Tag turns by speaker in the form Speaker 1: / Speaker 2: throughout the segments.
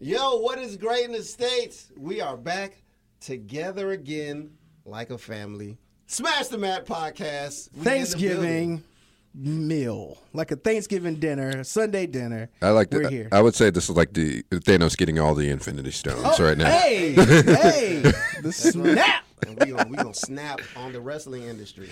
Speaker 1: Yo, what is great in the States? We are back together again like a family. Smash the Mat podcast. We in the building.
Speaker 2: Thanksgiving meal, like a Thanksgiving dinner, Sunday dinner.
Speaker 3: I like
Speaker 2: We're
Speaker 3: that.
Speaker 2: here.
Speaker 3: I would say this is like the Thanos getting all the Infinity Stones right now.
Speaker 2: Hey, hey, the snap.
Speaker 1: And we gonna, we gonna snap on the wrestling industry.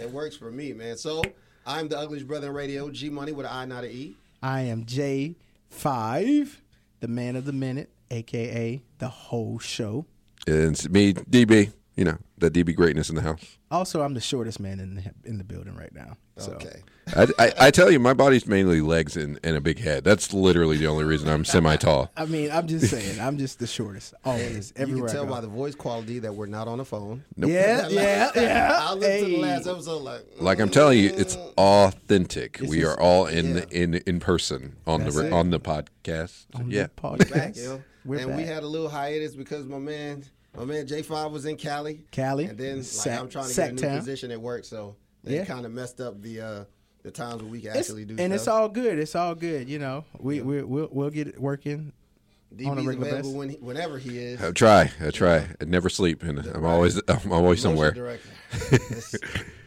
Speaker 1: It works for me, man. So I'm the ugliest brother in radio, G Money with an I not an E.
Speaker 2: I am J Five, the man of the minute, aka the whole show.
Speaker 3: And it's me, DB. You know that DB greatness in the house.
Speaker 2: Also, I'm the shortest man in the, in the building right now. So.
Speaker 1: Okay.
Speaker 3: I, I, I tell you, my body's mainly legs and, and a big head. That's literally the only reason I'm semi-tall.
Speaker 2: I mean, I'm just saying, I'm just the shortest. Always, everywhere.
Speaker 1: you
Speaker 2: I
Speaker 1: can tell
Speaker 2: go.
Speaker 1: by the voice quality that we're not on the phone.
Speaker 2: Yeah, yeah, yeah.
Speaker 1: I listened to the
Speaker 2: Hey.
Speaker 1: last episode like
Speaker 3: Like I'm telling you, it's authentic. we
Speaker 2: is-
Speaker 3: are all in in in person on
Speaker 2: That's
Speaker 3: the re-
Speaker 2: it.
Speaker 3: on the podcast.
Speaker 2: On the
Speaker 3: yeah,
Speaker 2: podcast.
Speaker 1: back, yo.
Speaker 2: We're
Speaker 1: and we
Speaker 2: back.
Speaker 1: had a little hiatus because my man, my man J5 was in Cali.
Speaker 2: Cali.
Speaker 1: And then like,
Speaker 2: Sac-
Speaker 1: I'm trying to
Speaker 2: Sac
Speaker 1: get a new
Speaker 2: Town.
Speaker 1: position at work, so they
Speaker 2: Yeah.
Speaker 1: kind of messed up the uh, the times where we could
Speaker 2: It's-
Speaker 1: actually do.
Speaker 2: and it's all good. It's all good. You know, we we we'll, we'll get it working.
Speaker 1: DB's
Speaker 2: on a regular
Speaker 1: available
Speaker 2: basis.
Speaker 1: when he, whenever he is.
Speaker 3: I try. I try. I never sleep, and I'm always I'm
Speaker 1: Motion
Speaker 3: always somewhere.
Speaker 1: director. It's,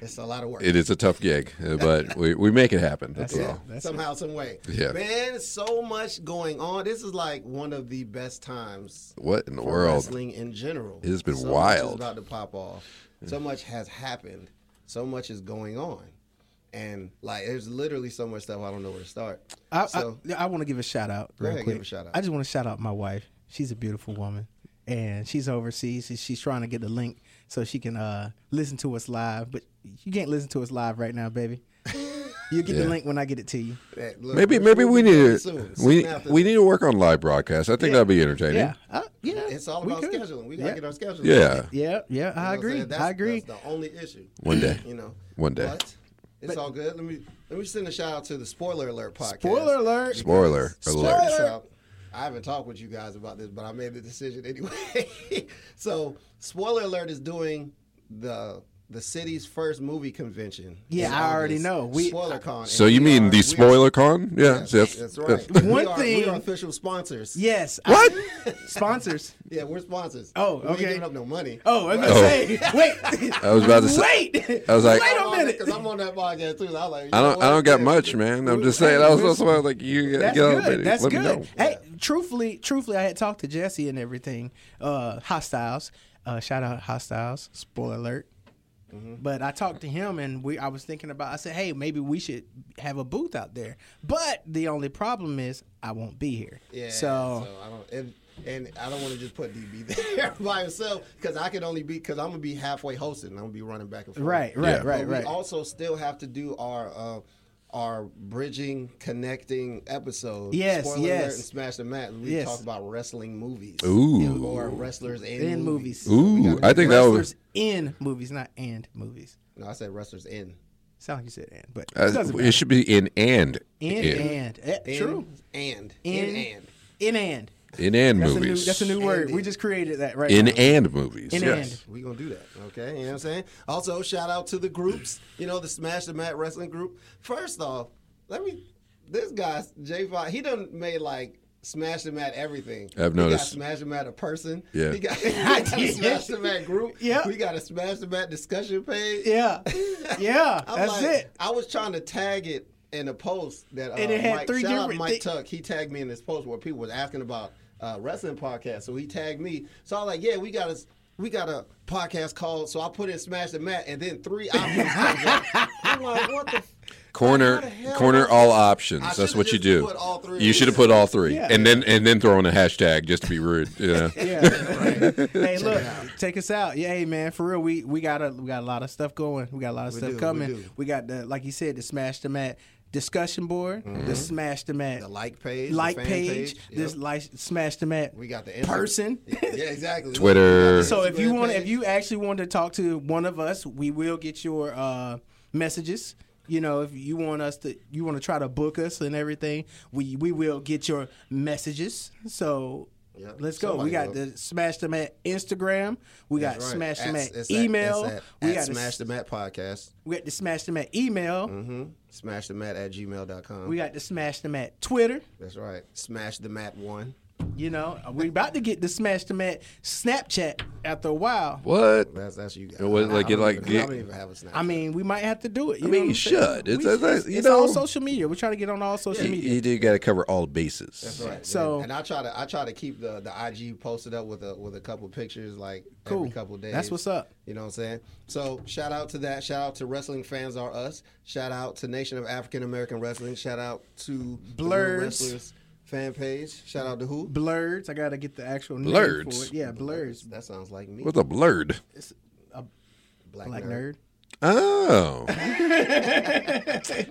Speaker 1: it's a lot of work.
Speaker 3: It is a tough gig, uh, but we, we make it happen. That's,
Speaker 2: That's it.
Speaker 3: all.
Speaker 2: That's
Speaker 1: somehow, some way.
Speaker 3: Yeah.
Speaker 1: Man, so much going on. This is like one of the best times
Speaker 3: What in the
Speaker 1: for
Speaker 3: world?
Speaker 1: wrestling in general.
Speaker 3: It has been
Speaker 1: so Much is
Speaker 3: wild.
Speaker 1: about to pop off. So much has happened. So much is going on, and like there's literally so much stuff I don't know where to start.
Speaker 2: I,
Speaker 1: so
Speaker 2: I, I want to give a shout out. Real
Speaker 1: ahead,
Speaker 2: quick.
Speaker 1: give a shout out.
Speaker 2: I just want to shout out my wife. She's a beautiful woman, and she's overseas. She- She's trying to get the link so she can uh, listen to us live. But you can't listen to us live right now, baby. You get the
Speaker 3: Yeah.
Speaker 2: link when I get it to you.
Speaker 1: that- eh, look,
Speaker 3: Maybe
Speaker 1: we'll-
Speaker 3: maybe
Speaker 1: we'll
Speaker 3: we
Speaker 1: be
Speaker 3: need
Speaker 1: doing
Speaker 3: to
Speaker 1: it soon.
Speaker 3: we
Speaker 1: Soon after
Speaker 3: we need to work on live broadcast. I think that'd be entertaining.
Speaker 2: Yeah, I, yeah.
Speaker 1: It's all
Speaker 2: we
Speaker 1: about
Speaker 2: could.
Speaker 1: scheduling. We gotta
Speaker 2: yeah.
Speaker 1: get our scheduling.
Speaker 3: Yeah.
Speaker 2: Yeah, yeah, I
Speaker 1: You know what I'm
Speaker 2: agree.
Speaker 1: saying? That's,
Speaker 2: I agree.
Speaker 1: That's the only issue.
Speaker 3: One day.
Speaker 1: You know.
Speaker 3: One day.
Speaker 1: But it's all good. Let me let me send a shout out to the spoiler alert podcast.
Speaker 2: Spoiler alert.
Speaker 3: Spoiler
Speaker 1: Check
Speaker 3: alert.
Speaker 1: this out. Uh, I haven't talked with you guys about this, but I made the decision anyway. so, spoiler alert is doing the the city's first movie convention.
Speaker 2: Yeah,
Speaker 1: in
Speaker 2: I already
Speaker 1: August.
Speaker 2: know. We-
Speaker 1: spoiler con.
Speaker 3: So
Speaker 1: And
Speaker 3: you
Speaker 1: we
Speaker 3: mean
Speaker 1: are- we
Speaker 3: the
Speaker 1: are-
Speaker 3: spoiler con? Yeah,
Speaker 1: Yes,
Speaker 3: yes,
Speaker 1: that's
Speaker 3: yes.
Speaker 1: right.
Speaker 2: One
Speaker 1: we are, we
Speaker 2: thing-
Speaker 1: are official sponsors.
Speaker 2: Yes.
Speaker 3: What?
Speaker 2: I- sponsors.
Speaker 1: yeah, we're sponsors.
Speaker 2: Oh,
Speaker 1: We ain't
Speaker 2: okay.
Speaker 1: giving up no money.
Speaker 2: Oh, I was gonna
Speaker 3: Oh.
Speaker 2: say. Wait.
Speaker 3: I was about to say-
Speaker 2: Wait.
Speaker 3: I was like-
Speaker 2: Wait a minute.
Speaker 1: because I'm on that podcast too. So I, was like,
Speaker 3: I
Speaker 1: you know
Speaker 3: don't. I
Speaker 1: what?
Speaker 3: don't got
Speaker 1: Yeah.
Speaker 3: much, man. I'm just saying. I was also like, you get,
Speaker 2: That's
Speaker 3: get on,
Speaker 2: good.
Speaker 3: baby.
Speaker 2: That's
Speaker 3: Let
Speaker 2: good.
Speaker 3: me know.
Speaker 2: Hey, truthfully, truthfully, I had talked to Jesse and everything. Uh, Hostiles, uh, shout out Hostiles. Spoiler alert. But I talked to him and we. I was thinking about. I said, hey, maybe we should have a booth out there. But the only problem is I won't be here.
Speaker 1: Yeah.
Speaker 2: So,
Speaker 1: I don't and, and I don't want to just put DB there by himself because I can only be because I'm gonna be halfway hosting. and I'm gonna be running back and forth.
Speaker 2: right, right,
Speaker 3: Yeah.
Speaker 2: right,
Speaker 1: But
Speaker 2: right.
Speaker 1: We also still have to do our uh, our bridging, connecting episode.
Speaker 2: Yes,
Speaker 1: Spoiler
Speaker 2: yes.
Speaker 1: alert and smash the mat. We
Speaker 2: Yes.
Speaker 1: talk about wrestling movies.
Speaker 3: Ooh,
Speaker 1: Or wrestlers and,
Speaker 2: in movies.
Speaker 1: movies.
Speaker 3: ooh. I think that
Speaker 2: Wrestlers
Speaker 3: was.
Speaker 2: in movies, not and movies.
Speaker 1: No, I said wrestlers in.
Speaker 2: Sound like you said and, but it doesn't
Speaker 3: uh,
Speaker 2: matter.
Speaker 3: It should be in and
Speaker 2: In
Speaker 3: in
Speaker 2: and, Eh,
Speaker 1: in
Speaker 2: true.
Speaker 1: And.
Speaker 2: In,
Speaker 1: in and.
Speaker 2: in and.
Speaker 3: in and
Speaker 2: That's a new.
Speaker 3: movies.
Speaker 2: That's a new
Speaker 1: And
Speaker 2: word. We
Speaker 1: it.
Speaker 2: just created that right
Speaker 3: in
Speaker 2: now.
Speaker 3: and movies.
Speaker 2: In
Speaker 3: yes.
Speaker 2: and.
Speaker 1: We're gonna do that. Okay. You know what I'm saying? Also, shout out to the groups, you know, the Smash the Mat Wrestling group. First off, let me this guy, J Five, he done made like Smash the Mat everything.
Speaker 3: I've
Speaker 1: He got
Speaker 3: noticed.
Speaker 1: Smash the Mat a person.
Speaker 3: Yeah.
Speaker 1: He got, he got a Smash the Mat group.
Speaker 2: Yeah.
Speaker 1: We got a Smash the Mat discussion page.
Speaker 2: Yeah, yeah,
Speaker 1: I'm
Speaker 2: that's
Speaker 1: like,
Speaker 2: it.
Speaker 1: I was trying to tag it in a post that uh,
Speaker 2: And it had
Speaker 1: Mike,
Speaker 2: three
Speaker 1: shout out
Speaker 2: different
Speaker 1: Mike
Speaker 2: thi-
Speaker 1: Tuck. He tagged me in this post where people was asking about uh, wrestling podcast, so he tagged me. So I was like, yeah, we got a we got a podcast called. So I put in Smash the Mat, and then three options. comes up. I'm like, what the. f-
Speaker 3: Corner,
Speaker 1: How the hell
Speaker 3: corner
Speaker 1: was-
Speaker 3: all options.
Speaker 1: I
Speaker 3: That's
Speaker 1: should've
Speaker 3: what you
Speaker 1: just
Speaker 3: do.
Speaker 1: put all three of
Speaker 3: You should have
Speaker 1: these.
Speaker 3: put all three,
Speaker 2: Yeah.
Speaker 3: and then and then throw in a hashtag just to be rude. You know?
Speaker 2: Yeah. Hey, look, take us out. Yeah, hey, man, for real, we we got a we got a lot of stuff going. We got a lot of stuff
Speaker 1: do, we
Speaker 2: coming. We,
Speaker 1: do.
Speaker 2: got the like you said, the smash the mat discussion board, the smash the mat
Speaker 1: The like page, Mm-hmm. the
Speaker 2: like
Speaker 1: fan
Speaker 2: page, this
Speaker 1: Yep.
Speaker 2: like smash the mat
Speaker 1: we got the Insta-
Speaker 2: person.
Speaker 1: Yeah, exactly.
Speaker 3: Twitter.
Speaker 2: so if you
Speaker 1: Instagram
Speaker 2: want, if
Speaker 1: page.
Speaker 2: you actually want to talk to one of us, we will get your uh, messages. You know, if you want us to, you want to try to book us and everything, we we will get your messages. So.
Speaker 1: Yep,
Speaker 2: Let's go.
Speaker 1: somebody
Speaker 2: We got
Speaker 1: will.
Speaker 2: the Smash Them at Instagram. We got
Speaker 1: That's right.
Speaker 2: Smash Them
Speaker 1: At-
Speaker 2: at,
Speaker 1: it's
Speaker 2: email.
Speaker 1: it's
Speaker 2: we
Speaker 1: at
Speaker 2: got
Speaker 1: Smash
Speaker 2: the,
Speaker 1: the Mat podcast.
Speaker 2: we got the Smash Them at email.
Speaker 1: Mm-hmm. Smash the Mat at gmail.com.
Speaker 2: We got the Smash Them at Twitter.
Speaker 1: That's right. Smash the mat one.
Speaker 2: You know, we about to get the smash the mat Snapchat after a while.
Speaker 3: What?
Speaker 1: That's that's you. Guys.
Speaker 3: was like-
Speaker 1: I
Speaker 3: it
Speaker 1: don't
Speaker 3: like-
Speaker 1: even, I don't even have a Snapchat.
Speaker 2: I mean, we might have to do it. You
Speaker 3: I
Speaker 2: know
Speaker 3: mean,
Speaker 2: what
Speaker 3: you
Speaker 2: I'm saying?
Speaker 3: should. It's-
Speaker 2: We-
Speaker 3: it's- you
Speaker 2: it's all
Speaker 3: know-
Speaker 2: social media. We try to get on all social
Speaker 3: You,
Speaker 2: media.
Speaker 3: you do got to cover all bases.
Speaker 1: That's right.
Speaker 2: So-
Speaker 1: and, and I try to I try to keep the the IG posted up with a with a couple pictures like
Speaker 2: cool.
Speaker 1: every couple days.
Speaker 2: That's what's up.
Speaker 1: You know what I'm saying? So shout out to that. Shout out to Wrestling Fans Are Us. Shout out to Nation of African American Wrestling. Shout out to the Real
Speaker 2: Blurs.
Speaker 1: Wrestlers fan page. Shout out to who?
Speaker 2: Blurs. I gotta get the actual name
Speaker 3: Blurs?
Speaker 2: for it. Yeah, blurs.
Speaker 1: That sounds like me.
Speaker 3: What's a blurred?
Speaker 2: It's a black nerd.
Speaker 3: Oh.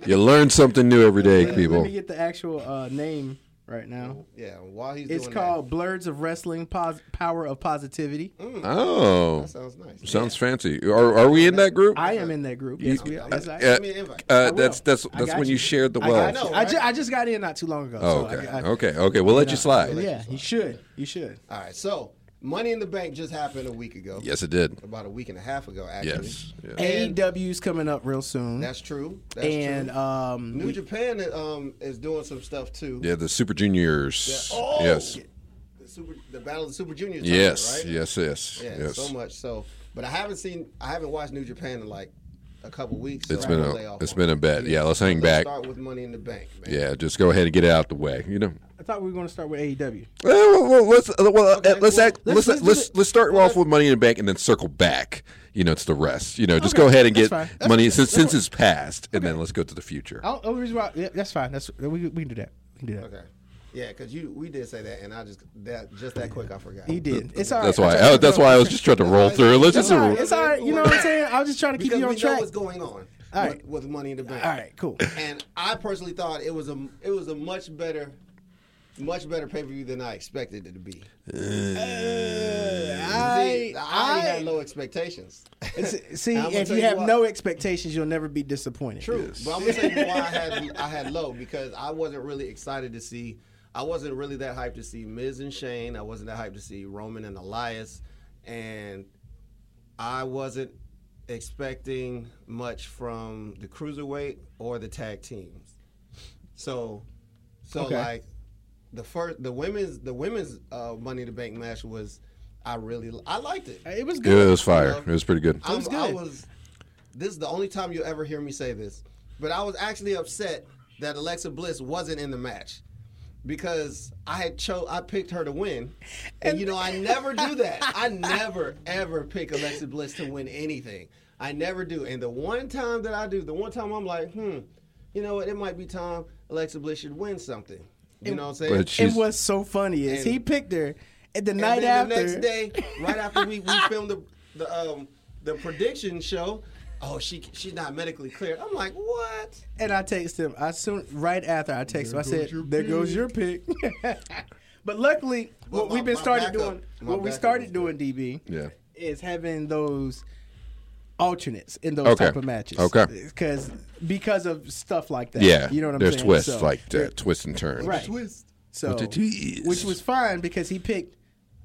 Speaker 3: you learn something new every day,
Speaker 2: Let
Speaker 3: people.
Speaker 2: me get the actual uh, name right now.
Speaker 1: Yeah, while he's
Speaker 2: It's
Speaker 1: doing
Speaker 2: called Blurs of Wrestling Pos- Power of Positivity.
Speaker 1: Mm.
Speaker 3: Oh.
Speaker 1: That, that sounds nice.
Speaker 3: Sounds fancy. Are, are we in that group?
Speaker 2: I am in that group. Yes, we are. Yes, I-
Speaker 3: Uh,
Speaker 1: Give me an invite.
Speaker 3: uh,
Speaker 2: will.
Speaker 3: that's that's
Speaker 2: I
Speaker 3: that's
Speaker 2: got
Speaker 3: when you.
Speaker 2: you.
Speaker 3: shared the
Speaker 2: I, got
Speaker 3: wealth.
Speaker 2: you.
Speaker 1: know,
Speaker 2: I,
Speaker 1: right?
Speaker 2: ju- I just got in not too long ago.
Speaker 3: Oh,
Speaker 2: so I-
Speaker 3: okay,
Speaker 2: I-
Speaker 3: okay, okay. We'll let you slide.
Speaker 2: Yeah, you should. You should.
Speaker 1: All right. So Money in the Bank just happened a week ago.
Speaker 3: Yes, it did.
Speaker 1: About a week and a half ago, actually.
Speaker 3: Yes. yes.
Speaker 1: And-
Speaker 2: AEW's E coming up real soon.
Speaker 1: That's true. That's
Speaker 2: and
Speaker 1: true.
Speaker 2: um,
Speaker 1: New Japan um, is doing some stuff too.
Speaker 3: Yeah, the Super Juniors.
Speaker 1: Yeah. Oh!
Speaker 3: Yes.
Speaker 1: The, super, the Battle of the Super Juniors. tournament,
Speaker 3: Yes,
Speaker 1: right?
Speaker 3: yes, yes,
Speaker 1: Yeah,
Speaker 3: yes.
Speaker 1: so much. So, but I haven't seen, I haven't watched New Japan in like a couple weeks. It's
Speaker 3: It's been a it's been a bet. Yeah, let's hang back.
Speaker 1: Start with Money in the Bank, man.
Speaker 3: Yeah, just go ahead and get it out the way. You know.
Speaker 2: I thought we were going to start with E AEW.
Speaker 3: Eh, Well, well, let's uh, well,
Speaker 1: Okay,
Speaker 3: uh, let's
Speaker 1: well,
Speaker 3: act, let's
Speaker 2: let's-
Speaker 3: let's,
Speaker 2: let's do
Speaker 3: let's,
Speaker 2: the-
Speaker 3: start off with Money in the Bank and then circle back. You know, it's the rest. You know, just go ahead and
Speaker 2: that's
Speaker 3: get
Speaker 2: fine.
Speaker 3: money since, since it's past, and then let's go to the future.
Speaker 2: I don't, oh, reason why- yeah, that's fine. That's we, we can do that. We can do that.
Speaker 1: Okay. Yeah, because you we did say that, and I just that just that quick I forgot.
Speaker 2: He did. It's all right.
Speaker 3: That's
Speaker 2: I
Speaker 3: why.
Speaker 2: tried
Speaker 3: I,
Speaker 2: to
Speaker 3: that's
Speaker 2: throw-
Speaker 3: why I was just trying to roll through. Let's
Speaker 2: It's
Speaker 3: just
Speaker 2: all right. It's
Speaker 3: roll.
Speaker 2: all right. You know what I'm saying? I was just trying to keep
Speaker 1: Because
Speaker 2: you on
Speaker 1: we know
Speaker 2: track.
Speaker 1: what's going on.
Speaker 2: All
Speaker 1: with-
Speaker 2: right.
Speaker 1: With Money in the Bank.
Speaker 2: All right, cool.
Speaker 1: And I personally thought it was a it was a much better, much better pay per view than I expected it to be.
Speaker 2: I,
Speaker 1: See, I already had
Speaker 2: I,
Speaker 1: low expectations.
Speaker 2: it's- see,
Speaker 1: I'm gonna
Speaker 2: if
Speaker 1: tell
Speaker 2: you
Speaker 1: you
Speaker 2: have
Speaker 1: what.
Speaker 2: no expectations, you'll never be disappointed.
Speaker 1: True, but I'm gonna tell you why I had I had low because I wasn't really excited to see. I wasn't really that hyped to see Miz and Shane. I wasn't that hyped to see Roman and Elias, and I wasn't expecting much from the cruiserweight or the tag teams. So, so
Speaker 2: Okay.
Speaker 1: like the first the women's the women's uh, Money in the Bank match was I really I liked it.
Speaker 2: It was
Speaker 3: Yeah, it
Speaker 2: good.
Speaker 3: was fire. It was pretty good.
Speaker 1: I'm,
Speaker 2: was
Speaker 1: I
Speaker 2: good.
Speaker 1: was. This is the only time you'll ever hear me say this, but I was actually upset that Alexa Bliss wasn't in the match because I had chose I picked her to win, and you know I never do that. I never ever pick Alexa Bliss to win anything. I never do. And the one time that I do, the one time I'm like, hmm, you know what? It might be time Alexa Bliss should win something. You know what I'm saying?
Speaker 3: But she-
Speaker 2: It
Speaker 3: She's-
Speaker 2: was so funny. Is
Speaker 1: And-
Speaker 2: he picked her, and the night
Speaker 1: And then
Speaker 2: after,
Speaker 1: the next day, right after we, we filmed the the um the prediction show, oh she she's not medically cleared. I'm like, what?
Speaker 2: and I text him. I soon right after I text him, I said,
Speaker 1: your
Speaker 2: "There goes your pick." but luckily, what
Speaker 1: my-
Speaker 2: we've been
Speaker 1: my
Speaker 2: started
Speaker 1: backup-
Speaker 2: doing,
Speaker 1: my
Speaker 2: what we
Speaker 1: backup
Speaker 2: started
Speaker 1: was
Speaker 2: doing, DB,
Speaker 3: Yeah.
Speaker 2: is having those alternates in those
Speaker 3: Okay.
Speaker 2: type of matches.
Speaker 3: Okay.
Speaker 2: because because of stuff like that.
Speaker 3: Yeah.
Speaker 2: you know what I'm
Speaker 3: There's
Speaker 2: saying.
Speaker 3: twists
Speaker 2: So-
Speaker 3: like uh, twists and turns.
Speaker 2: Right.
Speaker 1: Twist.
Speaker 2: So,
Speaker 3: With the tees.
Speaker 2: which was fine because he picked.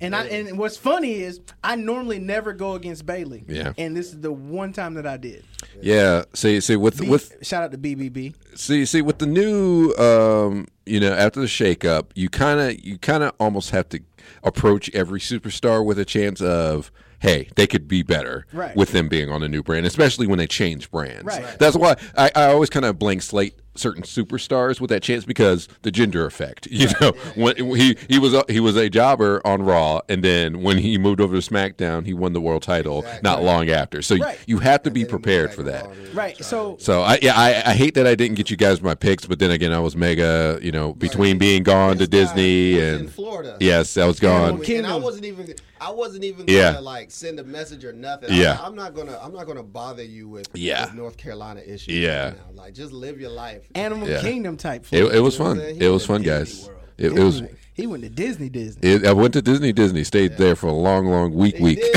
Speaker 2: And I and what's funny is I normally never go against Bailey.
Speaker 3: Yeah.
Speaker 2: And this is the one time that I did.
Speaker 3: Yeah. See. See. With
Speaker 2: B-
Speaker 3: with
Speaker 2: shout out to BBB.
Speaker 3: see see with the new um you know after the shakeup you kind of you kind of almost have to approach every superstar with a chance of hey they could be better
Speaker 2: Right.
Speaker 3: with them being on a new brand especially when they change brands
Speaker 2: Right. Right.
Speaker 3: that's why i, I always kind of blank slate certain superstars with that chance because the gender effect you know when he he was a, he was a jobber on raw and then when he moved over to smackdown he won the world title not long after so
Speaker 2: Right.
Speaker 3: you have to be
Speaker 1: Then it was
Speaker 3: prepared
Speaker 1: like,
Speaker 3: for that
Speaker 1: oh, dude,
Speaker 2: Right. So
Speaker 3: so I yeah I, I hate that I didn't get you guys my picks, but then again I was mega you know between being gone to
Speaker 1: this guy
Speaker 3: Disney
Speaker 1: was
Speaker 3: and
Speaker 1: in Florida.
Speaker 3: yes I was
Speaker 1: And,
Speaker 3: gone.
Speaker 2: Yeah, Kingdom.
Speaker 1: I wasn't even I wasn't even
Speaker 3: Yeah.
Speaker 1: gonna like send a message or nothing.
Speaker 3: Yeah.
Speaker 1: I, am not gonna I'm not gonna bother you with,
Speaker 3: Yeah.
Speaker 1: with North Carolina issues. right
Speaker 3: Yeah.
Speaker 1: now. Like just live your life.
Speaker 2: Animal
Speaker 3: Yeah.
Speaker 2: Kingdom type.
Speaker 3: It,
Speaker 2: flick.
Speaker 3: it was fun.
Speaker 1: He
Speaker 3: It was
Speaker 1: was
Speaker 3: fun,
Speaker 1: in Disney
Speaker 3: guys.
Speaker 1: World.
Speaker 3: It, it was.
Speaker 2: He went- he went to Disney Disney.
Speaker 3: It, I went to Disney. Disney stayed there for a long, long week.
Speaker 1: He
Speaker 3: Week.
Speaker 1: did.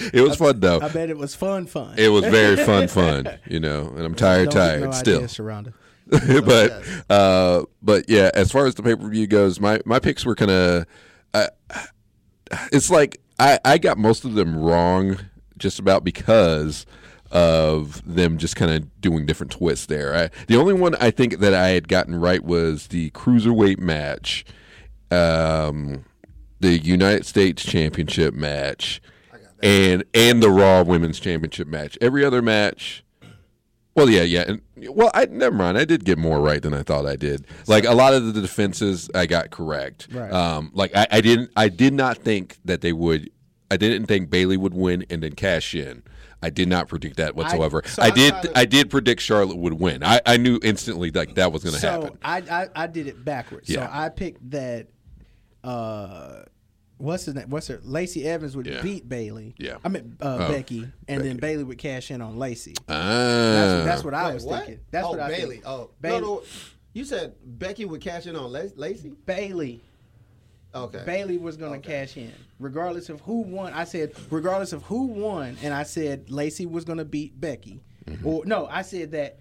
Speaker 3: It was fun though.
Speaker 2: I bet it was fun fun.
Speaker 3: It was very fun, fun. You know, and I'm tired,
Speaker 2: Don't get
Speaker 3: tired
Speaker 2: no
Speaker 3: still.
Speaker 2: Idea, Sharonda.
Speaker 3: but uh, but yeah, as far as the pay per view goes, my my picks were kind of. Uh, it's like I I got most of them wrong just about because of them just kind of doing different twists there. I, the only one I think that I had gotten right was the cruiserweight match, um, the United States Championship match, and and the Raw Women's Championship match. Every other match. Well, yeah, yeah. And, well, I never mind. I did get more right than I thought I did. Like a lot of the defenses, I got correct.
Speaker 2: Right.
Speaker 3: Um, like I, I didn't. I did not think that they would. I didn't think Bailey would win and then cash in. I did not predict that whatsoever. I,
Speaker 1: so I'm
Speaker 3: did.
Speaker 1: trying to-
Speaker 3: I did predict Charlotte would win. I, I knew instantly like that was going to
Speaker 2: so
Speaker 3: happen.
Speaker 2: I, I I did it backwards.
Speaker 3: Yeah.
Speaker 2: So I picked that. Uh, what's his name? What's her? Lacey Evans would
Speaker 3: Yeah.
Speaker 2: beat Bailey.
Speaker 3: Yeah. Oh,
Speaker 2: I mean uh, Becky, and then Bailey would cash in on Lacey. That's,
Speaker 3: Ah,
Speaker 2: what, that's what I
Speaker 1: Wait,
Speaker 2: was
Speaker 1: what?
Speaker 2: thinking. That's
Speaker 1: oh,
Speaker 2: what I
Speaker 1: Bailey.
Speaker 2: Think.
Speaker 1: Oh,
Speaker 2: Bailey.
Speaker 1: No, no, you said Becky would cash in on Lac- Lacey.
Speaker 2: Bailey.
Speaker 1: Okay.
Speaker 2: Bailey was going to cash in, regardless of who won. I said, regardless of who won, and I said Lacey was going to beat Becky. Or no, I said that.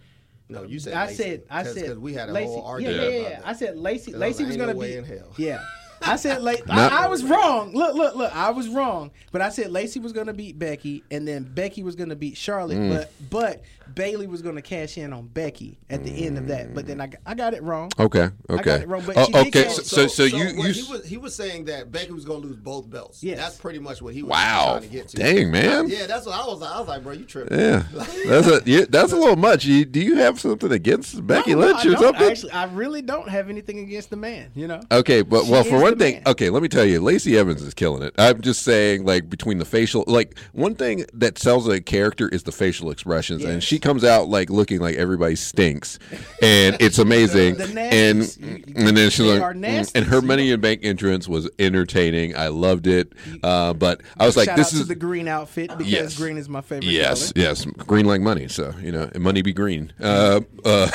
Speaker 1: No, you said.
Speaker 2: I
Speaker 1: Mm-hmm. Lacey.
Speaker 2: said I
Speaker 1: 'Cause-
Speaker 2: said
Speaker 1: 'cause we had a
Speaker 2: Lacey-
Speaker 1: whole
Speaker 2: Yeah,
Speaker 1: argument.
Speaker 2: yeah, yeah.
Speaker 1: about that.
Speaker 2: I said Lacey.
Speaker 1: Cause I
Speaker 2: Lacey
Speaker 1: like,
Speaker 2: was
Speaker 1: ain't
Speaker 2: gonna
Speaker 1: no
Speaker 2: be.
Speaker 1: way in hell.
Speaker 2: Yeah. I said Lacey.
Speaker 3: Not-
Speaker 2: I, I was wrong. Look, look, look. I was wrong. But I said Lacey was gonna beat Becky, and then Becky was gonna beat Charlotte.
Speaker 1: Mm.
Speaker 2: But but Bailey was gonna cash in on Becky at the end of that. But then I, got- I got it wrong.
Speaker 3: okay,
Speaker 2: got
Speaker 3: okay,
Speaker 2: it wrong, but she
Speaker 3: oh,
Speaker 2: did
Speaker 3: okay.
Speaker 2: catch-
Speaker 3: So, so, so you,
Speaker 1: what
Speaker 3: you,
Speaker 1: he was he was saying that Becky was gonna lose both belts.
Speaker 2: Yes.
Speaker 1: that's pretty much what he was
Speaker 3: wow,
Speaker 1: trying to get to.
Speaker 3: dang man,
Speaker 1: Yeah, that's what I was. I was like, bro, you tripping?
Speaker 3: yeah, that's a yeah, that's a little much. You, do you have something against Becky
Speaker 2: No, no,
Speaker 3: Lynch
Speaker 2: I
Speaker 3: or
Speaker 2: don't.
Speaker 3: something?
Speaker 2: Actually, I really don't have anything against the man. You know.
Speaker 3: Okay, but
Speaker 2: She
Speaker 3: well,
Speaker 2: is
Speaker 3: for one
Speaker 2: the
Speaker 3: thing,
Speaker 2: man.
Speaker 3: okay, let me tell you, Lacey Evans is killing it. I'm just saying, like between the facial, like one thing that sells a character is the facial expressions, and
Speaker 2: Yes.
Speaker 3: she comes out like looking like everybody stinks, and it's amazing.
Speaker 2: The
Speaker 3: and
Speaker 2: nasties. You- you-
Speaker 3: and then she's
Speaker 2: they
Speaker 3: like,
Speaker 2: are
Speaker 3: mm, and her
Speaker 2: nasties.
Speaker 3: Money in Bank entrance was entertaining. I loved it, uh, but I was like,
Speaker 2: Shout
Speaker 3: this
Speaker 2: out to
Speaker 3: is
Speaker 2: the green outfit because
Speaker 3: Yes.
Speaker 2: green is my favorite.
Speaker 3: Yes, yes, green like money. So you know, and money be green. Uh, uh,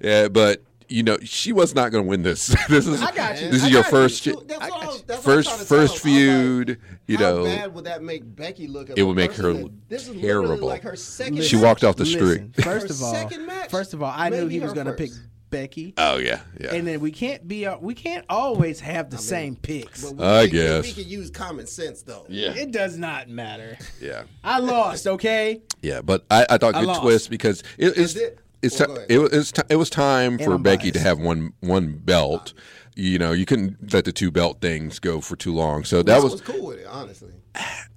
Speaker 3: yeah, but you know, she was not going to win this. this is
Speaker 2: I got you.
Speaker 3: this is
Speaker 2: I
Speaker 3: your
Speaker 2: got
Speaker 3: first
Speaker 1: you.
Speaker 3: chi-
Speaker 1: That's what I was- that's what I'm
Speaker 3: first
Speaker 1: trying to tell
Speaker 3: first
Speaker 1: him. I was
Speaker 3: feud.
Speaker 1: like,
Speaker 3: you
Speaker 1: How
Speaker 3: know,
Speaker 1: bad would that make Becky look? as
Speaker 3: It
Speaker 1: a
Speaker 3: would make her
Speaker 1: person
Speaker 3: look
Speaker 1: that- this is literally
Speaker 3: terrible.
Speaker 1: Like her second
Speaker 3: she
Speaker 1: match.
Speaker 3: walked off the
Speaker 2: Listen,
Speaker 3: street.
Speaker 2: First
Speaker 1: Her
Speaker 2: of all,
Speaker 1: second match
Speaker 2: first of all, I
Speaker 1: may
Speaker 2: knew
Speaker 1: be
Speaker 2: he was
Speaker 1: her
Speaker 2: going to pick
Speaker 1: first.
Speaker 2: Becky,
Speaker 3: Oh yeah, yeah.
Speaker 2: and then we can't be uh, we can't always have the same picks.
Speaker 1: But we
Speaker 3: I
Speaker 1: can-
Speaker 3: guess.
Speaker 1: we can use common sense though.
Speaker 3: yeah,
Speaker 2: It does not matter.
Speaker 3: yeah,
Speaker 2: I lost. Okay,
Speaker 3: yeah. But I, I thought
Speaker 2: I
Speaker 3: good
Speaker 2: lost.
Speaker 3: twist because it, it's
Speaker 1: Is it-
Speaker 3: it's
Speaker 1: Well,
Speaker 3: ti-
Speaker 1: go ahead.
Speaker 3: it was it's ti- it was time for
Speaker 2: I'm
Speaker 3: Becky to
Speaker 2: biased.
Speaker 3: have one one belt. You know, you couldn't let the two belt things go for too long. So that
Speaker 1: I
Speaker 3: was,
Speaker 1: was cool with it, honestly.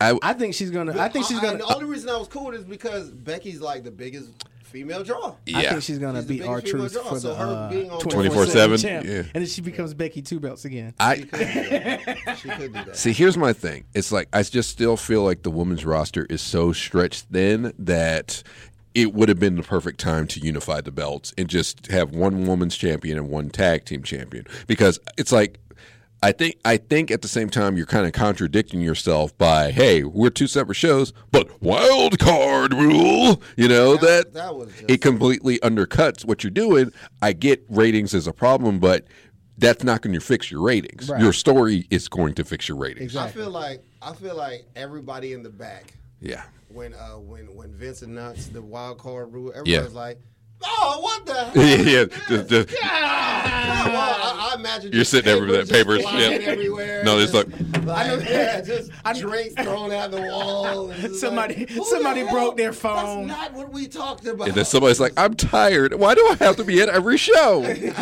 Speaker 3: I,
Speaker 2: I think she's gonna. I think she's
Speaker 1: And
Speaker 2: gonna.
Speaker 1: the only reason I was cool with it is because Becky's like the biggest female draw.
Speaker 3: yeah.
Speaker 2: I think she's gonna
Speaker 1: She's the
Speaker 2: beat
Speaker 1: biggest
Speaker 2: our
Speaker 1: female
Speaker 2: truth
Speaker 1: draw,
Speaker 2: for
Speaker 1: so
Speaker 2: the
Speaker 1: her being on
Speaker 2: twenty four
Speaker 3: 24/7,
Speaker 2: seven champ,
Speaker 3: yeah.
Speaker 2: and then she becomes Becky Two Belts again.
Speaker 3: I
Speaker 1: She could do that. She could do that.
Speaker 3: See, here's my thing. It's like I just still feel like the women's roster is so stretched thin that it would have been the perfect time to unify the belts and just have one women's champion and one tag team champion because it's like I think I think at the same time you're kind of contradicting yourself by hey we're two separate shows but wild card rule you know
Speaker 1: That-
Speaker 3: that,
Speaker 1: that was just-
Speaker 3: it completely undercuts what you're doing I get ratings as a problem but that's not going to fix your ratings
Speaker 2: Right.
Speaker 3: your story is going to fix your ratings
Speaker 1: I feel like I feel like everybody in the back
Speaker 3: yeah.
Speaker 1: when uh when when Vince announced the wild card rule, everybody's
Speaker 3: Yeah.
Speaker 1: like, "Oh, what the?" hell?
Speaker 3: yeah, yeah. Just, just,
Speaker 1: Yeah, well, I, I imagine
Speaker 3: You're
Speaker 1: just
Speaker 3: sitting there with that papers,
Speaker 1: just
Speaker 3: yeah.
Speaker 1: flying everywhere.
Speaker 3: No, it's
Speaker 1: just,
Speaker 3: like-
Speaker 1: I know, yeah, just
Speaker 2: I know-
Speaker 1: drinks thrown out the wall. and just
Speaker 2: Somebody-
Speaker 1: like, who
Speaker 2: somebody
Speaker 1: the hell?
Speaker 2: broke their phone.
Speaker 1: That's not what we talked about.
Speaker 3: and then somebody's like, "I'm tired. Why do I have to be at every show?"
Speaker 2: And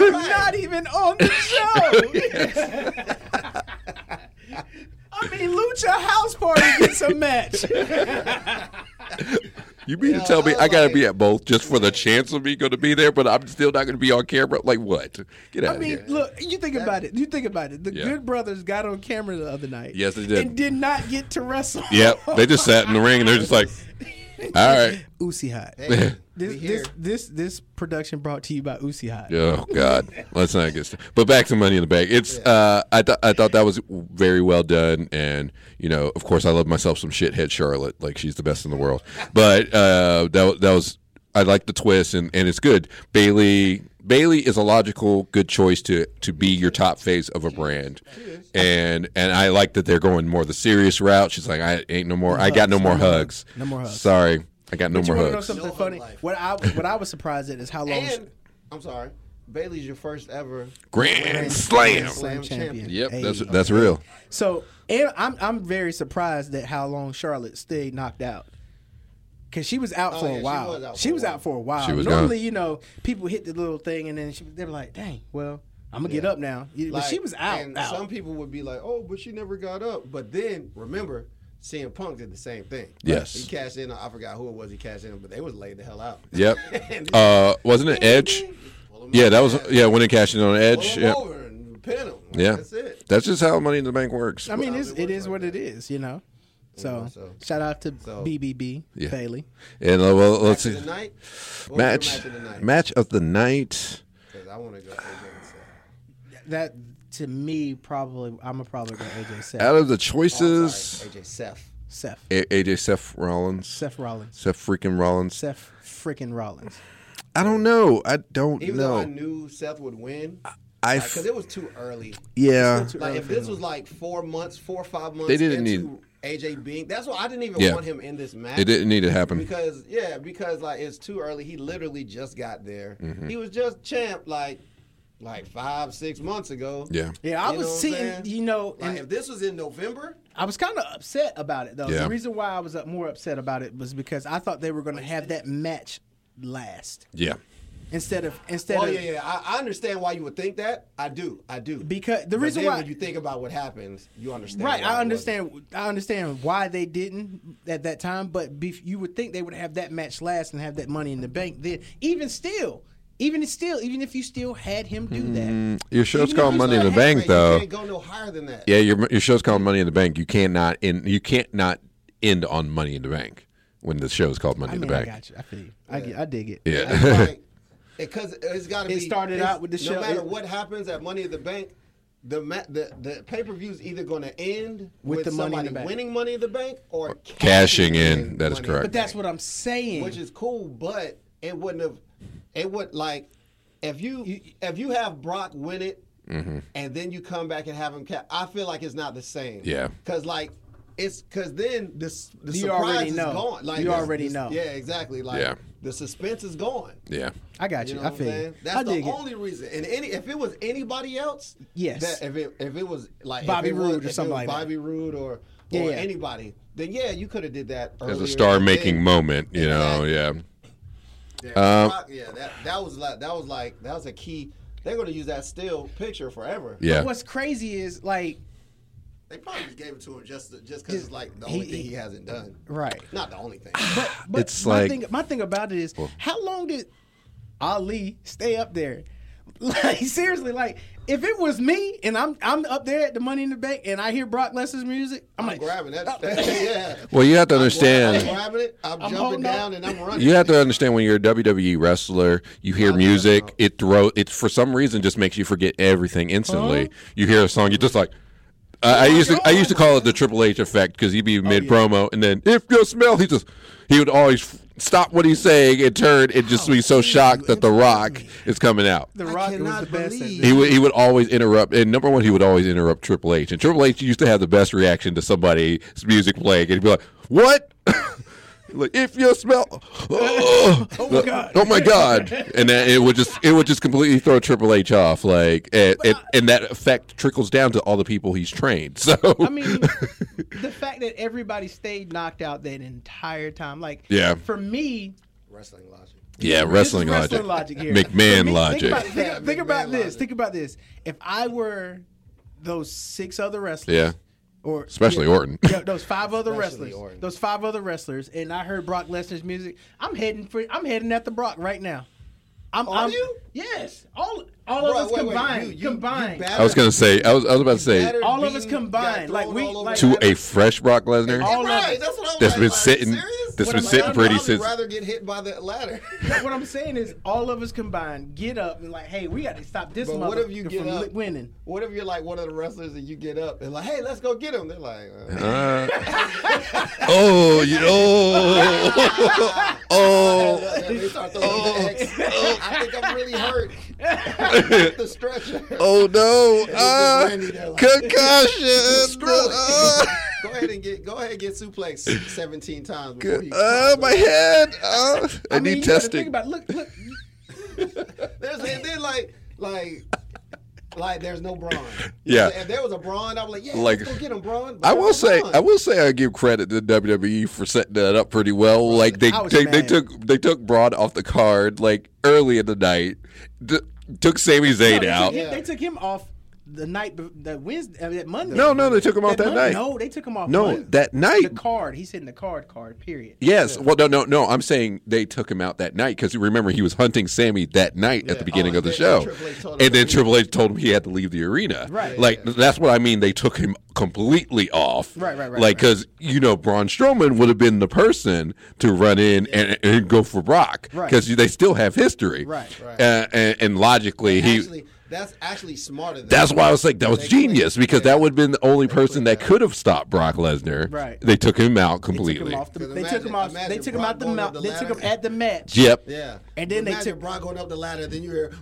Speaker 2: I'm not even on the show. I mean, Lucha House Party gets a match.
Speaker 3: You mean
Speaker 1: Yeah,
Speaker 3: to tell me
Speaker 1: I
Speaker 3: I gotta
Speaker 1: like-
Speaker 3: be at both just for the chance of me going to be there, but I'm still not going to be on camera? Like what? Get out
Speaker 2: I
Speaker 3: of
Speaker 2: mean,
Speaker 3: here.
Speaker 2: look, you think about it. You think about it. The
Speaker 3: Yeah.
Speaker 2: Good Brothers got on camera the other night.
Speaker 3: Yes, they did.
Speaker 2: And did not get to wrestle.
Speaker 3: Yep. They just sat in the ring and they're just like, "All right."
Speaker 2: Usi Hot.
Speaker 1: Hey, we
Speaker 2: This,
Speaker 1: here.
Speaker 2: this this this production brought to you by Usi Hot.
Speaker 3: Oh God, let's not get. Started. But back to Money in the Bank. It's uh, I thought I thought that was very well done, and you know, of course, I love myself some shithead Charlotte, like she's the best in the world. But uh, that wa- that was I like the twist, and and it's good. Bailey Bailey is a logical good choice to to be your top face of a brand, and and I like that they're going more the serious route. She's like, I ain't no more. I got
Speaker 2: hugs,
Speaker 3: no
Speaker 2: no
Speaker 3: more
Speaker 2: more
Speaker 3: hugs.
Speaker 2: hugs, no more hugs.
Speaker 3: Sorry, I got no
Speaker 2: But you
Speaker 3: more
Speaker 2: want to know
Speaker 3: hugs.
Speaker 2: something
Speaker 1: No hug
Speaker 2: funny?
Speaker 1: life.
Speaker 2: What I what I was surprised at is how long.
Speaker 1: and I'm sorry, Bailey's your first ever
Speaker 3: Grand slam.
Speaker 1: Slam champion.
Speaker 3: Yep, that's
Speaker 2: Hey.
Speaker 3: that's real.
Speaker 2: So and I'm I'm very surprised at how long Charlotte stayed knocked out. Cause she was out for
Speaker 1: Oh, yeah,
Speaker 2: a
Speaker 1: she
Speaker 2: while.
Speaker 1: was out for
Speaker 2: She
Speaker 1: a
Speaker 2: was
Speaker 1: while.
Speaker 2: out for a while.
Speaker 3: She was
Speaker 2: Normally,
Speaker 3: gone.
Speaker 2: you know, people hit the little thing and then she, they were like, "Dang, well, I'm gonna get up now." Yeah, but she
Speaker 1: Like,
Speaker 2: was out.
Speaker 1: And
Speaker 2: out.
Speaker 1: some people would be like, "Oh, but she never got up." But then remember, CM Punk did the same thing.
Speaker 3: Yes.
Speaker 1: he cashed in. I forgot who it was. He cashed in, but they was laid the hell out.
Speaker 3: Yep.
Speaker 1: And-
Speaker 3: Uh, wasn't it Edge?
Speaker 1: Pull 'em
Speaker 3: Yeah,
Speaker 1: out.
Speaker 3: that was yeah. When it cashed in on
Speaker 1: Pull
Speaker 3: Edge,
Speaker 1: 'em
Speaker 3: yeah,
Speaker 1: over and pin 'em. Like,
Speaker 3: yeah.
Speaker 1: that's it.
Speaker 3: That's just how Money in the Bank works.
Speaker 2: I mean,
Speaker 1: how
Speaker 2: it's,
Speaker 1: it
Speaker 2: it
Speaker 1: works
Speaker 2: is
Speaker 1: like
Speaker 2: what
Speaker 1: that.
Speaker 2: it is, you know. So,
Speaker 1: so-
Speaker 2: shout out to
Speaker 1: so-
Speaker 2: BBB
Speaker 3: Yeah.
Speaker 2: Bailey.
Speaker 3: and uh, well, let's
Speaker 1: Match
Speaker 3: see.
Speaker 1: of the night. What was your
Speaker 3: Match,
Speaker 1: match of the night.
Speaker 3: match of the night.
Speaker 1: 'Cause I want to go. AJ and Seth.
Speaker 2: That to me probably I'm a probably go AJ Seth.
Speaker 3: Out of the
Speaker 1: Oh,
Speaker 3: choices,
Speaker 1: sorry, AJ Seth.
Speaker 2: Seth.
Speaker 3: A- AJ Seth Rollins,
Speaker 2: Seth Rollins.
Speaker 3: Seth freaking Rollins.
Speaker 2: Seth freaking Rollins.
Speaker 3: I don't know. I don't
Speaker 1: Even though I
Speaker 3: know.
Speaker 1: knew Seth would win,
Speaker 3: I
Speaker 1: because
Speaker 3: f-
Speaker 1: it was too early.
Speaker 3: yeah.
Speaker 1: Like if this was like four months, four or five months,
Speaker 3: They didn't
Speaker 1: into AJ being. That's why I didn't even
Speaker 3: Yeah.
Speaker 1: want him in this match.
Speaker 3: It didn't need to happen.
Speaker 1: because yeah, because like it's too early. He literally just got there.
Speaker 3: Mm-hmm.
Speaker 1: He was just champ like like five six months ago.
Speaker 3: Yeah.
Speaker 2: Yeah, I
Speaker 1: You know
Speaker 2: was
Speaker 1: what I'm
Speaker 2: sitting,
Speaker 1: saying?
Speaker 2: you know,
Speaker 1: Like
Speaker 2: and
Speaker 1: if this was in November,
Speaker 2: I was kind of upset about it though.
Speaker 3: Yeah.
Speaker 2: The reason why I was uh, more upset about it was because I thought they were going to have that match last
Speaker 3: Yeah.
Speaker 2: instead of instead
Speaker 1: oh
Speaker 2: of
Speaker 1: yeah, yeah, I, I understand why you would think that. I do, I do.
Speaker 2: because the
Speaker 1: But
Speaker 2: reason
Speaker 1: then
Speaker 2: why
Speaker 1: when you think about what happens, you understand.
Speaker 2: Right,
Speaker 1: why it
Speaker 2: I
Speaker 1: wasn't.
Speaker 2: understand. I understand why they didn't at that time, but bef- you would think they would have that match last and have that money in the bank. Then, even still, even still, even if you still had him do that,
Speaker 3: Your show's
Speaker 1: Even if
Speaker 3: called
Speaker 1: it's
Speaker 3: Money in
Speaker 1: not
Speaker 3: the
Speaker 1: heavyweight,
Speaker 3: Bank,
Speaker 1: you
Speaker 3: though.
Speaker 1: Can't go no higher than that.
Speaker 3: Yeah, your your show's called Money in the Bank. You cannot end. You can't not end on Money in the Bank when the show's called Money
Speaker 2: I
Speaker 3: in the
Speaker 2: mean, I
Speaker 3: Bank.
Speaker 2: got you. I feel you. I, get, I dig it.
Speaker 3: Yeah.
Speaker 1: because it's got to be.
Speaker 2: It started
Speaker 1: it's-
Speaker 2: out with the
Speaker 1: no
Speaker 2: show-
Speaker 1: matter
Speaker 2: it-
Speaker 1: what happens at Money in the Bank, the ma- the the pay per view is either going to end
Speaker 2: With
Speaker 1: with,
Speaker 2: the Money in
Speaker 1: somebody
Speaker 2: the Bank.
Speaker 1: winning Money in the Bank or cashing,
Speaker 3: Cashing in. That is
Speaker 1: Money
Speaker 3: correct.
Speaker 2: But that's what I'm saying.
Speaker 1: which is cool. But it wouldn't have. It would like if you if you have Brock win it,
Speaker 3: Mm-hmm.
Speaker 1: and then you come back and have him. Ca- I feel like it's not the same.
Speaker 3: Yeah.
Speaker 1: because like. It's because then the, s- the
Speaker 2: You
Speaker 1: surprise
Speaker 2: already
Speaker 1: is
Speaker 2: know.
Speaker 1: gone. Like
Speaker 2: You
Speaker 1: it's-
Speaker 2: already
Speaker 1: it's-
Speaker 2: know.
Speaker 1: Yeah, exactly. Like
Speaker 3: Yeah.
Speaker 1: the suspense is gone.
Speaker 3: yeah.
Speaker 2: I got you.
Speaker 1: You know
Speaker 2: I
Speaker 1: what
Speaker 2: feel
Speaker 1: I'm saying?
Speaker 2: you.
Speaker 1: That's
Speaker 2: I
Speaker 1: the
Speaker 2: dig it.
Speaker 1: only reason. And any if it was anybody else,
Speaker 2: Yes.
Speaker 1: that- if it if it was like if
Speaker 2: Bobby
Speaker 1: it was-
Speaker 2: Roode or
Speaker 1: if it was
Speaker 2: somebody like that.
Speaker 1: Bobby Roode or
Speaker 2: Yeah,
Speaker 1: or
Speaker 2: yeah.
Speaker 1: anybody, then yeah, you could have did that.
Speaker 3: As a
Speaker 1: earlier.
Speaker 3: star-making
Speaker 1: Then-
Speaker 3: moment, you know.
Speaker 1: Exactly.
Speaker 3: Yeah.
Speaker 1: Yeah,
Speaker 3: Um,
Speaker 1: Brock- yeah, that that was like that was like that was a key. They're gonna use that still picture forever.
Speaker 3: Yeah.
Speaker 2: What's crazy is like
Speaker 1: they probably just gave it to him just to- just because
Speaker 2: Just-
Speaker 1: it's like the only
Speaker 2: he-
Speaker 1: thing
Speaker 2: he-
Speaker 1: he hasn't done.
Speaker 2: right.
Speaker 1: Not the only thing.
Speaker 2: But, but
Speaker 3: It's
Speaker 2: my
Speaker 3: like-
Speaker 2: thing, my thing about it is how long did Ali stay up there? Like seriously, like if it was me and I'm I'm up there at the Money in the Bank and I hear Brock Lesnar's music, I'm,
Speaker 1: I'm
Speaker 2: like, uh,
Speaker 1: grabbing that. that- yeah.
Speaker 3: Well, you have to
Speaker 1: I'm
Speaker 3: understand.
Speaker 1: grabbing it. I'm,
Speaker 2: I'm
Speaker 1: jumping
Speaker 2: holding on.
Speaker 1: down and I'm running.
Speaker 3: You have to understand when you're a WWE wrestler, you hear music, it throw it for some reason just makes you forget everything instantly. You hear a song, you just like. I I used to I used to call it the Triple H effect because he'd be mid promo and then if you smell he just he would always f- stop what he's saying and turn and just be so shocked that the Rock is coming out.
Speaker 2: The
Speaker 1: I
Speaker 2: Rock was
Speaker 1: cannot
Speaker 2: the best. at
Speaker 1: believe-
Speaker 2: this.
Speaker 3: He would he would always interrupt and number one he would always interrupt Triple H and Triple H used to have the best reaction to somebody's music playing and he'd be like what. Like if you smell,
Speaker 2: Oh my god!
Speaker 3: Oh my god! And that it would just it would just completely throw Triple H off, like and,
Speaker 2: uh,
Speaker 3: and, and that effect trickles down to all the people he's trained. So
Speaker 2: I mean, the fact that everybody stayed knocked out that entire time, like
Speaker 3: Yeah.
Speaker 2: for me,
Speaker 1: Wrestling logic.
Speaker 3: yeah,
Speaker 2: This is
Speaker 3: wrestling,
Speaker 2: wrestling
Speaker 3: logic,
Speaker 2: logic here.
Speaker 3: McMahon
Speaker 2: For me,
Speaker 3: logic.
Speaker 2: Think about, think-
Speaker 1: Yeah,
Speaker 2: think
Speaker 1: McMahon
Speaker 2: about this.
Speaker 1: logic.
Speaker 2: Think about this. If I were those six other wrestlers,
Speaker 3: Yeah.
Speaker 2: or
Speaker 3: Especially
Speaker 2: yeah,
Speaker 3: Orton.
Speaker 2: yeah, those five other
Speaker 1: Especially
Speaker 2: wrestlers,
Speaker 1: Orton.
Speaker 2: those five other wrestlers, and I heard Brock Lesnar's music, I'm heading for. I'm heading at the Brock right now. I'm,
Speaker 1: Are
Speaker 2: I'm-
Speaker 1: you?
Speaker 2: Yes, all all of
Speaker 1: Bruh,
Speaker 2: us
Speaker 1: wait, wait,
Speaker 2: combined,
Speaker 1: you- you- you
Speaker 2: combined.
Speaker 1: battered-
Speaker 3: I was gonna say, I was I was about to say
Speaker 1: battered,
Speaker 2: All of us
Speaker 1: beaten, got
Speaker 2: combined, like
Speaker 1: thrown
Speaker 2: we-
Speaker 1: all over
Speaker 2: like-
Speaker 1: the
Speaker 3: to
Speaker 1: map.
Speaker 3: a fresh Brock Lesnar.
Speaker 2: all of
Speaker 1: right,
Speaker 2: us.
Speaker 1: that's what I was
Speaker 3: That's
Speaker 1: like,
Speaker 3: been
Speaker 1: like,
Speaker 3: sitting-
Speaker 1: serious?
Speaker 3: that's
Speaker 1: What
Speaker 3: been
Speaker 1: am I-
Speaker 3: sitting pretty
Speaker 1: I'd
Speaker 3: since-
Speaker 1: rather get hit by the ladder.
Speaker 2: But what I'm saying is, all of us combined get up and like, hey, we got to stop this
Speaker 1: But
Speaker 2: motherfucker
Speaker 1: what if you get
Speaker 2: from
Speaker 1: up?
Speaker 2: winning.
Speaker 1: What if you're like one of the wrestlers and you get up and like, hey, let's go get him? They're like, uh,
Speaker 3: Uh, oh, you know, oh,
Speaker 1: they start throwing the X. I think I'm really hurt. the stretcher.
Speaker 3: oh no,
Speaker 1: just
Speaker 3: uh,
Speaker 1: Randy there like-
Speaker 3: concussion.
Speaker 1: Screw
Speaker 3: uh,
Speaker 1: it. go ahead and get go ahead and get suplex 17 times. Before you
Speaker 3: uh, my head. Uh, I,
Speaker 2: I mean,
Speaker 3: need
Speaker 2: you gotta
Speaker 3: testing.
Speaker 2: Think about it. look, look.
Speaker 1: There's and then like like Like there's no Braun.
Speaker 3: Yeah.
Speaker 1: If there was a Braun, I was like, yeah,
Speaker 3: Like-
Speaker 1: let's go get him Braun. But
Speaker 3: I
Speaker 1: there
Speaker 3: will
Speaker 1: was
Speaker 3: say,
Speaker 1: Braun.
Speaker 3: I will say, I give credit to WWE for setting that up pretty well. Like they,
Speaker 2: I was
Speaker 3: they, they
Speaker 2: mad.
Speaker 3: took they took Braun off the card like early in the night, d- took Sami Zayn
Speaker 2: they,
Speaker 3: out.
Speaker 2: Took him, they took him off the night, be- the Wednesday, uh, that Monday.
Speaker 3: No, no, they took him off that
Speaker 2: Mon-
Speaker 3: night.
Speaker 2: No, they took him off.
Speaker 3: No,
Speaker 2: Monday.
Speaker 3: that night.
Speaker 2: The card. He's hitting the card. Card. Period.
Speaker 3: Yes. Well, no, no, no. I'm saying they took him out that night because remember he was hunting Sammy that night at the
Speaker 1: Yeah.
Speaker 3: beginning
Speaker 1: Oh,
Speaker 3: of the
Speaker 1: and then
Speaker 3: show,
Speaker 1: Triple H told him
Speaker 3: and
Speaker 1: to
Speaker 3: then
Speaker 1: leave.
Speaker 3: Triple H told him he had to leave the arena.
Speaker 2: Right.
Speaker 3: Like that's what I mean. They took him completely off.
Speaker 2: Right, right, right,
Speaker 3: Like
Speaker 2: right.
Speaker 3: because you know Braun Strowman would have been the person to run in and, and go for Brock
Speaker 2: Right.
Speaker 3: because they still have history.
Speaker 2: Right,
Speaker 1: right.
Speaker 3: Uh, and, and logically, he.
Speaker 1: actually, that's actually smarter. Than
Speaker 3: That's why I was like, that was
Speaker 1: They cleaned-
Speaker 3: genius because that would have been the only person that could have stopped Brock Lesnar.
Speaker 2: Right.
Speaker 3: They took him out
Speaker 2: They took him
Speaker 3: completely.
Speaker 2: off. The,
Speaker 1: 'Cause
Speaker 2: they took
Speaker 1: imagine-
Speaker 2: him off. They
Speaker 1: imagine
Speaker 2: took him out the
Speaker 1: Braun
Speaker 2: mount.
Speaker 1: going
Speaker 2: They
Speaker 1: up the
Speaker 2: took him
Speaker 1: ladder.
Speaker 2: at the match.
Speaker 3: Yep.
Speaker 1: Yeah.
Speaker 2: And then they
Speaker 1: Imagine
Speaker 2: took-
Speaker 1: Brock going up the ladder, then you hear,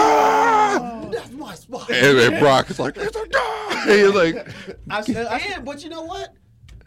Speaker 1: "Whoa, that's my spot.
Speaker 3: Ah! and, and Brock is like, it's a dog. And he's like,
Speaker 2: I, s- I s-
Speaker 1: And but you know what?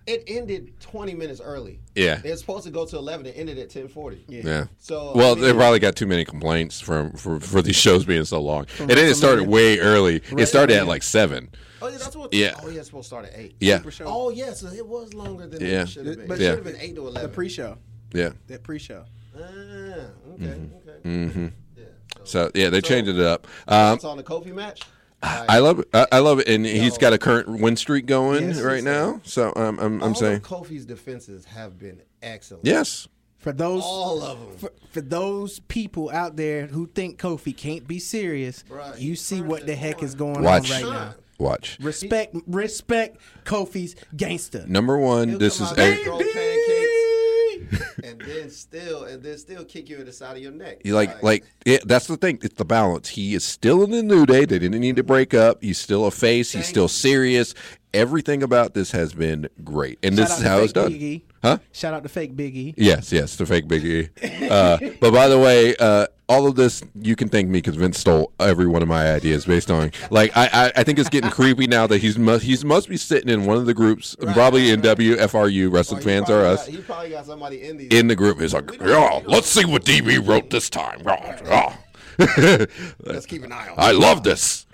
Speaker 1: It ended 20 minutes early.
Speaker 3: Yeah.
Speaker 1: It's supposed to go to 11. It ended at 10:40.
Speaker 3: yeah.
Speaker 1: So,
Speaker 3: well,
Speaker 1: I mean-
Speaker 3: they probably got too many complaints from for, for these shows being so long, and then it started way early. It started at like seven.
Speaker 1: Oh yeah, that's what.
Speaker 3: Yeah.
Speaker 1: Oh yeah, it's supposed to start at eight.
Speaker 3: Yeah,
Speaker 2: Super show.
Speaker 1: Oh yeah, so it was longer than
Speaker 3: Yeah.
Speaker 1: it should have been.
Speaker 2: But-
Speaker 1: But it
Speaker 3: Yeah.
Speaker 1: should have been eight to
Speaker 2: the
Speaker 1: eleven.
Speaker 2: pre-show.
Speaker 3: yeah.
Speaker 2: That pre-show.
Speaker 1: ah, okay. Okay. Mm-hmm. Yeah. So,
Speaker 3: So yeah, they changed it up. Um,
Speaker 1: it's on the Kofi match.
Speaker 3: I love it. I, I love it, and he's got a current win streak going right now. So um, I'm I'm
Speaker 1: All
Speaker 3: saying
Speaker 1: of Kofi's defenses have been excellent.
Speaker 3: yes.
Speaker 2: For those.
Speaker 1: All of them.
Speaker 2: for, for those people out there who think Kofi can't be serious,
Speaker 1: Right.
Speaker 2: you see what the heck is going
Speaker 3: Watch,
Speaker 2: on right now.
Speaker 3: watch.
Speaker 2: Respect, respect Kofi's gangster.
Speaker 3: Number one,
Speaker 1: He'll
Speaker 3: this
Speaker 1: come
Speaker 3: is
Speaker 1: out there
Speaker 3: a
Speaker 1: and throw pancakes, and then still, and then still kick you in the side of your neck.
Speaker 3: You like like yeah, that's the thing. It's the balance. He is still in the new day. They didn't need to break up. He's still a face. He's still serious. Everything about this has been great, and
Speaker 2: Shout
Speaker 3: this
Speaker 2: out
Speaker 3: is
Speaker 2: to
Speaker 3: how it's
Speaker 2: fake
Speaker 3: done.
Speaker 2: Big E.
Speaker 3: Huh?
Speaker 2: Shout out to fake Biggie.
Speaker 3: Yes, yes, the fake Big E. Uh, but by the way, uh, all of this you can thank me because Vince stole every one of my ideas based on like I, I, I think it's getting creepy now that he's must he's must be sitting in one of the groups probably in WFRU
Speaker 1: Or
Speaker 3: Wrestling
Speaker 1: he
Speaker 3: Fans
Speaker 1: probably
Speaker 3: Are
Speaker 1: got-
Speaker 3: Us
Speaker 1: He probably got somebody in these.
Speaker 3: in the group is like, yeah, let's see what DB wrote this time. Yeah, yeah."
Speaker 1: Let's keep an eye on.
Speaker 3: I
Speaker 1: him.
Speaker 3: love this.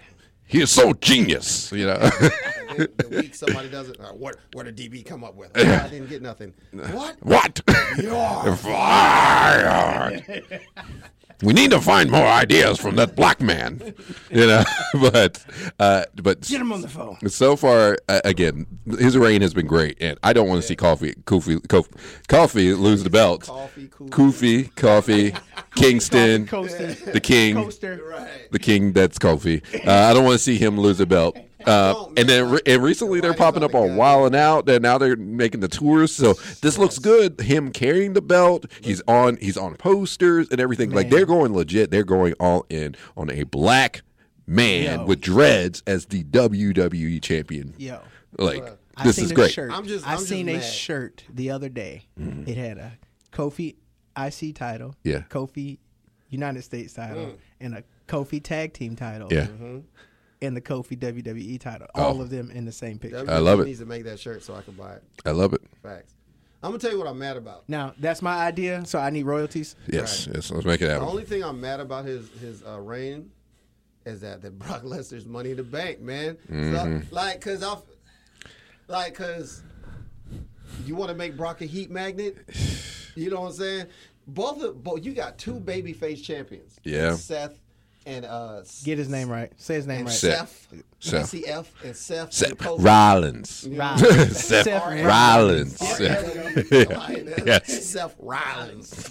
Speaker 3: He is so genius, you know.
Speaker 1: And then the week somebody does it. uh, what? What did DB come up with? I didn't get nothing. What?
Speaker 3: what?
Speaker 1: Yeah.
Speaker 3: Fire. we need to find more ideas from that black man, you know. but uh, but
Speaker 2: Get him on the phone.
Speaker 3: so far, uh, again, his reign has been great, and I don't want to see Coffee, Kofi, Kofi, Kofi lose the belt.
Speaker 1: Coffee, Kool-
Speaker 3: Kofi, Coffee, Kingston,
Speaker 2: Coaster.
Speaker 3: the King.
Speaker 2: Coaster.
Speaker 1: Right.
Speaker 3: the king that's Kofi. Uh, I don't want to see him lose a belt. Uh, and then re- and recently they're popping up on Wild and Out, and now they're making the tours. So this looks good. Him carrying the belt, he's on he's on posters and everything. Like they're going legit. They're going all in on a black man
Speaker 2: Yo.
Speaker 3: with dreads as the WWE champion.
Speaker 2: Yo.
Speaker 3: like
Speaker 2: I
Speaker 3: this
Speaker 2: seen
Speaker 3: is
Speaker 2: a
Speaker 3: great. Mm-hmm.
Speaker 2: Shirt.
Speaker 1: I'm just-
Speaker 2: I
Speaker 1: I'm just
Speaker 2: seen a
Speaker 1: mad.
Speaker 2: shirt the other day. It had a Kofi IC title.
Speaker 3: Yeah.
Speaker 2: Kofi United States title
Speaker 1: Mm.
Speaker 2: and a Kofi tag team title.
Speaker 3: Yeah, Oh.
Speaker 2: And the Kofi WWE title. All of them in the same picture.
Speaker 1: WWE
Speaker 3: love it.
Speaker 1: E Needs to make that shirt so I can buy it.
Speaker 3: I love it.
Speaker 1: Facts. I'm gonna tell you what I'm mad about.
Speaker 2: Now that's my idea, so I need royalties.
Speaker 3: Yes, yes. Let's make it
Speaker 1: The
Speaker 3: happen.
Speaker 1: only thing I'm mad about his his uh, reign is that that Brock Lesnar's money in the bank, man.
Speaker 3: Mm-hmm.
Speaker 1: So, like, cause I, like, cause you want to make Brock a heat magnet. You know what I'm saying? Both of both you got two babyface champions.
Speaker 3: Yeah.
Speaker 1: Seth and uh.
Speaker 2: Get his name right. Say his name
Speaker 1: And
Speaker 2: right.
Speaker 3: Seth.
Speaker 1: Seth.
Speaker 3: Seth.
Speaker 1: SEF and Seth.
Speaker 3: Seth
Speaker 1: and Kofi.
Speaker 3: Rollins.
Speaker 2: Rollins.
Speaker 3: Seth
Speaker 2: Seth
Speaker 3: Rollins.
Speaker 1: Seth.
Speaker 3: Yes.
Speaker 1: Seth Rollins.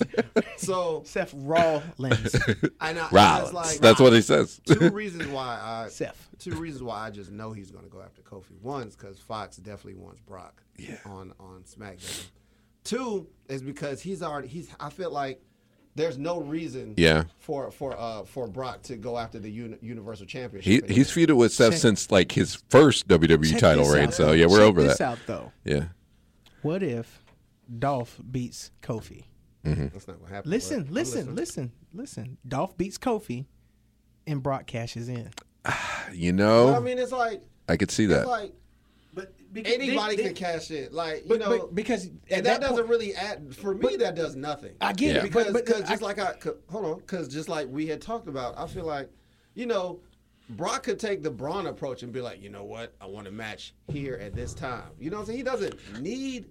Speaker 1: So
Speaker 2: Seth Rollins.
Speaker 1: I know. it's
Speaker 3: Rollins.
Speaker 1: like-
Speaker 3: That's what he says.
Speaker 1: two reasons why I
Speaker 2: Seth.
Speaker 1: two reasons why I just know he's going to go after Kofi. One's because Fox definitely wants Brock on on SmackDown. Two is because he's already he's. I feel like there's no reason
Speaker 3: Yeah.
Speaker 1: for for uh for Brock to go after the uni, Universal
Speaker 3: He,
Speaker 1: Championship. anymore.
Speaker 3: he's feuded with Seth since like his first WWE
Speaker 2: Check
Speaker 3: title
Speaker 2: this
Speaker 3: reign.
Speaker 2: out,
Speaker 3: So
Speaker 2: though.
Speaker 3: yeah, we're
Speaker 2: Check
Speaker 3: over
Speaker 2: this
Speaker 3: that.
Speaker 2: out though.
Speaker 3: Yeah,
Speaker 2: What if Dolph beats Kofi?
Speaker 3: mm-hmm.
Speaker 1: That's not what happened.
Speaker 2: Listen,
Speaker 1: but I'm
Speaker 2: listen,
Speaker 1: listening.
Speaker 2: listen, listen. Dolph beats Kofi, and Brock cashes in.
Speaker 3: you know,
Speaker 1: I mean, it's like
Speaker 3: I could see
Speaker 1: it's
Speaker 3: that.
Speaker 1: like
Speaker 2: But
Speaker 1: anybody can cash it. Like you
Speaker 2: but-
Speaker 1: know,
Speaker 2: but- because at
Speaker 1: and that,
Speaker 2: that
Speaker 1: doesn't
Speaker 2: point-
Speaker 1: really add for me. that does nothing.
Speaker 2: I get
Speaker 3: Yeah.
Speaker 2: it
Speaker 1: because
Speaker 2: because, but,
Speaker 1: cause
Speaker 2: I-
Speaker 1: just like I 'cause- hold on because just like we had talked about, I feel like you know Brock could take the Braun approach and be like, you know what, I want to match here at this time. You know what I'm saying? He doesn't need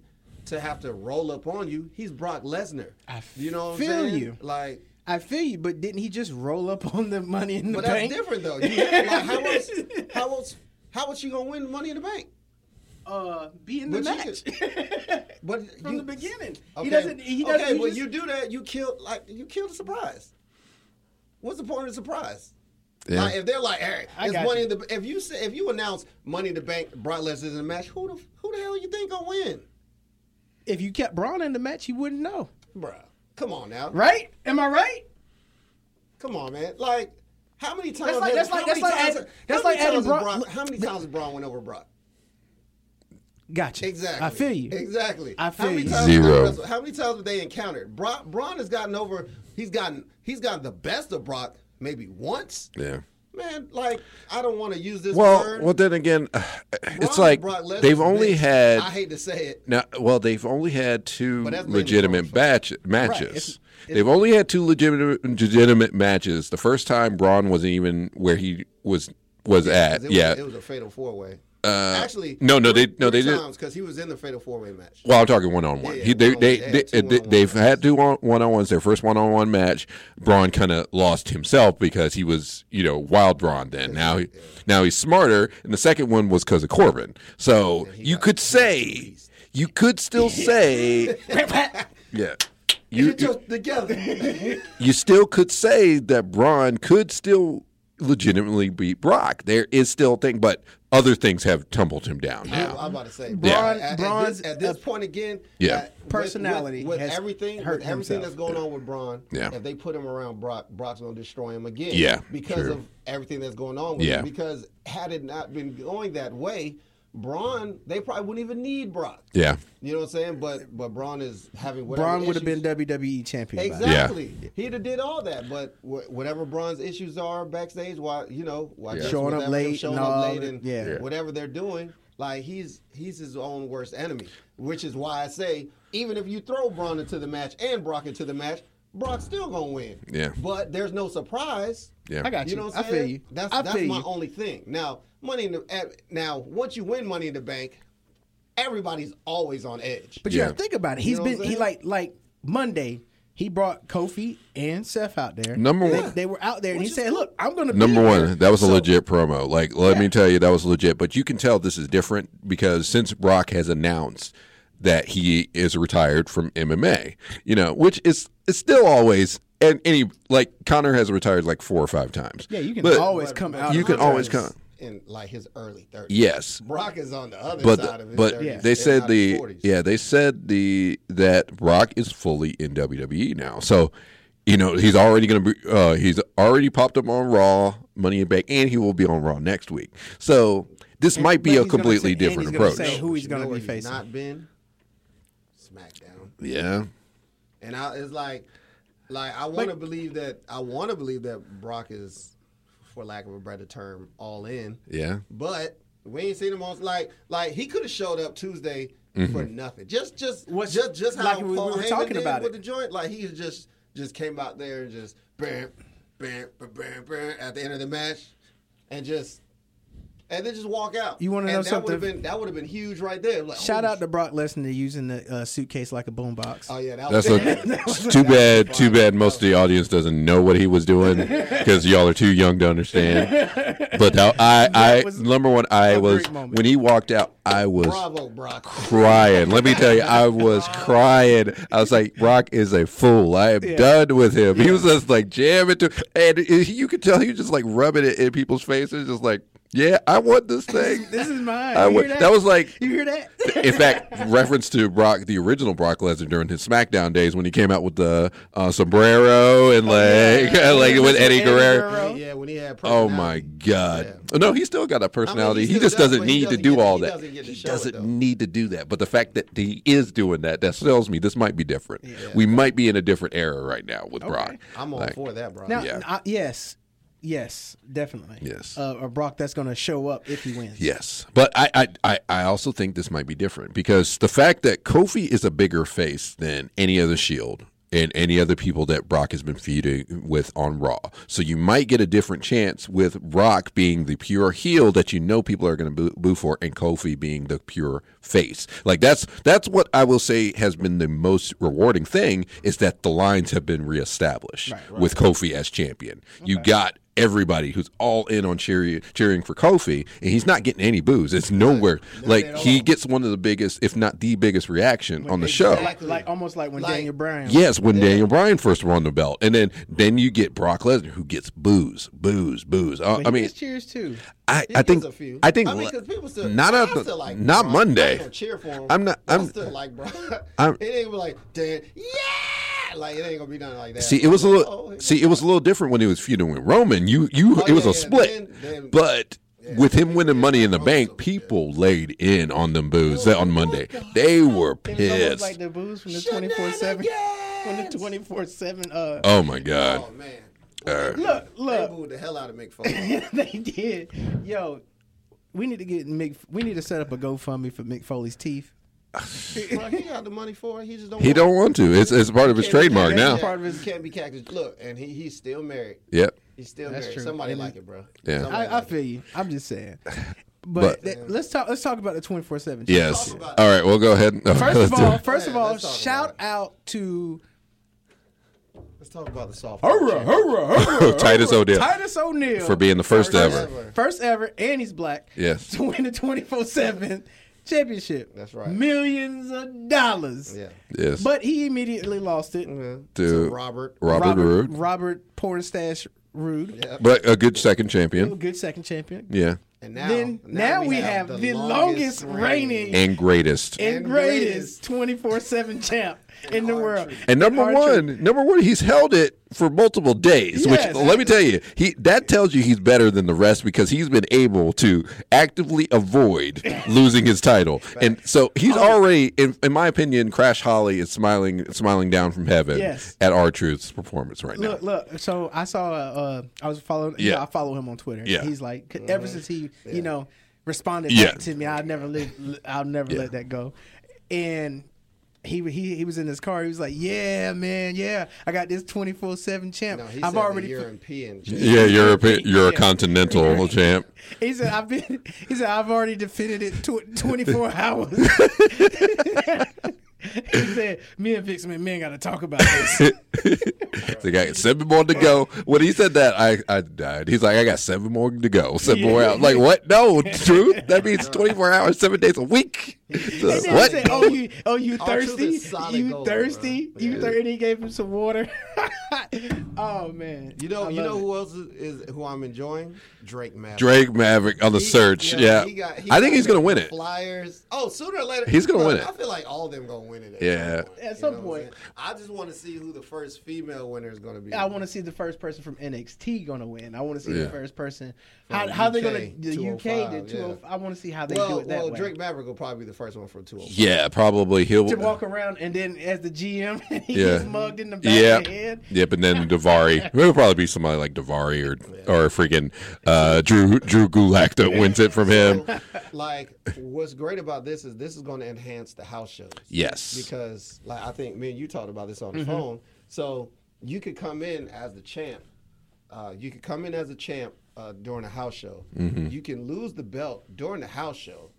Speaker 1: to have to roll up on you. He's Brock Lesnar.
Speaker 2: I
Speaker 1: you know what I'm
Speaker 2: feel
Speaker 1: saying?
Speaker 2: you.
Speaker 1: Like
Speaker 2: I feel you, but didn't he just roll up on the money in the
Speaker 1: But
Speaker 2: bank?
Speaker 1: that's different though. You have, like, how else how else how else you gonna win money in the bank?
Speaker 2: Uh, be in the
Speaker 1: But you
Speaker 2: match
Speaker 1: But
Speaker 2: from
Speaker 1: you-
Speaker 2: the beginning.
Speaker 1: Okay.
Speaker 2: He doesn't. He doesn't.
Speaker 1: okay,
Speaker 2: he
Speaker 1: when
Speaker 2: just-
Speaker 1: you do that, you kill like you kill the surprise. What's the point of the surprise?
Speaker 3: Yeah.
Speaker 1: Like, if they're like, hey,
Speaker 2: I
Speaker 1: it's
Speaker 2: got
Speaker 1: money
Speaker 2: you.
Speaker 1: in the if you say, if you announce money in the bank, Brock Lesnar's in the match, who the who the hell you think gonna win,
Speaker 2: if you kept Braun in the match, you wouldn't know,
Speaker 1: Bruh, Come on now,
Speaker 2: right? Am I right?
Speaker 1: come on man, like. How many times? has-
Speaker 2: like- that's
Speaker 1: how
Speaker 2: like-
Speaker 1: many
Speaker 2: that's like
Speaker 1: times-
Speaker 2: adding-
Speaker 1: how many
Speaker 2: that's like adding
Speaker 1: times has
Speaker 2: Brock-
Speaker 1: Brock- How many times has Braun went over Brock?
Speaker 2: Gotcha.
Speaker 1: Exactly.
Speaker 2: I feel you.
Speaker 1: Exactly.
Speaker 2: I feel
Speaker 1: how many
Speaker 2: you.
Speaker 1: Times
Speaker 3: Zero.
Speaker 1: How, many times have they encountered? Bra- Braun has gotten over. He's gotten. He's gotten the best of Brock maybe once.
Speaker 3: Yeah.
Speaker 1: Man, like I don't want to use this
Speaker 3: Well,
Speaker 1: word.
Speaker 3: well, then again,
Speaker 1: Braun
Speaker 3: it's like
Speaker 1: Brock Lesnar's
Speaker 3: they've only
Speaker 1: bitch.
Speaker 3: had
Speaker 1: I hate to say it.
Speaker 3: Now, well, they've only had two
Speaker 1: But that's mainly
Speaker 3: legitimate batch, matches. they've only had two legitimate legitimate matches. The first time Braun wasn't even where he was was at.
Speaker 1: 'cause It
Speaker 3: yeah.
Speaker 1: Was, it was a fatal four way. Uh, Actually,
Speaker 3: no, no, they- no, they didn't.
Speaker 1: because he was in the fatal four way match.
Speaker 3: well, I'm talking one on one.
Speaker 1: Yeah,
Speaker 3: He They
Speaker 1: one-on-one. They
Speaker 3: they
Speaker 1: had
Speaker 3: they-
Speaker 1: two
Speaker 3: they-
Speaker 1: one-on-ones.
Speaker 3: they've had two one on ones. Their first one on one match, Braun kind of lost himself because he was you know wild Braun. Then now he, now he's smarter, and the second one was because of Corbin. So you could say you could still say yeah. You,
Speaker 1: Get your- together.
Speaker 3: you still could say that Braun could still legitimately beat Brock. There is still a thing, but other things have tumbled him down
Speaker 1: Oh, I-
Speaker 3: now.
Speaker 1: I'm about to say,
Speaker 3: Yeah.
Speaker 1: Braun, at, at
Speaker 2: Braun's-
Speaker 1: this, at this point again,
Speaker 3: Yeah.
Speaker 1: uh, with-
Speaker 2: Personality
Speaker 1: with, with,
Speaker 2: has
Speaker 1: everything,
Speaker 2: hurt
Speaker 1: with everything
Speaker 2: himself.
Speaker 1: that's going on with Braun.
Speaker 3: Yeah.
Speaker 1: if they put him around Brock, Brock's gonna destroy him again.
Speaker 3: Yeah,
Speaker 1: because
Speaker 3: true.
Speaker 1: of everything that's going on with
Speaker 3: Yeah.
Speaker 1: him. Because had it not been going that way, Braun, they probably wouldn't even need Brock.
Speaker 3: Yeah.
Speaker 1: You know what I'm saying? But but Braun is having whatever
Speaker 2: Braun would have
Speaker 1: issues-
Speaker 2: been WWE champion. by now.
Speaker 1: Exactly. He'd have did all that, but wh- whatever Braun's issues are backstage, why you know, why
Speaker 3: Yeah.
Speaker 1: just
Speaker 2: Showing up
Speaker 1: whatever, him
Speaker 2: late
Speaker 1: showing
Speaker 2: and all
Speaker 1: up late,
Speaker 2: that.
Speaker 1: and
Speaker 2: Yeah. Yeah.
Speaker 1: whatever they're doing, like he's he's his own worst enemy, which is why I say even if you throw Braun into the match and Brock into the match, Brock's still gonna win.
Speaker 3: Yeah.
Speaker 1: but there's no surprise.
Speaker 3: Yeah.
Speaker 2: I got you.
Speaker 1: You know what
Speaker 2: I
Speaker 1: I'm
Speaker 2: feel
Speaker 1: saying?
Speaker 2: you.
Speaker 1: That's
Speaker 2: I
Speaker 1: that's
Speaker 2: feel
Speaker 1: my
Speaker 2: you.
Speaker 1: only thing. Now, money in the at, now once you win Money in the Bank, everybody's always on edge.
Speaker 2: But you
Speaker 3: Yeah.
Speaker 2: gotta think about it. He's
Speaker 1: know what
Speaker 2: been
Speaker 1: I'm
Speaker 2: he
Speaker 1: saying?
Speaker 2: like like Monday. He brought Kofi and Seth out there.
Speaker 3: Number
Speaker 2: They-
Speaker 3: one.
Speaker 2: they were out there, and he
Speaker 1: is
Speaker 2: said,
Speaker 1: cool.
Speaker 2: "Look, I'm gonna be
Speaker 3: Number
Speaker 2: here."
Speaker 3: one, that was a
Speaker 2: So,
Speaker 3: legit promo. Like, let me tell you, that was legit. But you can tell this is different because since Brock has announced that he is retired from MMA, you know, which is it's still always and any like Connor has retired like four or five times.
Speaker 2: Yeah, you can
Speaker 3: But-
Speaker 2: always come out.
Speaker 3: you
Speaker 2: of
Speaker 3: can
Speaker 2: contract.
Speaker 3: always come.
Speaker 1: in like his early thirties.
Speaker 3: Yes,
Speaker 1: Brock is on the other
Speaker 3: but
Speaker 1: side
Speaker 3: the-
Speaker 1: of his
Speaker 3: but
Speaker 1: 30s.
Speaker 3: they
Speaker 1: They're
Speaker 3: said
Speaker 1: not his
Speaker 3: the
Speaker 1: 40s.
Speaker 3: yeah they said the that Brock is fully in WWE now, so you know he's already going to be uh, he's already popped up on Raw, Money in Bank, and he will be on Raw next week. So this might
Speaker 2: but
Speaker 3: be a
Speaker 2: he's gonna
Speaker 3: completely
Speaker 2: say- and
Speaker 3: different
Speaker 2: he's gonna
Speaker 3: approach.
Speaker 2: say who he's
Speaker 1: You
Speaker 2: gonna
Speaker 1: know
Speaker 2: be
Speaker 1: where he's
Speaker 2: facing.
Speaker 1: Not been SmackDown,
Speaker 3: yeah,
Speaker 2: Oh.
Speaker 1: and I, it's like, like I want to believe that I want to believe that Brock is, for lack of a better term, all in.
Speaker 3: yeah,
Speaker 1: But we ain't seen him on like like he could have showed up Tuesday for nothing. Just just
Speaker 2: Mm-hmm. What's-
Speaker 1: just just how
Speaker 2: like we- we
Speaker 1: Paul
Speaker 2: were
Speaker 1: Heyman
Speaker 2: talking
Speaker 1: did
Speaker 2: about
Speaker 1: with
Speaker 2: it.
Speaker 1: the joint. Like he just just came out there and just bam bam bam bam, bam at the end of the match and just. And then just walk out.
Speaker 2: You wanna
Speaker 1: And
Speaker 2: know
Speaker 1: that would've
Speaker 2: something?
Speaker 1: Been, that would have been huge right there. Like,
Speaker 2: Shout
Speaker 1: holy
Speaker 2: out to Brock Lesnar using the uh, suitcase like a boombox.
Speaker 1: sh- Oh yeah, that
Speaker 3: that's
Speaker 1: was.
Speaker 3: a it's too bad. Too bad. Most of the audience doesn't know what he was doing because y'all are too young to understand. But I, I, I
Speaker 2: was
Speaker 3: number one, I
Speaker 2: a
Speaker 3: was
Speaker 2: great moment.
Speaker 3: when he walked out, I was
Speaker 1: Bravo, Brock.
Speaker 3: crying. Let me tell you, I was crying. I was like, Brock is a fool. I am done with him. He was just like jamming to, and he- you could tell he was just like rubbing it in people's faces, just like, yeah, I want this thing.
Speaker 2: This is mine.
Speaker 3: I
Speaker 2: You
Speaker 3: want.
Speaker 2: hear that?
Speaker 3: That was like.
Speaker 2: You hear that?
Speaker 3: In fact, reference to Brock, the original Brock Lesnar during his SmackDown days when he came out with the uh, sombrero
Speaker 2: Oh,
Speaker 3: and like, like with Eddie Guerrero.
Speaker 2: Guerrero.
Speaker 1: yeah, when he had.
Speaker 3: Oh
Speaker 1: personality.
Speaker 3: my God! No, he's still got a personality. he
Speaker 1: still
Speaker 3: just
Speaker 1: does,
Speaker 3: doesn't
Speaker 1: but he
Speaker 3: need to
Speaker 1: doesn't
Speaker 3: do
Speaker 1: get-
Speaker 3: all
Speaker 1: he
Speaker 3: that.
Speaker 1: doesn't get to
Speaker 3: he
Speaker 1: show it,
Speaker 3: doesn't
Speaker 1: though.
Speaker 3: need to do that. But the fact that he is doing that that tells me this might be different. We might be in a different era right now with Brock.
Speaker 1: I'm all
Speaker 3: Like,
Speaker 1: for that, Brock.
Speaker 2: Now,
Speaker 3: Yeah.
Speaker 2: I- yes, yes, definitely.
Speaker 3: Yes.
Speaker 2: Uh, a Brock that's gonna show up if he wins.
Speaker 3: Yes, but I, I I I also think this might be different because the fact that Kofi is a bigger face than any other Shield E and any other people that Brock has been feuding with on Raw. So you might get a different chance with Brock being the pure heel that you know people are going to boo, boo for, and Kofi being the pure face. Like that's that's what I will say has been the most rewarding thing is that the lines have been reestablished with Kofi as champion. You got everybody who's all in on cheering cheering for Kofi, and he's not getting any boos. It's nowhere.
Speaker 1: at
Speaker 3: Like he
Speaker 1: all.
Speaker 3: gets one of the biggest, if not the biggest, reaction on the
Speaker 2: Exactly.
Speaker 3: show.
Speaker 2: like, like almost like when
Speaker 1: Like-
Speaker 2: Daniel Bryan.
Speaker 3: Yes, when Daniel Bryan first won the belt, and then then you get Brock Lesnar who gets booze, booze, booze. Uh,
Speaker 2: When
Speaker 3: I
Speaker 2: he
Speaker 3: mean,
Speaker 2: gets cheers too.
Speaker 3: I, I think
Speaker 1: a few.
Speaker 3: I think
Speaker 1: I mean,
Speaker 3: le-
Speaker 1: 'cause people still
Speaker 3: not
Speaker 1: I
Speaker 3: at the-
Speaker 1: still like
Speaker 3: not
Speaker 1: Brock.
Speaker 3: Monday.
Speaker 1: I don't cheer for him.
Speaker 3: I'm not-
Speaker 1: but
Speaker 3: I'm-
Speaker 1: still like bro.
Speaker 3: I'm-
Speaker 1: it ain't like Dan. Yeah, like it ain't gonna be nothing like that.
Speaker 3: See, it was a
Speaker 1: Oh,
Speaker 3: little.
Speaker 1: yeah.
Speaker 3: See, it was a little different when he was feuding with Roman. You, you,
Speaker 1: Oh,
Speaker 3: it was
Speaker 1: yeah,
Speaker 3: a
Speaker 1: yeah.
Speaker 3: split.
Speaker 1: Then- then-
Speaker 3: but with him winning Money in the Bank, people laid in on them boos
Speaker 1: Oh,
Speaker 3: that on Monday. They were
Speaker 2: It was almost
Speaker 3: pissed.
Speaker 2: like the booze from the twenty four seven. From the
Speaker 1: Shenanigans!
Speaker 2: twenty four seven. Uh,
Speaker 3: oh my god!
Speaker 1: Oh man,
Speaker 2: look,
Speaker 1: they
Speaker 2: look.
Speaker 1: booed the hell out of McFoley.
Speaker 2: they did. Yo, we need to get Mick. We need to set up a GoFundMe for Mick Foley's teeth.
Speaker 1: Bro, he got the money for it. He just don't.
Speaker 3: He
Speaker 1: want
Speaker 3: don't want to. It's it's part of his trademark
Speaker 1: it.
Speaker 3: now.
Speaker 2: part of his-
Speaker 1: You can't be cactus. Look, and he he's still married.
Speaker 3: Yep.
Speaker 1: He's still
Speaker 2: That's
Speaker 1: married.
Speaker 2: true.
Speaker 1: Somebody
Speaker 2: And
Speaker 1: like
Speaker 2: he-
Speaker 1: it, bro.
Speaker 3: Yeah.
Speaker 1: Somebody
Speaker 2: I, I
Speaker 1: like it.
Speaker 2: feel you. I'm just saying. But,
Speaker 3: But-
Speaker 2: th- let's talk. Let's talk about the twenty four seven.
Speaker 3: Yes.
Speaker 1: Talk
Speaker 3: All
Speaker 1: about it.
Speaker 3: right. We'll go ahead. and
Speaker 2: First of all, first
Speaker 1: Yeah,
Speaker 2: of all,
Speaker 1: let's talk about
Speaker 2: shout
Speaker 1: it.
Speaker 2: out to
Speaker 1: Let's talk about the soft.
Speaker 3: Titus O'Dell
Speaker 2: Titus O'Neil
Speaker 3: for being the first
Speaker 1: First
Speaker 3: ever.
Speaker 1: ever.
Speaker 2: first ever, and he's black.
Speaker 3: Yes.
Speaker 2: to win the twenty four seven championship.
Speaker 1: That's right.
Speaker 2: Millions of dollars.
Speaker 1: Yeah.
Speaker 3: Yes.
Speaker 2: But he immediately lost it.
Speaker 3: to
Speaker 1: Robert.
Speaker 3: Robert, Roode.
Speaker 2: Robert Pornstash Rude.
Speaker 1: Yeah.
Speaker 3: but a good second champion.
Speaker 2: Good second champion.
Speaker 3: Yeah.
Speaker 1: And now,
Speaker 2: then now, we have, the longest, reigning
Speaker 3: And greatest.
Speaker 2: and
Speaker 1: and
Speaker 2: greatest 24 7 champ in the
Speaker 1: R-Truth.
Speaker 2: world.
Speaker 3: And number
Speaker 2: R-Truth.
Speaker 3: one, number one, he's held it for multiple days.
Speaker 2: Yes.
Speaker 3: Which let me tell you, he that tells you he's better than the rest because he's been able to actively avoid losing his title. And so he's
Speaker 2: Oh.
Speaker 3: already, in, in my opinion, Crash Holly is smiling, smiling down from heaven
Speaker 2: Yes.
Speaker 3: at our Truth's performance right now.
Speaker 2: Look, look. So I saw. Uh, uh, I was following. Yeah.
Speaker 3: Yeah.
Speaker 2: I follow him on Twitter.
Speaker 3: Yeah.
Speaker 2: He's like, 'cause
Speaker 1: Mm-hmm.
Speaker 2: ever since he, you know, responded
Speaker 3: Yeah.
Speaker 2: back to me, I'll never live. I'll never let that go. And he he he was in his car. He was like, "Yeah, man, yeah, I got this twenty four seven champ.
Speaker 1: No, he
Speaker 2: I've
Speaker 1: said
Speaker 2: already."
Speaker 1: the European.
Speaker 3: Yeah, you're a you're a continental champ.
Speaker 2: He said, "I've been." He said, "I've already defended it tw- twenty four hours." he said, "Me and Vince McMahon got to talk about this."
Speaker 3: the guy got seven more to go. When he said that, I, I died. He's like, I got seven more to go, seven more hours. Like what? No, truth. That means twenty four hours, seven days a week. So,
Speaker 2: And then
Speaker 3: what?
Speaker 2: he said, "Oh, you, oh, you
Speaker 1: Our truth
Speaker 2: thirsty?
Speaker 1: is solid
Speaker 2: You
Speaker 1: gold,
Speaker 2: thirsty?
Speaker 1: bro.
Speaker 2: You
Speaker 1: Yeah.
Speaker 2: thirsty?" And he gave him some water. oh man,
Speaker 1: You know,
Speaker 2: I
Speaker 1: you
Speaker 2: love
Speaker 1: know
Speaker 2: it.
Speaker 1: who else is, is who I'm enjoying? Drake Maverick.
Speaker 3: Drake Maverick on the search. Yeah,
Speaker 1: he got- he
Speaker 3: I think
Speaker 1: got
Speaker 3: he's gonna
Speaker 1: the
Speaker 3: win it.
Speaker 1: Flyers. Oh, sooner or later
Speaker 3: He's gonna
Speaker 1: Look,
Speaker 3: win it.
Speaker 1: I feel like all of them gonna win it. At
Speaker 3: Yeah.
Speaker 1: some point,
Speaker 2: At
Speaker 1: you
Speaker 2: some
Speaker 1: know what I'm
Speaker 2: point.
Speaker 1: saying? I just want to see who the first female winner is gonna be.
Speaker 2: I want to see the first person from NXT gonna win. I want to see
Speaker 3: Yeah.
Speaker 2: the first person. How,
Speaker 1: From
Speaker 2: how they're
Speaker 1: UK,
Speaker 2: gonna the UK
Speaker 1: 205,
Speaker 2: the two? oh
Speaker 1: yeah.
Speaker 2: I want to see how they do
Speaker 1: Well,
Speaker 2: it that
Speaker 1: well,
Speaker 2: way.
Speaker 1: Drake Maverick will probably be the first one from two.
Speaker 3: Yeah, probably he'll.
Speaker 2: to walk around and then as the GM, he
Speaker 3: Yeah.
Speaker 2: gets mugged in the back
Speaker 3: Yeah,
Speaker 2: of the head.
Speaker 3: yep, and then Davari. It'll probably be somebody like Davari or or freaking uh, Drew Drew Gulak that wins it from him.
Speaker 1: like what's great about this is this is going to enhance the house shows.
Speaker 3: Yes. Mm-hmm.
Speaker 1: Because like I think me and you talked about this on the phone. So you could come in as the champ. Uh, you could come in as a champ uh, during a house show.
Speaker 3: Mm-hmm.
Speaker 1: You can lose the belt during the house show,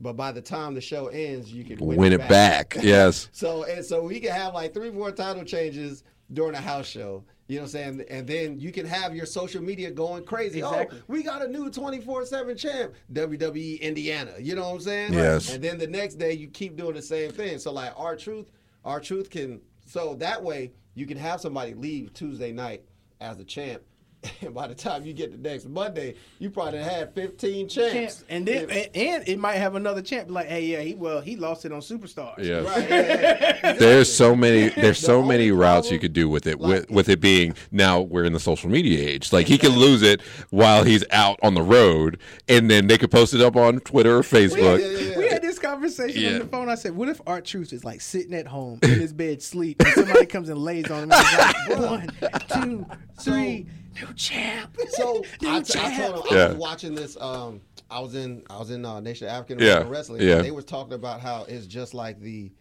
Speaker 1: but by the time the show ends, you can win,
Speaker 3: Win it back. Yes.
Speaker 1: So and so we can have like three more title changes during a house show. You know what I'm saying? And then you can have your social media going crazy.
Speaker 2: Exactly.
Speaker 1: Oh, we got a new 24/7 champ, WWE Indiana. You know what I'm saying?
Speaker 3: Yes.
Speaker 1: And then the next day you keep doing the same thing. So like our truth, our truth can so that way you can have somebody leave Tuesday night as the champ. And by the time you get to next Monday, you probably had 15 champs.
Speaker 2: Champs. And then and, and it might have another champ like, hey, yeah, he well, he lost it on Superstars.
Speaker 3: Yes.
Speaker 1: Right, yeah, yeah.
Speaker 3: There's so many. There's so
Speaker 1: only
Speaker 3: many routes you
Speaker 1: problem-
Speaker 3: could do with it.
Speaker 1: like-
Speaker 3: With, with it being now we're in the social media age. Like he could lose it while he's out on the road, and then they could post it up on Twitter or Facebook.
Speaker 1: yeah, yeah, yeah.
Speaker 2: We had this conversation
Speaker 3: Yeah.
Speaker 2: on the phone. I said, "What if Art Truth is like sitting at home in his bed, sleep, and somebody comes and lays on him? And he's like, One, two, three, new champ,
Speaker 1: So
Speaker 2: new
Speaker 1: I, t- I
Speaker 2: champ."
Speaker 1: told him I
Speaker 3: Yeah.
Speaker 1: was watching this. Um, I was in I was in uh, Nation of African
Speaker 3: Yeah,
Speaker 1: American Wrestling.
Speaker 3: yeah.
Speaker 1: They were talking about how it's just like the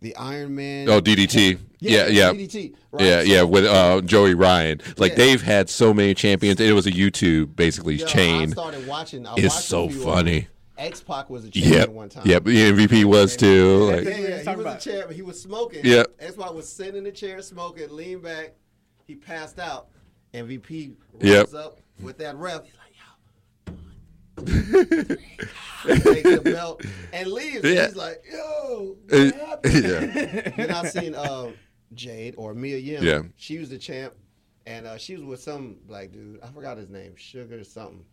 Speaker 1: the Iron Man.
Speaker 3: Oh, DDT. Yeah, yeah.
Speaker 1: DDT. Right?
Speaker 3: Yeah, yeah, with uh, Joey Ryan. Like
Speaker 1: Yeah.
Speaker 3: they've had so many champions. It was a YouTube basically
Speaker 1: Yo, I
Speaker 3: chain.
Speaker 1: started watching. I
Speaker 3: is
Speaker 1: watched a
Speaker 3: so
Speaker 1: few of
Speaker 3: funny.
Speaker 1: them. X Pac was a champion
Speaker 3: Yep.
Speaker 1: one time.
Speaker 3: Yep. The MVP was too.
Speaker 1: Yeah,
Speaker 3: Like,
Speaker 1: yeah, he was
Speaker 2: Talk
Speaker 1: a
Speaker 2: about-
Speaker 1: chair, but he was smoking.
Speaker 3: Yep.
Speaker 1: X Pac was sitting in the chair smoking, leaned back. He passed out. MVP runs
Speaker 3: Yep.
Speaker 1: up with that ref. He's like, yo. one, two, three, Takes the belt and leaves. And
Speaker 3: Yeah.
Speaker 1: he's like, yo,
Speaker 3: Uh,
Speaker 1: what happened?
Speaker 3: yeah.
Speaker 1: then I seen uh, Jade or Mia Yim.
Speaker 3: Yeah.
Speaker 1: She was the champ, and uh, she was with some black dude. I forgot his name, Sugar something,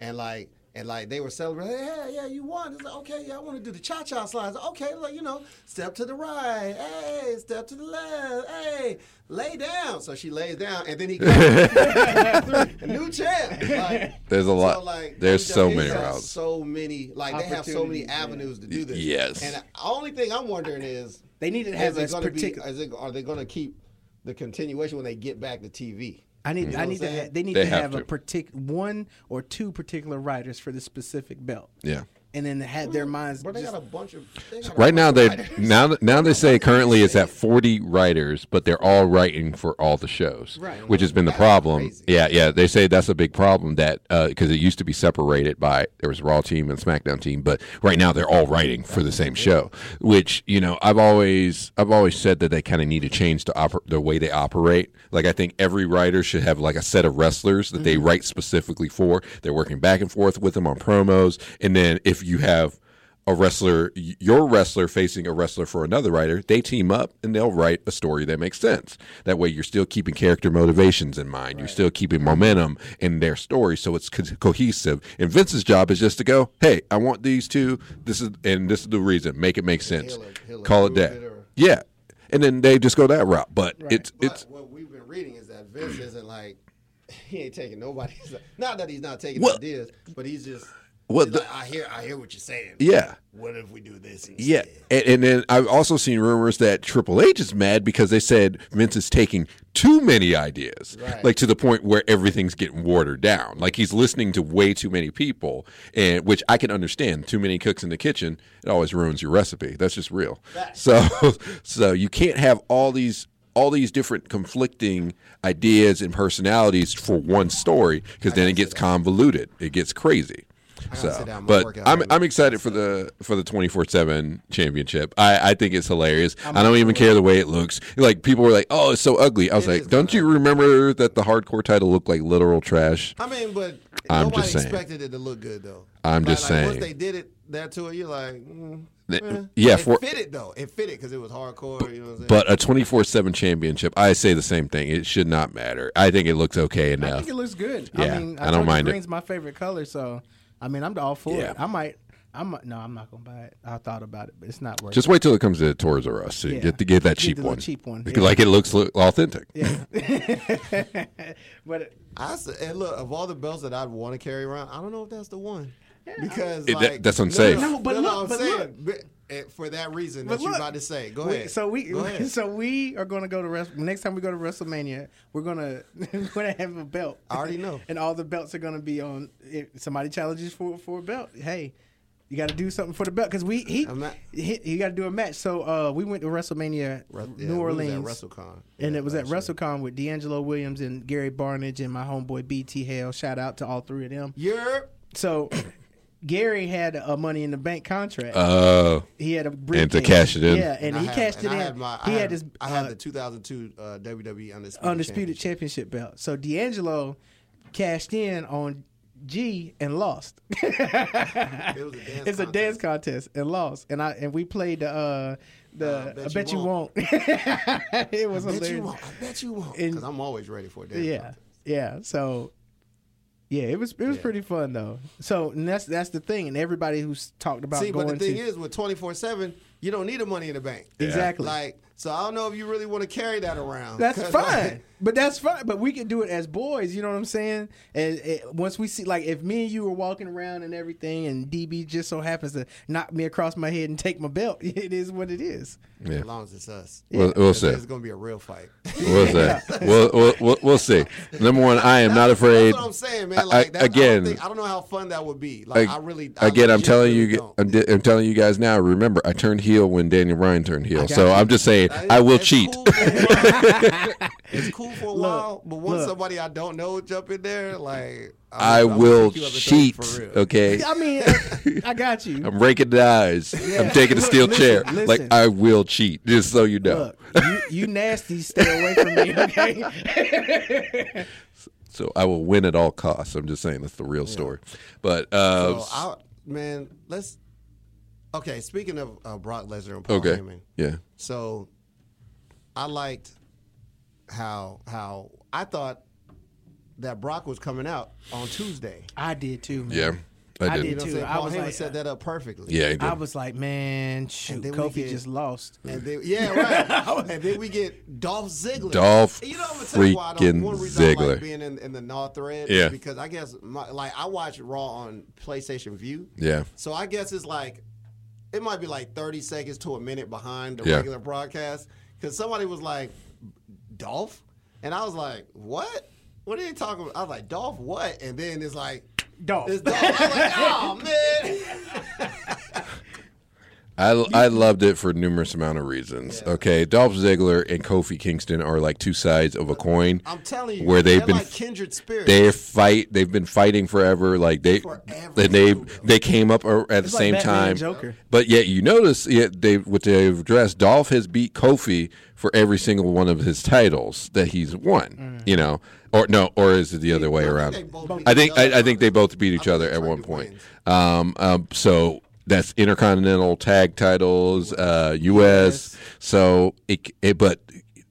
Speaker 1: and like. And like they were celebrating, yeah, yeah, you won. It's like, okay, yeah, I want to do the cha cha slides. Okay, like you know, step to the right, hey, step to the left, hey, lay down. So she lays down, and then he comes, new champ. Like,
Speaker 3: There's a lot. There's so
Speaker 1: WWE
Speaker 3: many
Speaker 1: has
Speaker 3: routes.
Speaker 1: So many, like they have so many
Speaker 2: Opportunities, yeah.
Speaker 1: avenues to do this.
Speaker 3: yes.
Speaker 1: And the only thing I'm wondering is,
Speaker 2: They need to
Speaker 1: is
Speaker 2: have
Speaker 1: it
Speaker 2: this
Speaker 1: going to be?
Speaker 2: particular.
Speaker 1: Is it, are they going to keep the continuation when they get back to TV?
Speaker 2: I need.
Speaker 1: what
Speaker 2: I need
Speaker 1: I'm
Speaker 2: to.
Speaker 1: saying?
Speaker 2: Ha- they need
Speaker 3: They
Speaker 2: to
Speaker 3: have
Speaker 2: have, a
Speaker 3: to.
Speaker 2: partic- one or two particular writers for this specific belt.
Speaker 3: Yeah.
Speaker 2: And then have their minds.
Speaker 1: But they
Speaker 2: just-
Speaker 1: got a bunch of. they got a
Speaker 3: Right now
Speaker 1: bunch of
Speaker 3: they
Speaker 1: writers.
Speaker 3: now th- now they say currently it's at 40 writers, but they're all writing for all the shows,
Speaker 2: Right.
Speaker 3: which has been the
Speaker 1: That's
Speaker 3: problem.
Speaker 1: crazy.
Speaker 3: Yeah, yeah. They say that's a big problem that because it used to be separated by there was Raw team and SmackDown team, but right now they're all writing for the same show. Which you know I've always I've always said that they kind of need to change the oper- the way they operate. Like I think every writer should have like a set of wrestlers that they write specifically for. They're working back and forth with them on promos, and then if you have a wrestler, y- your wrestler facing a wrestler for another writer, they team up and they'll write a story that makes sense. That way, you're still keeping character motivations in mind. You're still keeping momentum in their story, so it's co- cohesive. And Vince's job is just to go, "Hey, I want these two. This is and this is the reason. Make it make sense.
Speaker 1: he'll- he'll
Speaker 3: Call it
Speaker 1: approve
Speaker 3: that.
Speaker 1: it or-
Speaker 3: yeah." And then they just go that route. But it's
Speaker 1: But
Speaker 3: it's
Speaker 1: what we've been reading is that Vince isn't like he ain't taking nobody's. Not that he's not taking
Speaker 3: Well-
Speaker 1: ideas, but he's just.
Speaker 3: Well,
Speaker 1: he's
Speaker 3: the-
Speaker 1: like, I hear, I hear what you're saying.
Speaker 3: yeah.
Speaker 1: What if we do this? Instead?
Speaker 3: Yeah, and, and then I've also seen rumors that Triple H is mad because they said Vince is taking too many ideas,
Speaker 1: Right.
Speaker 3: like to the point where everything's getting watered down. Like he's listening to way too many people, and which I can understand. Too many cooks in the kitchen, it always ruins your recipe. That's just real.
Speaker 1: Facts.
Speaker 3: So, so you can't have all these all these different conflicting ideas and personalities for one story because then it gets convoluted. It gets crazy.
Speaker 1: gotta
Speaker 3: So,
Speaker 1: sit down, my
Speaker 3: but
Speaker 1: workout
Speaker 3: I'm
Speaker 1: really-
Speaker 3: I'm excited for the for the 24/7 championship. I, I think it's hilarious. I'm I do not even care the way it looks. Like people were like, "Oh, it's so ugly." I was like,
Speaker 1: is
Speaker 3: "Don't you remember that the hardcore title looked like literal trash?"
Speaker 1: I mean, but
Speaker 3: I'm
Speaker 1: nobody
Speaker 3: just saying.
Speaker 1: expected it to look good though.
Speaker 3: I'm
Speaker 1: Like-
Speaker 3: just
Speaker 1: like,
Speaker 3: saying.
Speaker 1: Once they did it, that to it, you're like, mm,
Speaker 3: Th-
Speaker 1: eh.
Speaker 3: yeah,
Speaker 1: It
Speaker 3: for-
Speaker 1: fit it though. It fit it because it was hardcore. You know what I'm saying?
Speaker 3: But a 24/7 championship, I say the same thing. It should not matter. I think it looks okay
Speaker 2: I
Speaker 3: enough.
Speaker 2: think it looks good.
Speaker 3: Yeah,
Speaker 2: I, mean,
Speaker 3: I don't
Speaker 2: told you
Speaker 3: mind it.
Speaker 2: Green's my favorite color, so I mean, I'm all for
Speaker 3: Yeah.
Speaker 2: it. I might. I might. No, I'm not gonna buy it. I thought about it, but it's not worth.
Speaker 3: Just wait till it comes to Toys R Us. and
Speaker 2: Yeah.
Speaker 3: Get to get that
Speaker 2: Get
Speaker 3: cheap
Speaker 2: the
Speaker 3: one.
Speaker 2: cheap one,
Speaker 3: Because,
Speaker 2: yeah.
Speaker 3: Like it looks lo- authentic.
Speaker 2: it. but it-
Speaker 1: I s- and look of all the belts that I'd want to carry around, I don't know if that's the one because
Speaker 3: It- that-
Speaker 1: like,
Speaker 3: that's
Speaker 1: no,
Speaker 3: unsafe.
Speaker 1: No,
Speaker 2: No, but
Speaker 1: no,
Speaker 2: look,
Speaker 1: I'm
Speaker 2: but
Speaker 1: saying,
Speaker 2: look.
Speaker 1: but- eh, for that reason
Speaker 2: but
Speaker 1: that you're
Speaker 2: look,
Speaker 1: about to say. Go
Speaker 2: we-
Speaker 1: ahead.
Speaker 2: so we
Speaker 1: Go ahead.
Speaker 2: so we are gonna go to rest, next time we go to WrestleMania. We're gonna we're gonna have a belt.
Speaker 1: I already know.
Speaker 2: and all the belts are gonna be on. If somebody challenges for for a belt, hey. You got to do something for the belt because we he,
Speaker 1: A ma-
Speaker 2: he you got to do a match. So uh, we went to WrestleMania,
Speaker 1: Re- yeah,
Speaker 2: New
Speaker 1: we was at
Speaker 2: Orleans,
Speaker 1: WrestleCon,
Speaker 2: and it was at
Speaker 1: last year.
Speaker 2: WrestleCon with D'Angelo Williams and Gary Barnage and my homeboy BT Hale. Shout out to all three of them.
Speaker 1: You're
Speaker 2: So Gary had a Money in the Bank contract.
Speaker 3: Oh,
Speaker 2: he had a
Speaker 3: to
Speaker 2: briefcase.
Speaker 3: cash it in.
Speaker 2: Yeah, and
Speaker 1: I
Speaker 2: he
Speaker 1: had-
Speaker 2: cashed
Speaker 1: and
Speaker 2: it
Speaker 1: I
Speaker 2: in.
Speaker 1: Had my, I
Speaker 2: he
Speaker 1: had,
Speaker 2: had his
Speaker 1: I had
Speaker 2: uh,
Speaker 1: the 2002 uh, WWE undisputed.
Speaker 2: undisputed
Speaker 1: Championship.
Speaker 2: championship belt. So D'Angelo cashed in on G and lost.
Speaker 1: It was a dance.
Speaker 2: it's a
Speaker 1: contest.
Speaker 2: dance contest and lost. And I and we played the uh, the
Speaker 1: Uh,
Speaker 2: I bet you won't. it was
Speaker 1: I bet you
Speaker 2: hilarious.
Speaker 1: won't. I bet you won't.
Speaker 2: And-
Speaker 1: Because I'm always ready for a dance.
Speaker 2: yeah
Speaker 1: contest.
Speaker 2: yeah so yeah it was it was pretty fun though so and that's that's the thing and everybody who's talked about
Speaker 1: See, but
Speaker 2: going
Speaker 1: the thing
Speaker 2: to
Speaker 1: is, with 24 seven, you don't need the money in the bank.
Speaker 2: exactly
Speaker 1: Like, so I don't know if you really want to carry that around.
Speaker 2: that's
Speaker 1: 'Cause,
Speaker 2: fine
Speaker 1: like,
Speaker 2: but that's fine but we can do it as boys you know what i'm saying and it, once we see like if me and you were walking around and everything and db just so happens to knock me across my head and take my belt it is what it is
Speaker 3: yeah.
Speaker 1: As long as it's us.
Speaker 3: We'll, we'll see.
Speaker 1: It's going to be a real fight. That's
Speaker 3: We'll see. We'll, we'll, we'll, we'll see. Number one, I am not afraid.
Speaker 1: what I'm saying,
Speaker 3: I-
Speaker 1: man. Like, that's, I,
Speaker 3: again-
Speaker 1: don't think- I don't know how fun that would be. Like, I, really. I
Speaker 3: again, I'm
Speaker 1: legit
Speaker 3: telling
Speaker 1: really
Speaker 3: you,
Speaker 1: don't.
Speaker 3: I'm, di- I'm telling you guys now. Remember, I turned heel when Daniel Bryan turned heel.
Speaker 2: got
Speaker 3: So
Speaker 2: you.
Speaker 3: I'm just saying I will
Speaker 1: It's
Speaker 3: cheat.
Speaker 1: cool for a while. it's cool for a while, but once
Speaker 2: look.
Speaker 1: somebody I don't know jump in there, like
Speaker 3: I
Speaker 1: I'm- I'm
Speaker 3: will
Speaker 1: gonna kick you
Speaker 3: cheat.
Speaker 1: up and throw you for real.
Speaker 3: Okay.
Speaker 2: I mean, I got you.
Speaker 3: I'm raking the eyes. I'm taking a
Speaker 2: Look,
Speaker 3: steel
Speaker 2: listen,
Speaker 3: chair.
Speaker 2: listen.
Speaker 3: Like I will cheat, just so you know.
Speaker 2: Look, you, you nasty, stay away from me, okay?
Speaker 3: So I will win at all costs. I'm just saying that's the real story. But uh,
Speaker 1: So I, man, let's. Okay, speaking of uh, Brock Lesnar and Paul
Speaker 3: okay,
Speaker 1: Heyman,
Speaker 3: yeah,
Speaker 1: so I liked how how I thought that Brock was coming out on Tuesday.
Speaker 2: I did too, man.
Speaker 3: yeah, I
Speaker 2: I
Speaker 3: did.
Speaker 1: You
Speaker 2: did.
Speaker 1: know, what I'm
Speaker 2: too.
Speaker 1: saying?
Speaker 2: I
Speaker 1: Paul
Speaker 2: was
Speaker 1: Heyman
Speaker 2: like, uh,
Speaker 1: set that up perfectly.
Speaker 3: Yeah, I did.
Speaker 2: I was like, man, shoot,
Speaker 1: And then we
Speaker 2: Kofi
Speaker 1: get-
Speaker 2: just lost.
Speaker 1: And then, yeah, right. and then we get Dolph Ziggler.
Speaker 3: Dolph
Speaker 1: And you know, I'm gonna tell you why I don't. One
Speaker 3: freaking
Speaker 1: reason I
Speaker 3: Ziggler.
Speaker 1: like being in, in the Raw thread
Speaker 3: Yeah.
Speaker 1: is because I guess my, like I watch Raw on PlayStation View.
Speaker 3: yeah,
Speaker 1: So I guess it's like it might be like 30 seconds to a minute behind the
Speaker 3: Yeah.
Speaker 1: regular broadcast because somebody was like Dolph, and I was like, what? What are you talking about? I was like, Dolph, what? And then it's like,
Speaker 2: Dolph.
Speaker 1: it's Dolph. I was like, oh man.
Speaker 3: I, I loved it for numerous amount of reasons. Okay, Dolph Ziggler and Kofi Kingston are like two sides of a coin.
Speaker 1: I'm telling you,
Speaker 3: where they've
Speaker 1: they're
Speaker 3: been
Speaker 1: like kindred spirits.
Speaker 3: they fight they've been fighting forever like they
Speaker 1: Forever.
Speaker 3: and they they came up ar- at
Speaker 2: like
Speaker 3: the same
Speaker 2: Batman
Speaker 3: time
Speaker 2: and Joker.
Speaker 3: but yet you notice yet they what they've addressed dolph has beat kofi for every single one of his titles that he's
Speaker 2: Mm.
Speaker 3: won you know or no or is it the other way around
Speaker 1: they both beat
Speaker 3: i think
Speaker 1: each other.
Speaker 3: I, I think they both beat each
Speaker 1: I
Speaker 3: other
Speaker 1: think
Speaker 3: at
Speaker 1: Turner
Speaker 3: one point
Speaker 1: wins.
Speaker 3: um, um so that's intercontinental tag titles uh us so it, it but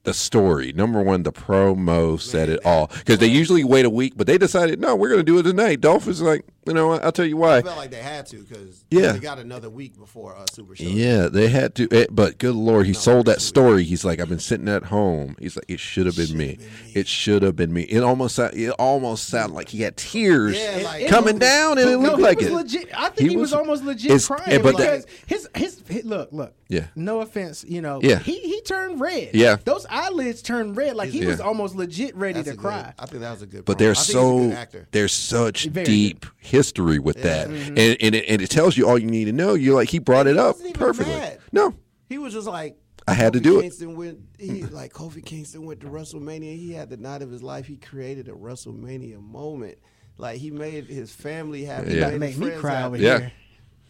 Speaker 3: the story number one the promo said it all because they usually wait a week but they decided no we're going to do it tonight dolph is like you know what, i'll tell you why
Speaker 1: I felt like they had to because
Speaker 3: Yeah.
Speaker 1: they got another week before uh, Super Show.
Speaker 3: yeah they had to eh, but good lord he sold that story he's like i've been sitting at home he's like it should have been me it should have been me it almost sou- it almost sounded like he had tears
Speaker 1: Yeah, like-
Speaker 3: coming down and it
Speaker 2: No,
Speaker 3: looked
Speaker 2: he
Speaker 3: like
Speaker 2: was
Speaker 3: it
Speaker 2: legit. I think he, was, almost legit
Speaker 3: it's- eh,
Speaker 2: crying
Speaker 3: but
Speaker 2: because
Speaker 3: that-
Speaker 2: his, his his look look.
Speaker 3: Yeah.
Speaker 2: No offense, you know.
Speaker 3: Yeah.
Speaker 2: He he turned red.
Speaker 3: Yeah.
Speaker 2: Those eyelids turned red like he was
Speaker 3: Yeah.
Speaker 2: almost legit ready
Speaker 1: That's a
Speaker 2: to
Speaker 1: good-
Speaker 2: cry.
Speaker 1: I think that was a good.
Speaker 3: but
Speaker 1: promo. I
Speaker 3: there's
Speaker 1: think he's a good
Speaker 3: so
Speaker 1: actor. Mm-hmm.
Speaker 3: there's such
Speaker 2: Very
Speaker 3: deep history with that, and and it, and it tells you all you need to know. You're like he brought it up
Speaker 1: wasn't even
Speaker 3: perfectly.
Speaker 1: mad.
Speaker 3: No,
Speaker 1: He was just like
Speaker 3: I had to
Speaker 1: Kofi
Speaker 3: do it.
Speaker 1: Kingston Went, he like Kofi Kingston went to WrestleMania. He had the night of his life. He created a WrestleMania moment. Like he made his family happy.
Speaker 3: Yeah.
Speaker 1: made
Speaker 2: Make
Speaker 1: his
Speaker 2: me
Speaker 1: friends
Speaker 2: cry over
Speaker 1: happy,
Speaker 3: Yeah.
Speaker 2: here.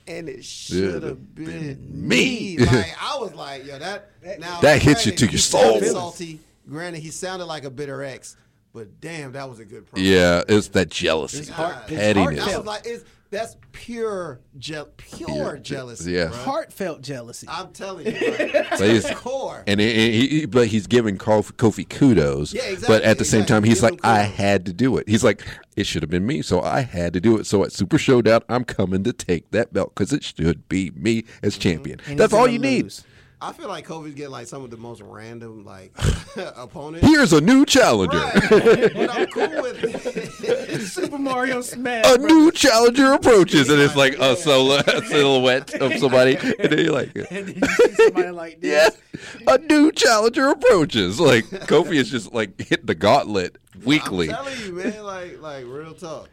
Speaker 1: And it should have been
Speaker 3: me.
Speaker 1: me. Like I was like, yo, that now
Speaker 3: That hits you
Speaker 1: granted,
Speaker 3: to your
Speaker 1: he sounded
Speaker 3: soul.
Speaker 1: Salty. Granted, he sounded like a bitter ex, but damn, that was a good. Promo.
Speaker 3: yeah, it's that jealousy,
Speaker 2: heart- it's
Speaker 3: pettiness.
Speaker 1: That was
Speaker 2: heartfelt.
Speaker 1: like it's, that's pure, je- pure jealousy.
Speaker 3: yeah.
Speaker 1: bruh.
Speaker 2: Heartfelt jealousy.
Speaker 1: I'm telling you, like,
Speaker 3: But he's-
Speaker 1: to the core.
Speaker 3: and it- it- he, he- but he's giving Kofi, Kofi kudos.
Speaker 1: Yeah, exactly,
Speaker 3: But at the same
Speaker 1: exactly.
Speaker 3: time, he's
Speaker 1: Give him
Speaker 3: like, I
Speaker 1: kudos.
Speaker 3: had to do it. He's like, it should have been me, so I had to do it. So at Super Showdown, I'm coming to take that belt because it should be me as
Speaker 1: Mm-hmm.
Speaker 3: champion.
Speaker 2: And
Speaker 3: That's
Speaker 2: he's
Speaker 3: all
Speaker 2: gonna
Speaker 3: you need.
Speaker 2: lose.
Speaker 1: I feel like Kobe's getting like some of the most random like opponents.
Speaker 3: Here's a new challenger.
Speaker 1: Right. but I'm cool with it.
Speaker 2: Super Mario Smash.
Speaker 3: a
Speaker 2: bro.
Speaker 3: new challenger approaches, and it's like a, solo, a silhouette of somebody, and then you're like,
Speaker 2: And then you see somebody like
Speaker 3: yeah,
Speaker 2: this.
Speaker 3: a new challenger approaches. Like Kofi is just like hitting the gauntlet
Speaker 1: I'm
Speaker 3: weekly,
Speaker 1: telling you, man, like like real talk.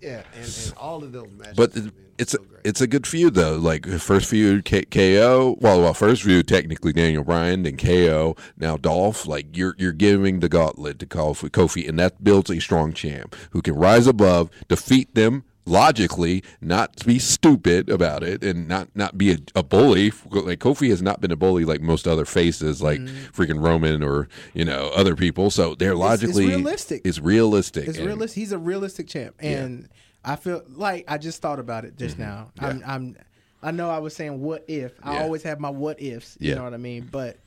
Speaker 1: Yeah, and, and all of those matches.
Speaker 3: but
Speaker 1: have
Speaker 3: it-
Speaker 1: been
Speaker 3: it's
Speaker 1: so
Speaker 3: a,
Speaker 1: great.
Speaker 3: it's a good feud though. Like first feud K- KO, well, well, first feud technically Daniel Bryan, then KO, now Dolph. Like you're you're giving the gauntlet to Kofi, Kofi, and that builds a strong champ who can rise above, defeat them logically, not be stupid about it, and not not be a, a bully. Like Kofi has not been a bully like most other faces, like freaking Roman or you know other people. So they're logically
Speaker 2: realistic.
Speaker 3: It's realistic.
Speaker 2: It's
Speaker 3: and-
Speaker 2: realis- He's a realistic champ, and I feel like I just thought about it just now. I'm, I'm, I know I was saying what if. I
Speaker 3: Mm-hmm. Yeah.
Speaker 2: always have my what ifs. You
Speaker 3: Yeah.
Speaker 2: know what I mean? But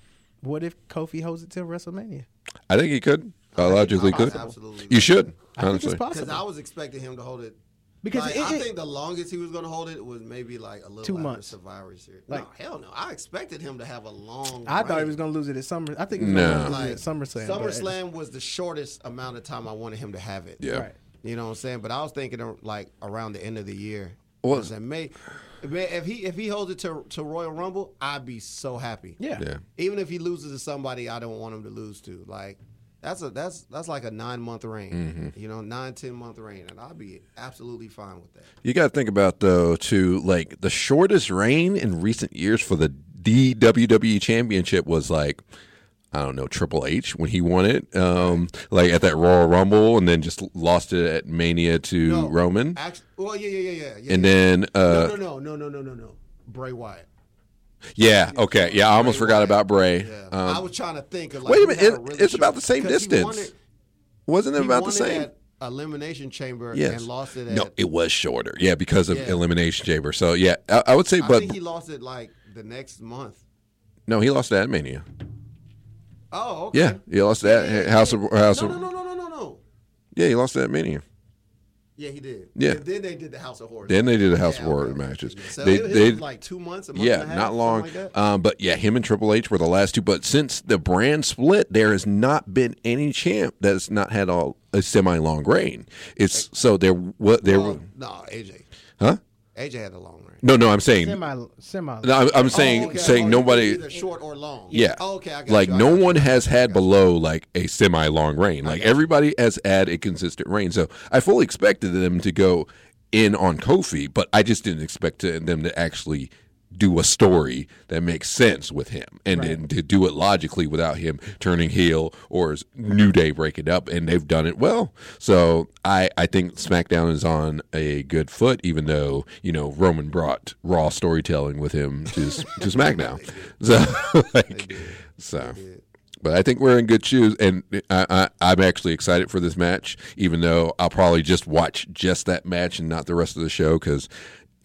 Speaker 2: what if Kofi holds it till WrestleMania?
Speaker 3: I think he could. I logically could.
Speaker 1: Absolutely.
Speaker 3: You should.
Speaker 2: I think
Speaker 3: Honestly.
Speaker 2: it's
Speaker 1: because
Speaker 2: possible.
Speaker 1: I was expecting him to hold it.
Speaker 2: Because
Speaker 1: like,
Speaker 2: it-
Speaker 1: I
Speaker 2: it-
Speaker 1: think the longest he was going to hold it was maybe like a little
Speaker 2: Two
Speaker 1: after
Speaker 2: months.
Speaker 1: Survivor Series. no,
Speaker 2: Like-
Speaker 1: hell no. I expected him to have a long.
Speaker 2: I thought he
Speaker 1: reign.
Speaker 2: was going to lose it at Summer. I think he was
Speaker 3: No.
Speaker 2: going to
Speaker 1: like
Speaker 2: lose it at SummerSlam. but-
Speaker 1: SummerSlam was the shortest amount of time I wanted him to have it.
Speaker 3: Yeah.
Speaker 2: Right.
Speaker 1: You know what I'm saying? But I was thinking of, like around the end of the year.
Speaker 3: Well-
Speaker 1: I said, may, may- if he if he holds it to to Royal Rumble, I'd be so happy.
Speaker 2: Yeah.
Speaker 3: Yeah.
Speaker 1: Even if he loses to somebody I don't want him to lose to, like that's a that's that's like a nine month reign.
Speaker 3: Mm-hmm.
Speaker 1: You know, nine ten month reign, and I'd be absolutely fine with that.
Speaker 3: You got to think about though too, like the shortest reign in recent years for the the WWE E Championship was like. I don't know Triple H when he won it, um, like at that Royal Rumble, and then just lost it at Mania to
Speaker 1: No.
Speaker 3: Roman,
Speaker 1: Act- well, yeah, yeah, yeah, yeah. yeah
Speaker 3: and
Speaker 1: yeah.
Speaker 3: then uh,
Speaker 1: no, no, no, no, no, no, no, no. Bray Wyatt.
Speaker 3: yeah, okay, yeah, I almost
Speaker 1: Bray
Speaker 3: forgot
Speaker 1: Wyatt.
Speaker 3: about Bray.
Speaker 1: Yeah, I
Speaker 3: Um,
Speaker 1: was trying to think. Of like,
Speaker 3: wait a
Speaker 1: who
Speaker 3: minute,
Speaker 1: had
Speaker 3: it-
Speaker 1: really
Speaker 3: it's
Speaker 1: short-
Speaker 3: about the same
Speaker 1: 'cause he
Speaker 3: distance.
Speaker 1: wanted-
Speaker 3: Wasn't it
Speaker 1: he
Speaker 3: about
Speaker 1: won
Speaker 3: the
Speaker 1: it
Speaker 3: same?
Speaker 1: at Elimination Chamber
Speaker 3: Yes.
Speaker 1: and lost it at.
Speaker 3: no, it was shorter. Yeah, because of
Speaker 1: Yeah.
Speaker 3: Elimination Chamber. So yeah, I, I would say,
Speaker 1: I
Speaker 3: but
Speaker 1: think he lost it like the next month.
Speaker 3: no, he lost it at Mania.
Speaker 1: Oh, okay.
Speaker 3: Yeah, he lost it at House of House
Speaker 1: No,
Speaker 3: of
Speaker 1: no, no, no, no, no, no.
Speaker 3: Yeah, he lost it at Mania.
Speaker 1: Yeah, he did.
Speaker 3: Yeah.
Speaker 1: And then they did the House of Horrors.
Speaker 3: Then they did the House
Speaker 1: Yeah,
Speaker 3: of Horror
Speaker 1: okay.
Speaker 3: matches.
Speaker 1: So
Speaker 3: they
Speaker 1: it, it
Speaker 3: they
Speaker 1: was like two months, a month and
Speaker 3: yeah,
Speaker 1: a half,
Speaker 3: not
Speaker 1: something
Speaker 3: long.
Speaker 1: Like that.
Speaker 3: um, but yeah, him and Triple H were the last two. But since the brand split, there has not been any champ that's not had all a semi long reign. It's so there what there
Speaker 1: Oh, no, AJ.
Speaker 3: huh?
Speaker 1: AJ had a long reign.
Speaker 3: No, no, I'm saying
Speaker 2: Semi, semi.
Speaker 3: no, I'm, I'm saying
Speaker 1: Oh, okay.
Speaker 3: saying
Speaker 1: Oh, it
Speaker 3: nobody.
Speaker 1: was Either short or long.
Speaker 3: Yeah.
Speaker 1: Oh, okay, I got
Speaker 3: like
Speaker 1: you, I
Speaker 3: no
Speaker 1: got you.
Speaker 3: one has had below like a semi long reign. Like everybody has had a consistent reign. So I fully expected them to go in on Kofi, but I just didn't expect to, them to actually do a story that makes sense with him and then to do it logically without him turning heel or his new day breaking up and they've done it well so i i think smackdown is on a good foot even though you know roman brought raw storytelling with him to s- to smackdown so like so but I think we're in good shoes, and I, I, I'm actually excited for this match, even though I'll probably just watch just that match and not the rest of the show because,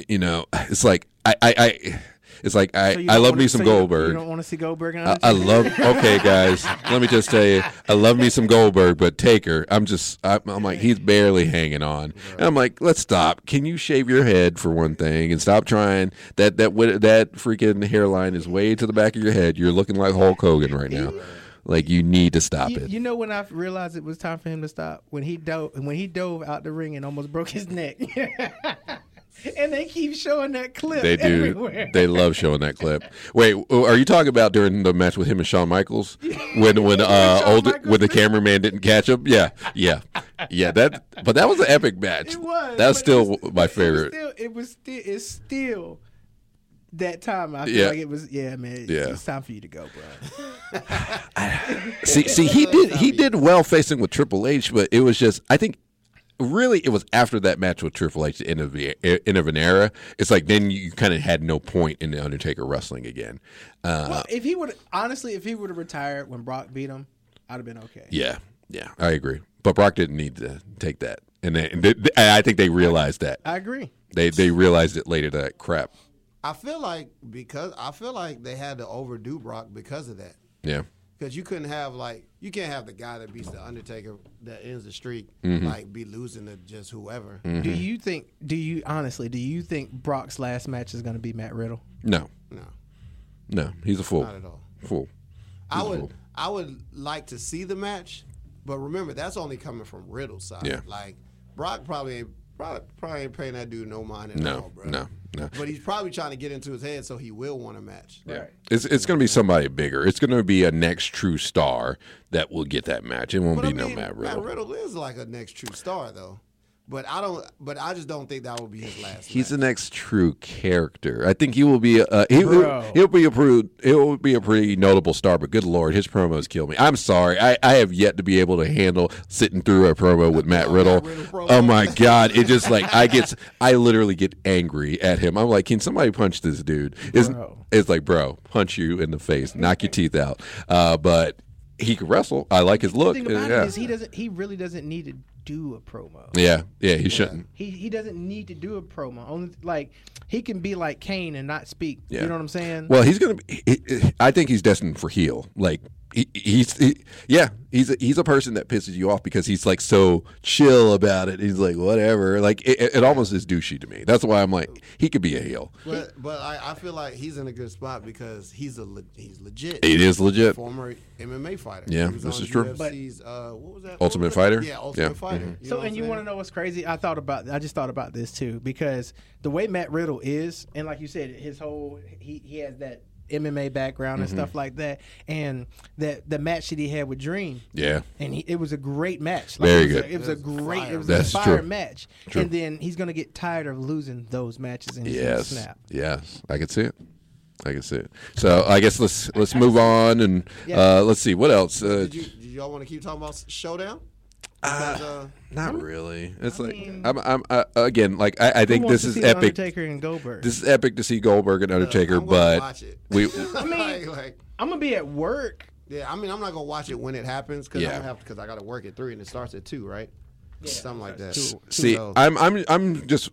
Speaker 3: you know, it's like I, I, I it's like I,
Speaker 2: So you
Speaker 3: I
Speaker 2: don't
Speaker 3: love
Speaker 2: wanna-
Speaker 3: me some
Speaker 2: so you don't- You
Speaker 3: Goldberg.
Speaker 2: don't want to see Goldberg. And
Speaker 3: I, I love. Okay, guys, let me just tell you, I love me some Goldberg, but Taker, I'm just, I, I'm like, he's barely hanging on, and I'm like, let's stop. Can you shave your head for one thing, and stop trying that that wi- that freaking hairline is way to the back of your head. You're looking like Hulk Hogan right now. Like you need to stop
Speaker 2: you,
Speaker 3: it.
Speaker 2: you know when I realized it was time for him to stop when he dove when he dove out the ring and almost broke his neck. and they keep showing that clip.
Speaker 3: They do.
Speaker 2: Everywhere.
Speaker 3: They love showing that clip. Wait, are you talking about during the match with him and Shawn Michaels when when uh
Speaker 2: Shawn
Speaker 3: old
Speaker 2: Michaels
Speaker 3: when the
Speaker 2: missed.
Speaker 3: cameraman didn't catch him? Yeah, yeah, yeah. That but that was an epic match.
Speaker 2: It was.
Speaker 3: That's
Speaker 2: but it
Speaker 3: still
Speaker 2: was-
Speaker 3: my
Speaker 2: it was
Speaker 3: favorite.
Speaker 2: still- It was still. It's still that time. I feel
Speaker 3: Yeah.
Speaker 2: like it was. Yeah, man. It's,
Speaker 3: Yeah. Uh-huh.
Speaker 2: it's time for you to go, bro.
Speaker 3: see, see, he did he did well facing with Triple H, but it was just I think really it was after that match with Triple H the end of the e, end of an era. It's like then you kind of had no point in the Undertaker wrestling again. Uh,
Speaker 2: well, if he would honestly, if he would have retired when Brock beat him, I'd have been okay.
Speaker 3: Yeah, yeah, I agree. But Brock didn't need to take that, and, they, and they- and I think they realized that.
Speaker 2: I agree.
Speaker 3: They they realized it later. That crap.
Speaker 1: I feel like because I feel like they had to overdo Brock because of that.
Speaker 3: Yeah,
Speaker 1: Because you couldn't have like you can't have the guy that beats the Undertaker that ends the streak
Speaker 3: Mm-hmm.
Speaker 1: like be losing to just whoever.
Speaker 2: Do you think? Do you honestly? Do you think Brock's last match is going to be Matt Riddle?
Speaker 3: no,
Speaker 1: No,
Speaker 3: no, he's a fool.
Speaker 1: not at all.
Speaker 3: Fool.
Speaker 1: I
Speaker 3: He's a
Speaker 1: would
Speaker 3: fool.
Speaker 1: I would like to see the match, but remember that's only coming from Riddle's side.
Speaker 3: Yeah.
Speaker 1: Like Brock probably ain't probably, probably ain't paying that dude no mind at all,
Speaker 3: No,
Speaker 1: bro.
Speaker 3: no, no.
Speaker 1: But he's probably trying to get into his head so he will want a match.
Speaker 3: Yeah. It's it's gonna be somebody bigger. It's gonna be a next true star that will get that match. It won't
Speaker 1: But
Speaker 3: be
Speaker 1: I
Speaker 3: no
Speaker 1: mean,
Speaker 3: Matt Riddle.
Speaker 1: is like a next true star though. But I don't. But I just don't think that would be his last. match.
Speaker 3: He's the next true character. I think he will be. Uh, he will,
Speaker 2: Bro.
Speaker 3: he'll be a pretty, he'll be a pretty notable star. But good lord, his promos kill me. I'm sorry. I, I have yet to be able to handle sitting through a promo with Matt Riddle.
Speaker 1: Riddle promo.
Speaker 3: Oh my god, it just like I get. I literally get angry at him. I'm like, can somebody punch this dude? It's,
Speaker 2: Bro.
Speaker 3: it's like, bro, punch you in the face, knock your teeth out. Uh, but he can wrestle. I like his look.
Speaker 2: The thing about
Speaker 3: yeah.
Speaker 2: it is he doesn't. He really doesn't need to do a promo.
Speaker 3: yeah, yeah, he shouldn't.
Speaker 2: He he doesn't need to do a promo. Only like he can be like Kane and not speak.
Speaker 3: Yeah.
Speaker 2: You know what I'm saying?
Speaker 3: Well, he's gonna. Be, he, he- I think he's destined for heel. Like he, he's, he, yeah, he's a, he's a person that pisses you off because he's like so chill about it. He's like whatever. Like it, it, it almost is douchey to me. That's why I'm like he could be a heel.
Speaker 1: But but I, I feel like he's in a good spot because he's a le- he's legit.
Speaker 3: It is legit.
Speaker 1: Former MMA fighter.
Speaker 3: Yeah,
Speaker 1: He was
Speaker 3: this
Speaker 1: on
Speaker 3: is true. But-
Speaker 1: UFC's, uh, what was that?
Speaker 3: Ultimate
Speaker 1: What was it?
Speaker 3: Fighter?
Speaker 1: Yeah, Ultimate
Speaker 3: Yeah, Mm-hmm.
Speaker 1: Fighter.
Speaker 2: so and you want to know what's crazy? I thought about I just thought about this too because the way Matt Riddle is and like you said his whole he he has that MMA background and
Speaker 3: Mm-hmm.
Speaker 2: stuff like that and that the match that he had with Dream.
Speaker 3: Yeah,
Speaker 2: And he, it was a great match.
Speaker 3: Very
Speaker 2: it was
Speaker 3: good.
Speaker 2: A, it was a great, it was
Speaker 3: That's
Speaker 2: a fire
Speaker 3: true.
Speaker 2: match. And then he's gonna get tired of losing those matches and he's
Speaker 3: yes,
Speaker 2: gonna snap.
Speaker 3: yes. I could see it. I guess it. So I guess let's let's move on and uh, let's see what else. Uh,
Speaker 1: Did you, did y'all want to keep talking about Showdown? Because, uh,
Speaker 3: not really. It's like I'm, I'm uh, again like I, I think
Speaker 2: wants
Speaker 3: this
Speaker 2: to
Speaker 3: is
Speaker 2: see The
Speaker 3: epic.
Speaker 2: Undertaker and Goldberg.
Speaker 3: This is epic to see Goldberg and Undertaker,
Speaker 1: I'm gonna
Speaker 3: but
Speaker 1: watch it.
Speaker 3: we
Speaker 1: I
Speaker 2: mean-
Speaker 1: like, like,
Speaker 2: I'm gonna be at work.
Speaker 1: yeah. I mean, I'm not gonna watch it when it happens because
Speaker 3: Yeah.
Speaker 1: I'm gonna have because I got to work at three and it starts at two, right? Something like that.
Speaker 3: see.
Speaker 1: So,
Speaker 3: I'm I'm I'm just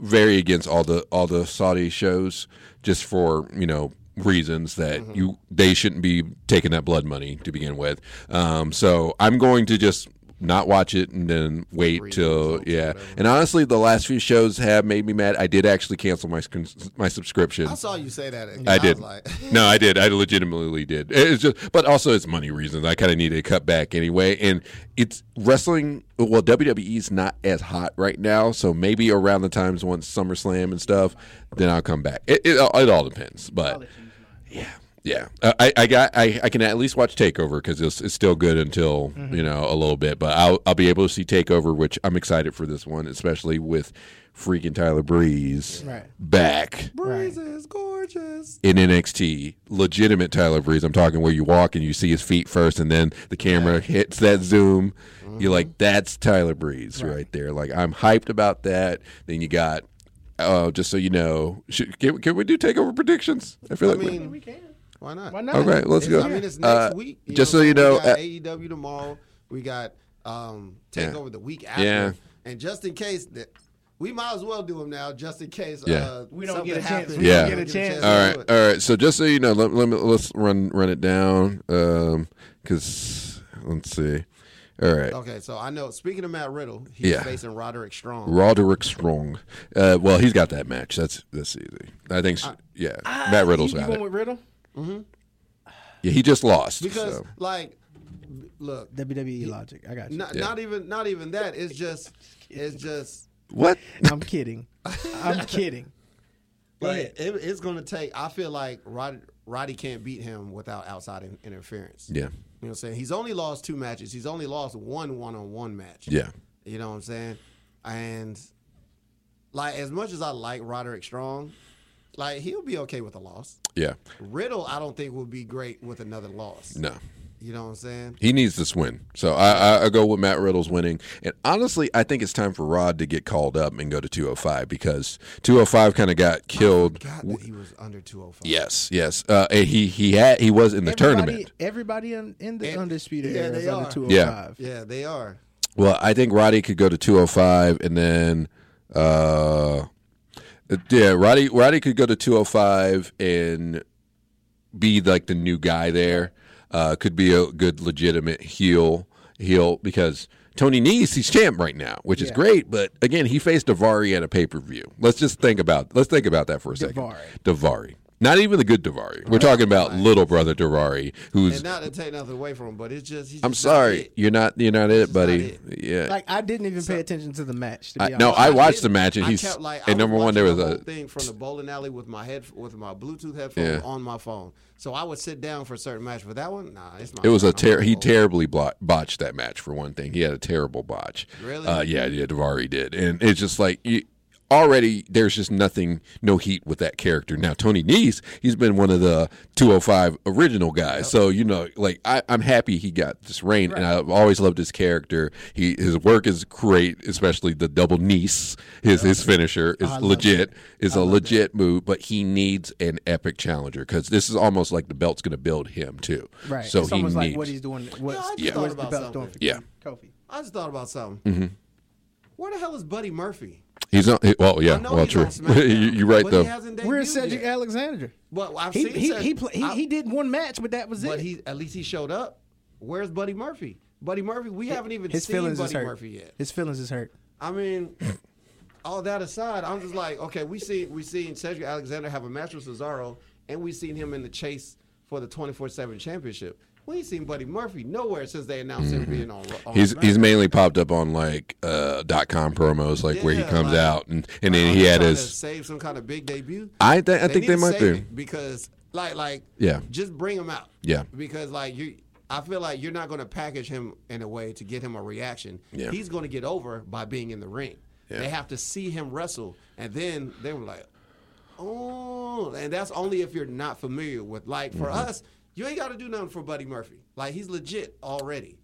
Speaker 3: very against all the all the Saudi shows just for you know reasons that you they shouldn't be taking that blood money to begin with. Um, so I'm going to just not watch it and then wait till yeah. And honestly, the last few shows have made me mad. I did actually cancel my scon- my subscription.
Speaker 1: I saw you say that. and
Speaker 3: I,
Speaker 1: was
Speaker 3: did.
Speaker 1: Like,
Speaker 3: no, I did. I legitimately did. It's just, but also it's money reasons. I kind of needed to cut back anyway. And it's wrestling. Well, WWE's not as hot right now, so maybe around the times once SummerSlam and stuff, then I'll come back. It it, it all depends. But yeah, yeah. Uh, I, I got. I, I can at least watch Takeover because it's, it's still good until you know a little bit. But I'll I'll be able to see Takeover, which I'm excited for this one, especially with freaking Tyler Breeze
Speaker 2: Right.
Speaker 3: back
Speaker 1: Breeze is gorgeous.
Speaker 3: in NXT, legitimate Tyler Breeze. I'm talking where you walk and you see his feet first, and then the camera hits that zoom.
Speaker 1: Mm-hmm.
Speaker 3: You're like, that's Tyler Breeze right. there. Like, I'm hyped about that. Then you got, oh, just so you know, should, can, can we do takeover predictions? I feel
Speaker 1: I
Speaker 3: like we-
Speaker 1: mean,
Speaker 2: can.
Speaker 1: why not?
Speaker 2: Why not?
Speaker 3: okay, let's
Speaker 1: It's-
Speaker 3: go.
Speaker 1: I mean, it's next
Speaker 3: Uh,
Speaker 1: week.
Speaker 3: just
Speaker 1: know,
Speaker 3: so you know,
Speaker 1: we
Speaker 3: uh,
Speaker 1: got AEW tomorrow. We got um, Takeover the week after.
Speaker 3: Yeah.
Speaker 1: And just in case that we might as well do them now, just in case.
Speaker 3: Yeah.
Speaker 1: Uh,
Speaker 2: We don't
Speaker 1: something
Speaker 2: get a chance.
Speaker 1: happens.
Speaker 2: We
Speaker 3: don't Yeah. get a
Speaker 2: chance.
Speaker 1: to
Speaker 3: all
Speaker 1: do
Speaker 3: right,
Speaker 1: it.
Speaker 3: all right. So just so you know, let, let me let's run run it down. Um, because let's see. All right.
Speaker 1: Okay, so I know. Speaking of Matt Riddle, he's
Speaker 3: Yeah.
Speaker 1: facing Roderick Strong.
Speaker 3: Roderick Strong. Uh, well, he's got that match. That's that's easy. I think. s yeah, Matt Riddle's
Speaker 2: Ah, you, you
Speaker 3: got
Speaker 2: going
Speaker 3: it.
Speaker 2: with Riddle?
Speaker 3: Yeah, he just lost.
Speaker 1: Because,
Speaker 3: so.
Speaker 1: like, look,
Speaker 2: WWE E logic. I got you.
Speaker 1: not, not even not even that. It's just, it's just.
Speaker 3: what?
Speaker 2: I'm kidding. I'm kidding.
Speaker 1: Like, it, it's going to take. I feel like Rod, Roddy can't beat him without outside in, interference.
Speaker 3: Yeah,
Speaker 1: You know what I'm saying? He's only lost two matches. He's only lost one one on one match.
Speaker 3: yeah,
Speaker 1: You know what I'm saying? And like as much as I like Roderick Strong, like he'll be okay with a loss.
Speaker 3: yeah.
Speaker 1: Riddle, I don't think will be great with another loss.
Speaker 3: No,
Speaker 1: You know what I'm saying?
Speaker 3: he needs this win. So I, I, I go with Matt Riddle's winning. And honestly, I think it's time for Rod to get called up and go to 205 because 205 kind of got killed.
Speaker 1: Oh God, that he was under 205.
Speaker 3: Yes, yes. Uh, and he he had he was in the
Speaker 2: everybody,
Speaker 3: tournament.
Speaker 2: Everybody in, in the
Speaker 1: And-
Speaker 2: undisputed
Speaker 1: yeah,
Speaker 2: era
Speaker 1: they
Speaker 2: is under
Speaker 1: are.
Speaker 2: 205.
Speaker 1: Yeah, they are.
Speaker 3: Well, I think Roddy could go to 205 and then uh yeah, Roddy Roddy could go to 205 and be like the new guy there. Uh could be a good legitimate heel heel because Tony Nese, he's champ right now, which is great, but again, he faced Davari at a pay-per-view. Let's just think about let's think about that for a second. Davari. Not even the good Davari. We're talking about little brother Davari who's
Speaker 1: And not to take nothing away from him, but it's just he's
Speaker 3: I'm
Speaker 1: just not
Speaker 3: sorry,
Speaker 1: it.
Speaker 3: you're not you're not it, buddy.
Speaker 1: it.
Speaker 3: Yeah.
Speaker 2: Like, I didn't even pay attention to the match, to
Speaker 3: I,
Speaker 2: be
Speaker 3: no,
Speaker 2: honest.
Speaker 3: I
Speaker 1: I
Speaker 3: watched
Speaker 1: did-
Speaker 3: the match, and
Speaker 1: I
Speaker 3: he's
Speaker 1: kept, like, I
Speaker 3: and number one.
Speaker 1: watching
Speaker 3: There was
Speaker 1: the whole
Speaker 3: a
Speaker 1: thing from the bowling alley with my head with my Bluetooth headphone
Speaker 3: Yeah.
Speaker 1: on my phone. So I would sit down for a certain match, but that one, nah, it's my.
Speaker 3: it was a
Speaker 1: I'm
Speaker 3: ter- he
Speaker 1: old.
Speaker 3: terribly blo- botched that match for one thing. He had a terrible botch.
Speaker 1: Really?
Speaker 3: Uh, yeah, yeah, Davari did, and it's just like you, already there's just nothing, no heat with that character. Now Tony Nese, he's been one of the 205 original guys, so you know, like I, I'm happy he got this reign, and I've always loved his character. He his work is great, especially the double Nese. His his finisher is legit. Is a legit move, but he needs an epic challenger because this is almost like the belt's going to build him too.
Speaker 2: Right.
Speaker 3: So
Speaker 2: it's
Speaker 3: he
Speaker 2: almost
Speaker 3: needs.
Speaker 2: like what he's doing.
Speaker 1: Yeah, I
Speaker 2: What's,
Speaker 1: just Yeah. thought
Speaker 2: what's the
Speaker 1: about
Speaker 2: belt doing for
Speaker 3: Yeah.
Speaker 2: Kofi?
Speaker 1: I just thought about something.
Speaker 3: Mm-hmm.
Speaker 1: Where the hell is Buddy Murphy?
Speaker 3: He's not. He, well, yeah.
Speaker 1: I know
Speaker 3: Well,
Speaker 1: he's on
Speaker 3: true. you,
Speaker 1: SmackDown,
Speaker 3: you're right
Speaker 1: but
Speaker 3: though.
Speaker 1: He hasn't
Speaker 2: Where's
Speaker 1: debuted
Speaker 2: Cedric
Speaker 1: yet.
Speaker 2: Alexander?
Speaker 1: But I've
Speaker 2: He
Speaker 1: seen
Speaker 2: he,
Speaker 1: Cedric-
Speaker 2: he, play, he
Speaker 1: I-
Speaker 2: he did one match, but that was
Speaker 1: but
Speaker 2: it.
Speaker 1: he at least he showed up. Where's Buddy Murphy? Buddy Murphy, we haven't even
Speaker 2: His
Speaker 1: seen
Speaker 2: feelings is
Speaker 1: Buddy
Speaker 2: hurt.
Speaker 1: Murphy yet.
Speaker 2: His feelings is hurt.
Speaker 1: I mean, all that aside, I'm just like, okay, we see we seen Cedric Alexander have a match with Cesaro, and we seen him in the chase for the 24/7 championship. We ain't seen Buddy Murphy nowhere since they announced him being on. on
Speaker 3: He's
Speaker 1: SmackDown.
Speaker 3: he's mainly popped up on like uh, dot com promos, like where he
Speaker 1: Yeah,
Speaker 3: comes
Speaker 1: like-
Speaker 3: out, and and then
Speaker 1: Are
Speaker 3: he
Speaker 1: they
Speaker 3: had
Speaker 1: trying
Speaker 3: his.
Speaker 1: to save some kind of big debut.
Speaker 3: I th- I think
Speaker 1: need
Speaker 3: they
Speaker 1: to
Speaker 3: might
Speaker 1: save
Speaker 3: be.
Speaker 1: it because like like
Speaker 3: Yeah.
Speaker 1: just bring him out
Speaker 3: Yeah.
Speaker 1: because like you. I feel like you're not going to package him in a way to get him a reaction.
Speaker 3: Yeah.
Speaker 1: He's going to get over by being in the ring.
Speaker 3: Yeah.
Speaker 1: They have to see him wrestle, and then they were like, oh, and that's only if you're not familiar with. Like for
Speaker 3: Mm-hmm.
Speaker 1: us, you ain't got to do nothing for Buddy Murphy. Like he's legit already.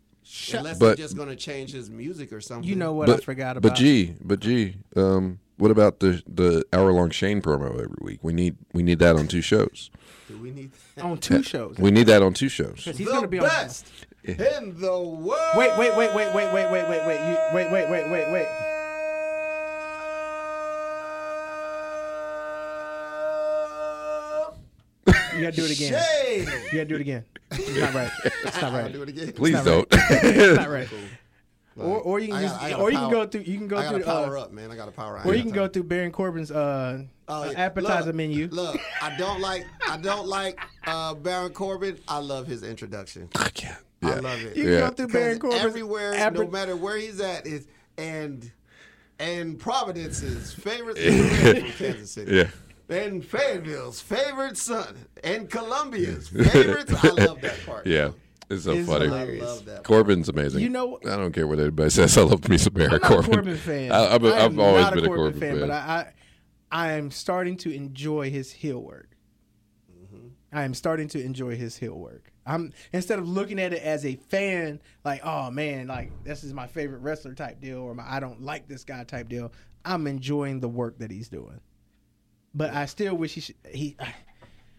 Speaker 1: Unless
Speaker 3: But-
Speaker 1: they're just gonna change his music or something.
Speaker 2: You know what I forgot about?
Speaker 3: But gee, but gee, um, what about the the hour long Shane promo every week? We need we need that on two shows.
Speaker 1: Do we need that?
Speaker 2: on two shows.
Speaker 3: We need that on two shows.
Speaker 2: 'Cause he's
Speaker 1: the
Speaker 2: gonna be on.
Speaker 1: best in the world.
Speaker 2: Wait, wait, wait, wait, wait, wait, wait, wait, wait, you, wait, wait, wait, wait, wait. You gotta do it again.
Speaker 1: Shade.
Speaker 2: You gotta do it again. It's not right. It's not
Speaker 1: I'll
Speaker 2: right.
Speaker 1: do it again.
Speaker 3: Please
Speaker 2: not
Speaker 3: don't.
Speaker 2: It's not right. Or, or you can
Speaker 1: I
Speaker 2: use,
Speaker 1: gotta- I gotta
Speaker 2: or you can
Speaker 1: power-
Speaker 2: go through, you can go
Speaker 1: I gotta
Speaker 2: through,
Speaker 1: power
Speaker 2: uh,
Speaker 1: up, man. I gotta power up.
Speaker 2: or you can go through Baron Corbin's uh,
Speaker 1: Oh,
Speaker 2: uh,
Speaker 1: yeah.
Speaker 2: appetizer
Speaker 1: Look,
Speaker 2: menu.
Speaker 1: Look, I don't like I don't like uh, Baron Corbin. I love his introduction.
Speaker 3: I can't. Yeah.
Speaker 1: I love it.
Speaker 2: You can
Speaker 3: Yeah.
Speaker 2: go through Baron
Speaker 1: Because
Speaker 2: Corbin's
Speaker 1: everywhere, no
Speaker 2: appet-
Speaker 1: matter where he's at, is and and Providence's favorite son from Kansas City.
Speaker 3: Yeah.
Speaker 1: And Fayetteville's favorite son. And Columbia's favorite son. I love that part.
Speaker 3: Yeah, it's so
Speaker 2: It's
Speaker 3: funny.
Speaker 1: I
Speaker 2: hilarious.
Speaker 1: love that part.
Speaker 3: Corbin's amazing.
Speaker 2: You know-
Speaker 3: I don't care what anybody says. I love me some Baron
Speaker 2: I'm not
Speaker 3: Corbin.
Speaker 2: a Corbin fan.
Speaker 3: I, have
Speaker 2: I am
Speaker 3: always
Speaker 2: not
Speaker 3: been a Corbin, fan,
Speaker 2: but I, I I am starting to enjoy his heel work.
Speaker 1: Mm-hmm.
Speaker 2: I am starting to enjoy his heel work. I'm instead of looking at it as a fan, like oh man, like this is my favorite wrestler type deal, or my I don't like this guy type deal. I'm enjoying the work that he's doing, but I still wish he should, he.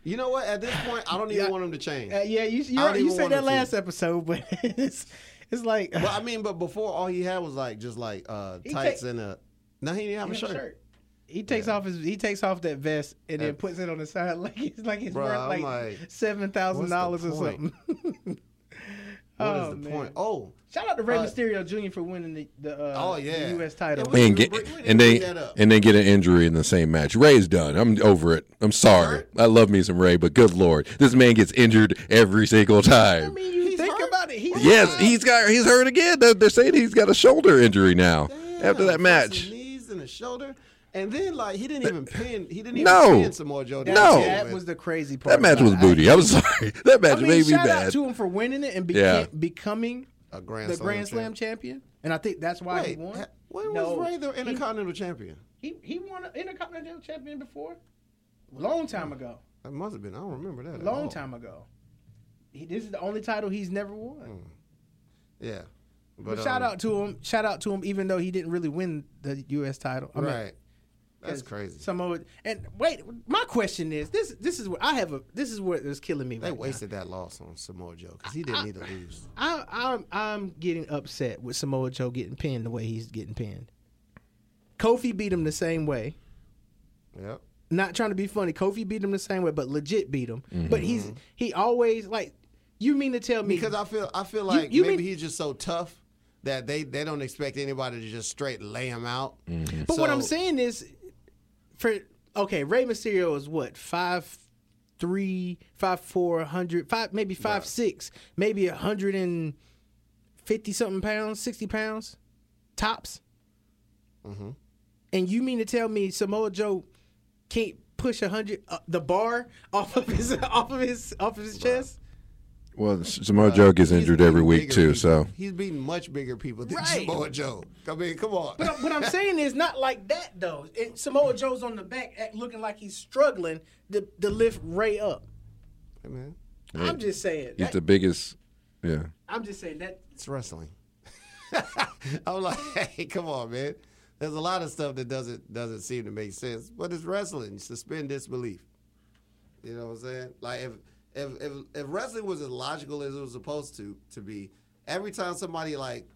Speaker 1: You know what? At this point, I don't even
Speaker 2: Yeah.
Speaker 1: want him to change.
Speaker 2: Uh, yeah, you
Speaker 1: I
Speaker 2: you,
Speaker 1: don't
Speaker 2: you
Speaker 1: even
Speaker 2: said
Speaker 1: want him
Speaker 2: that
Speaker 1: to.
Speaker 2: last episode, but it's it's like
Speaker 1: But I mean, but before all he had was like just like uh,
Speaker 2: He
Speaker 1: tights
Speaker 2: take-
Speaker 1: and a. No, he didn't have a
Speaker 2: He has a
Speaker 1: shirt.
Speaker 2: shirt. He takes off his he takes off that vest and then puts it on the side like he's like he's
Speaker 1: Bruh, I'm
Speaker 2: worth like,
Speaker 1: like,
Speaker 2: seven thousand dollars or
Speaker 1: what's the
Speaker 2: something.
Speaker 1: What is
Speaker 2: Oh,
Speaker 1: the
Speaker 2: man.
Speaker 1: point? Oh,
Speaker 2: Shout out to Rey
Speaker 1: Uh,
Speaker 2: Mysterio Jr. for winning the, the uh
Speaker 1: Oh, yeah.
Speaker 2: the US title.
Speaker 1: It was-
Speaker 3: and
Speaker 1: We-
Speaker 3: get
Speaker 1: we- we didn't
Speaker 3: and
Speaker 1: bring that
Speaker 3: then
Speaker 1: up.
Speaker 3: and then get an injury in the same match. Ray's done. I'm over it. I'm sorry. I love me some Ray, but good lord, this man gets injured every single
Speaker 2: I
Speaker 3: time.
Speaker 2: mean you
Speaker 1: He's
Speaker 2: think
Speaker 1: hurt?
Speaker 2: about it, he's
Speaker 3: Yes, he's got he's hurt again. They're, they're saying he's got a shoulder injury now after
Speaker 1: Damn,
Speaker 3: that
Speaker 1: first
Speaker 3: match.
Speaker 1: the knees and the shoulder, and then like he didn't even pin. He didn't even
Speaker 3: No.
Speaker 1: pin some more Joe.
Speaker 2: that,
Speaker 3: No.
Speaker 2: that was the crazy part.
Speaker 3: That match
Speaker 2: about
Speaker 3: was
Speaker 2: it.
Speaker 3: booty. I'm sorry. That
Speaker 2: I,
Speaker 3: match
Speaker 2: I mean,
Speaker 3: made me
Speaker 2: shout
Speaker 3: mad.
Speaker 2: out to him for winning it and beca-
Speaker 3: Yeah.
Speaker 2: becoming
Speaker 1: a grand
Speaker 2: the
Speaker 1: slam
Speaker 2: Grand Slam
Speaker 1: champ.
Speaker 2: champion. And I think that's why he
Speaker 1: Wait,
Speaker 2: won.
Speaker 1: ha- when
Speaker 2: No.
Speaker 1: was Ray the
Speaker 2: He-
Speaker 1: Intercontinental Champion?
Speaker 2: He he won an Intercontinental Champion before, long time ago.
Speaker 1: That must have been. I don't remember that. at
Speaker 2: Long
Speaker 1: all.
Speaker 2: time ago. He, this is the only title he's never won.
Speaker 1: Yeah.
Speaker 2: But, shout
Speaker 1: Mm, um,
Speaker 2: out to him. Shout out to him, even though he didn't really win the U.S. title. I mean,
Speaker 1: Right. That's
Speaker 2: 'cause
Speaker 1: crazy.
Speaker 2: Some of it. And wait, my question is this: This is what I have. A, this is what is killing me.
Speaker 1: they
Speaker 2: right now.
Speaker 1: wasted that loss on Samoa Joe because he didn't need to lose.
Speaker 2: I, I'm I'm getting upset with Samoa Joe getting pinned the way he's getting pinned. Kofi beat him the same way.
Speaker 1: Yep.
Speaker 2: not trying to be funny. Kofi beat him the same way, but legit beat him. But he's he always like you mean to tell me
Speaker 1: Because I feel I feel like
Speaker 2: you
Speaker 1: maybe
Speaker 2: mean-
Speaker 1: he's just so tough that they, they don't expect anybody to just straight lay him out.
Speaker 3: Mm-hmm.
Speaker 2: But what I'm
Speaker 1: So-
Speaker 2: saying is for okay, Rey Mysterio is what five three, five four, hundred, five maybe five six, maybe a hundred and fifty something pounds, sixty pounds tops.
Speaker 1: Mm-hmm.
Speaker 2: And you mean to tell me Samoa Joe can't push a hundred uh, the bar off of his off of his off of his chest?
Speaker 3: Well, Samoa Joe gets
Speaker 1: He's
Speaker 3: injured
Speaker 1: beating
Speaker 3: every week
Speaker 1: bigger
Speaker 3: too.
Speaker 1: people.
Speaker 3: So
Speaker 1: he's beating much bigger people than
Speaker 2: Right.
Speaker 1: Samoa Joe. I mean, come on.
Speaker 2: But what I'm saying is not like that though. It, Samoa Joe's on the back, act, looking like he's struggling to, to lift Ray up.
Speaker 1: Hey, man,
Speaker 2: I'm just saying.
Speaker 3: he's
Speaker 2: That,
Speaker 3: the biggest. Yeah.
Speaker 2: I'm just saying that.
Speaker 1: it's wrestling. I'm like, hey, come on, man. There's a lot of stuff that doesn't doesn't seem to make sense, but it's wrestling. Suspend disbelief. You know what I'm saying? Like if if if, if wrestling was as logical as it was supposed to to be, every time somebody like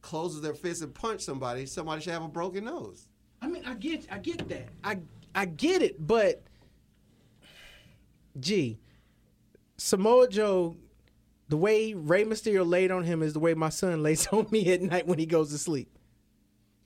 Speaker 1: closes their fist and punch somebody, somebody should have a broken nose.
Speaker 2: I mean, I get, I get that. I, I get it, but gee, Samoa Joe, the way Ray Mysterio laid on him is the way my son lays on me at night when he goes to sleep.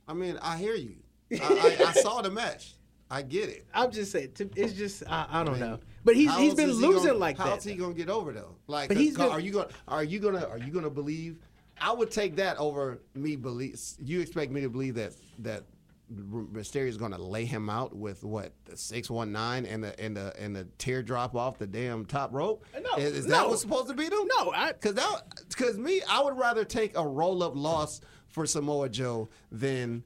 Speaker 1: I mean, I hear you. I, I, I saw the match. I get it.
Speaker 2: I'm just saying. to- It's just I, I don't know. But he's
Speaker 1: How
Speaker 2: he's
Speaker 1: else
Speaker 2: been
Speaker 1: is he
Speaker 2: losing
Speaker 1: gonna-
Speaker 2: like
Speaker 1: How's
Speaker 2: that.
Speaker 1: he gonna get over though? Like,
Speaker 2: But
Speaker 1: 'cause
Speaker 2: he's
Speaker 1: co-
Speaker 2: been-
Speaker 1: are you gonna are you gonna are you gonna believe? I would take that over me believe. You expect me to believe that that Mysterio is gonna lay him out with what the six one nine and the and the and the teardrop off the damn top rope?
Speaker 2: Uh, No,
Speaker 1: is, is
Speaker 2: no.
Speaker 1: that what's supposed to be though?
Speaker 2: No, I-
Speaker 1: because that because me, I would rather take a roll up loss for Samoa Joe than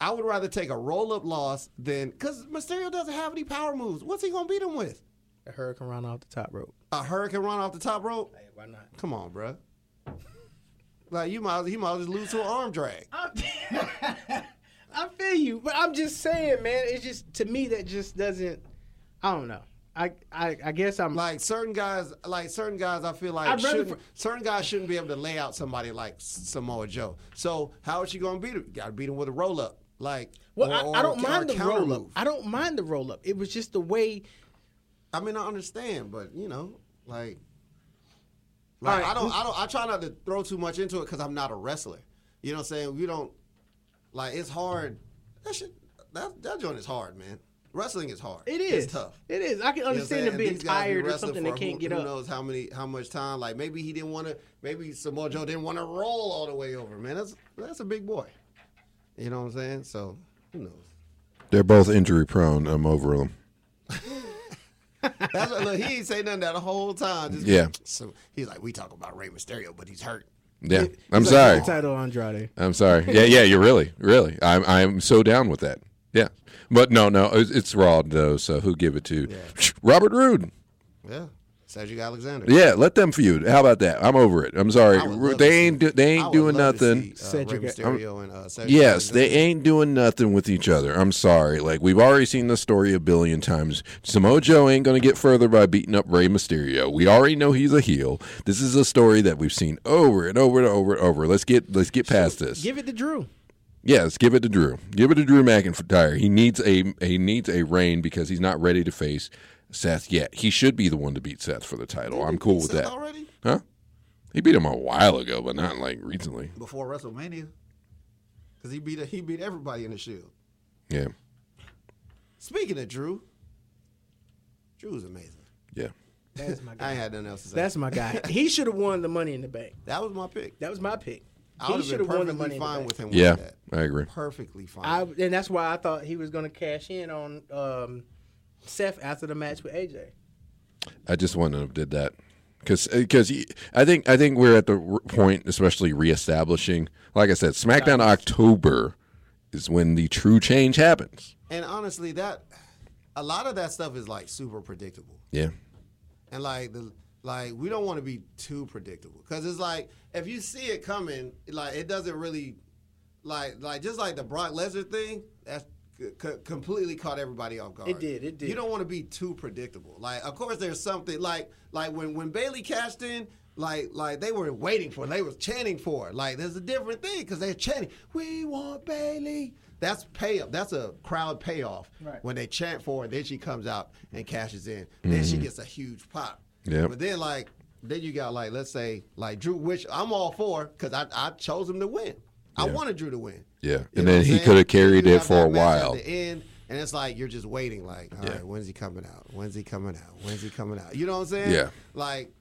Speaker 1: I would rather take a roll up loss than because Mysterio doesn't have any power moves. What's he gonna beat him with?
Speaker 2: A hurricane run off the top rope.
Speaker 1: A hurricane run off the top rope?
Speaker 2: Hey, why not?
Speaker 1: Come on, bruh. Like you might he might as well lose to an arm drag.
Speaker 2: I feel you, but I'm just saying, man. It's just to me that just doesn't. I don't know. I I, I guess I'm
Speaker 1: Like certain guys, like certain guys, I feel like
Speaker 2: I'd rather
Speaker 1: shouldn't, certain guys shouldn't be able to lay out somebody like Samoa Joe. So how is she gonna beat him? Got to beat him with a roll up, like
Speaker 2: Well,
Speaker 1: or-
Speaker 2: I, I
Speaker 1: or-
Speaker 2: don't
Speaker 1: or
Speaker 2: mind the
Speaker 1: counter
Speaker 2: roll up.
Speaker 1: move.
Speaker 2: I don't mind the roll up. It was just the way.
Speaker 1: I mean, I understand, but you know, like, like
Speaker 2: right,
Speaker 1: I don't, I don't, I try not to throw too much into it because I'm not a wrestler. You know what I'm saying? We don't, like, it's hard. That shit, that that joint is hard, man. Wrestling is hard.
Speaker 2: It is
Speaker 1: It's tough.
Speaker 2: It is. I can
Speaker 1: You know what I'm
Speaker 2: understand
Speaker 1: saying?
Speaker 2: them being
Speaker 1: These guys be
Speaker 2: tired or
Speaker 1: wrestling
Speaker 2: something. They
Speaker 1: for
Speaker 2: can't
Speaker 1: who,
Speaker 2: get
Speaker 1: who
Speaker 2: up.
Speaker 1: knows how many, how much time? Like maybe he didn't want to. Maybe Samoa Joe didn't want to roll all the way over, man. That's that's a big boy. You know what I'm saying? So who knows?
Speaker 3: They're both injury prone. I'm over them.
Speaker 1: That's what, look, he ain't say nothing that whole time. Just,
Speaker 3: Yeah.
Speaker 1: So he's like, we talk about Rey Mysterio, but he's hurt.
Speaker 3: Yeah, I'm sorry.
Speaker 2: Title Andrade.
Speaker 3: I'm sorry. Yeah, yeah, you're really, really. I'm, I'm so down with that. Yeah, but no, no, it's, it's raw though. So who give it to? Robert Roode.
Speaker 1: Yeah. Cedric Alexander.
Speaker 3: Yeah, let them feud. How about that? I'm over it. I'm sorry.
Speaker 1: I would love to
Speaker 3: They ain't,
Speaker 1: see-
Speaker 3: do, they
Speaker 1: I
Speaker 3: ain't
Speaker 1: would
Speaker 3: doing
Speaker 1: love to
Speaker 3: nothing.
Speaker 1: see, uh, Rey
Speaker 2: Cedric-
Speaker 1: Mysterio and, uh, Cedric
Speaker 3: Yes,
Speaker 1: Alexander.
Speaker 3: they ain't doing nothing with each other. I'm sorry. Like we've already seen the story a billion times. Samoa Joe ain't going to get further by beating up Rey Mysterio. We already know he's a heel. This is a story that we've seen over and over and over and over. Let's get let's get past this.
Speaker 2: Give it to Drew.
Speaker 3: Yes, give it to Drew. Give it to Drew McIntyre. He needs a he needs a reign because he's not ready to face Seth yet. He should be the one to beat Seth for the title. I'm cool with
Speaker 1: Seth
Speaker 3: that.
Speaker 1: already?
Speaker 3: Huh? He beat him a while ago, but not like recently.
Speaker 1: Before WrestleMania. Because he beat, he beat everybody in the Shield.
Speaker 3: Yeah.
Speaker 1: Speaking of Drew, Drew's amazing.
Speaker 3: Yeah.
Speaker 2: That's my guy.
Speaker 1: I ain't had nothing else to say.
Speaker 2: That's my guy. He should have won the Money in the Bank.
Speaker 1: that was my pick.
Speaker 2: That was my pick.
Speaker 1: I
Speaker 2: He
Speaker 1: would have
Speaker 2: should
Speaker 1: been
Speaker 2: have won the
Speaker 1: perfectly
Speaker 2: Money in the
Speaker 1: fine
Speaker 2: Bank.
Speaker 1: with him
Speaker 3: Yeah.
Speaker 1: winning that.
Speaker 3: I agree.
Speaker 1: Perfectly fine.
Speaker 2: I and that's why I thought he was going to cash in on um, Seth after the match with AJ.
Speaker 3: I just wouldn't have did that because I think I think we're at the r- point, especially reestablishing. Like I said, SmackDown October is when the true change happens.
Speaker 1: and honestly, that a lot of that stuff is like super predictable.
Speaker 3: Yeah.
Speaker 1: and like the like we don't want to be too predictable because it's like if you see it coming, like it doesn't really like like just like the Brock Lesnar thing that's c- c- completely caught everybody off guard.
Speaker 2: It did, it did.
Speaker 1: You don't want to be too predictable. Like of course there's something like like when when Bailey cashed in. Like, like they were waiting for, it. they was chanting for. it. Like, there's a different thing because they're chanting, "We want Bailey." That's pay up. That's a crowd payoff
Speaker 2: Right.
Speaker 1: when they chant for it. Then she comes out and cashes in. Then she gets a huge pop.
Speaker 3: Mm-hmm. Yep.
Speaker 1: But then like then you got like let's say like Drew, which I'm all for because I I chose him to win. I wanted Drew to win.
Speaker 3: Yeah.
Speaker 1: You
Speaker 3: And
Speaker 1: know
Speaker 3: then
Speaker 1: what I'm
Speaker 3: he
Speaker 1: saying?
Speaker 3: coulda carried
Speaker 1: You
Speaker 3: it
Speaker 1: have
Speaker 3: for a
Speaker 1: that match
Speaker 3: while.
Speaker 1: At the end, and it's like you're just waiting. Like, all right, when's he coming out? When's he coming out? When's he coming out? You know what I'm saying?
Speaker 3: Yeah.
Speaker 1: Like.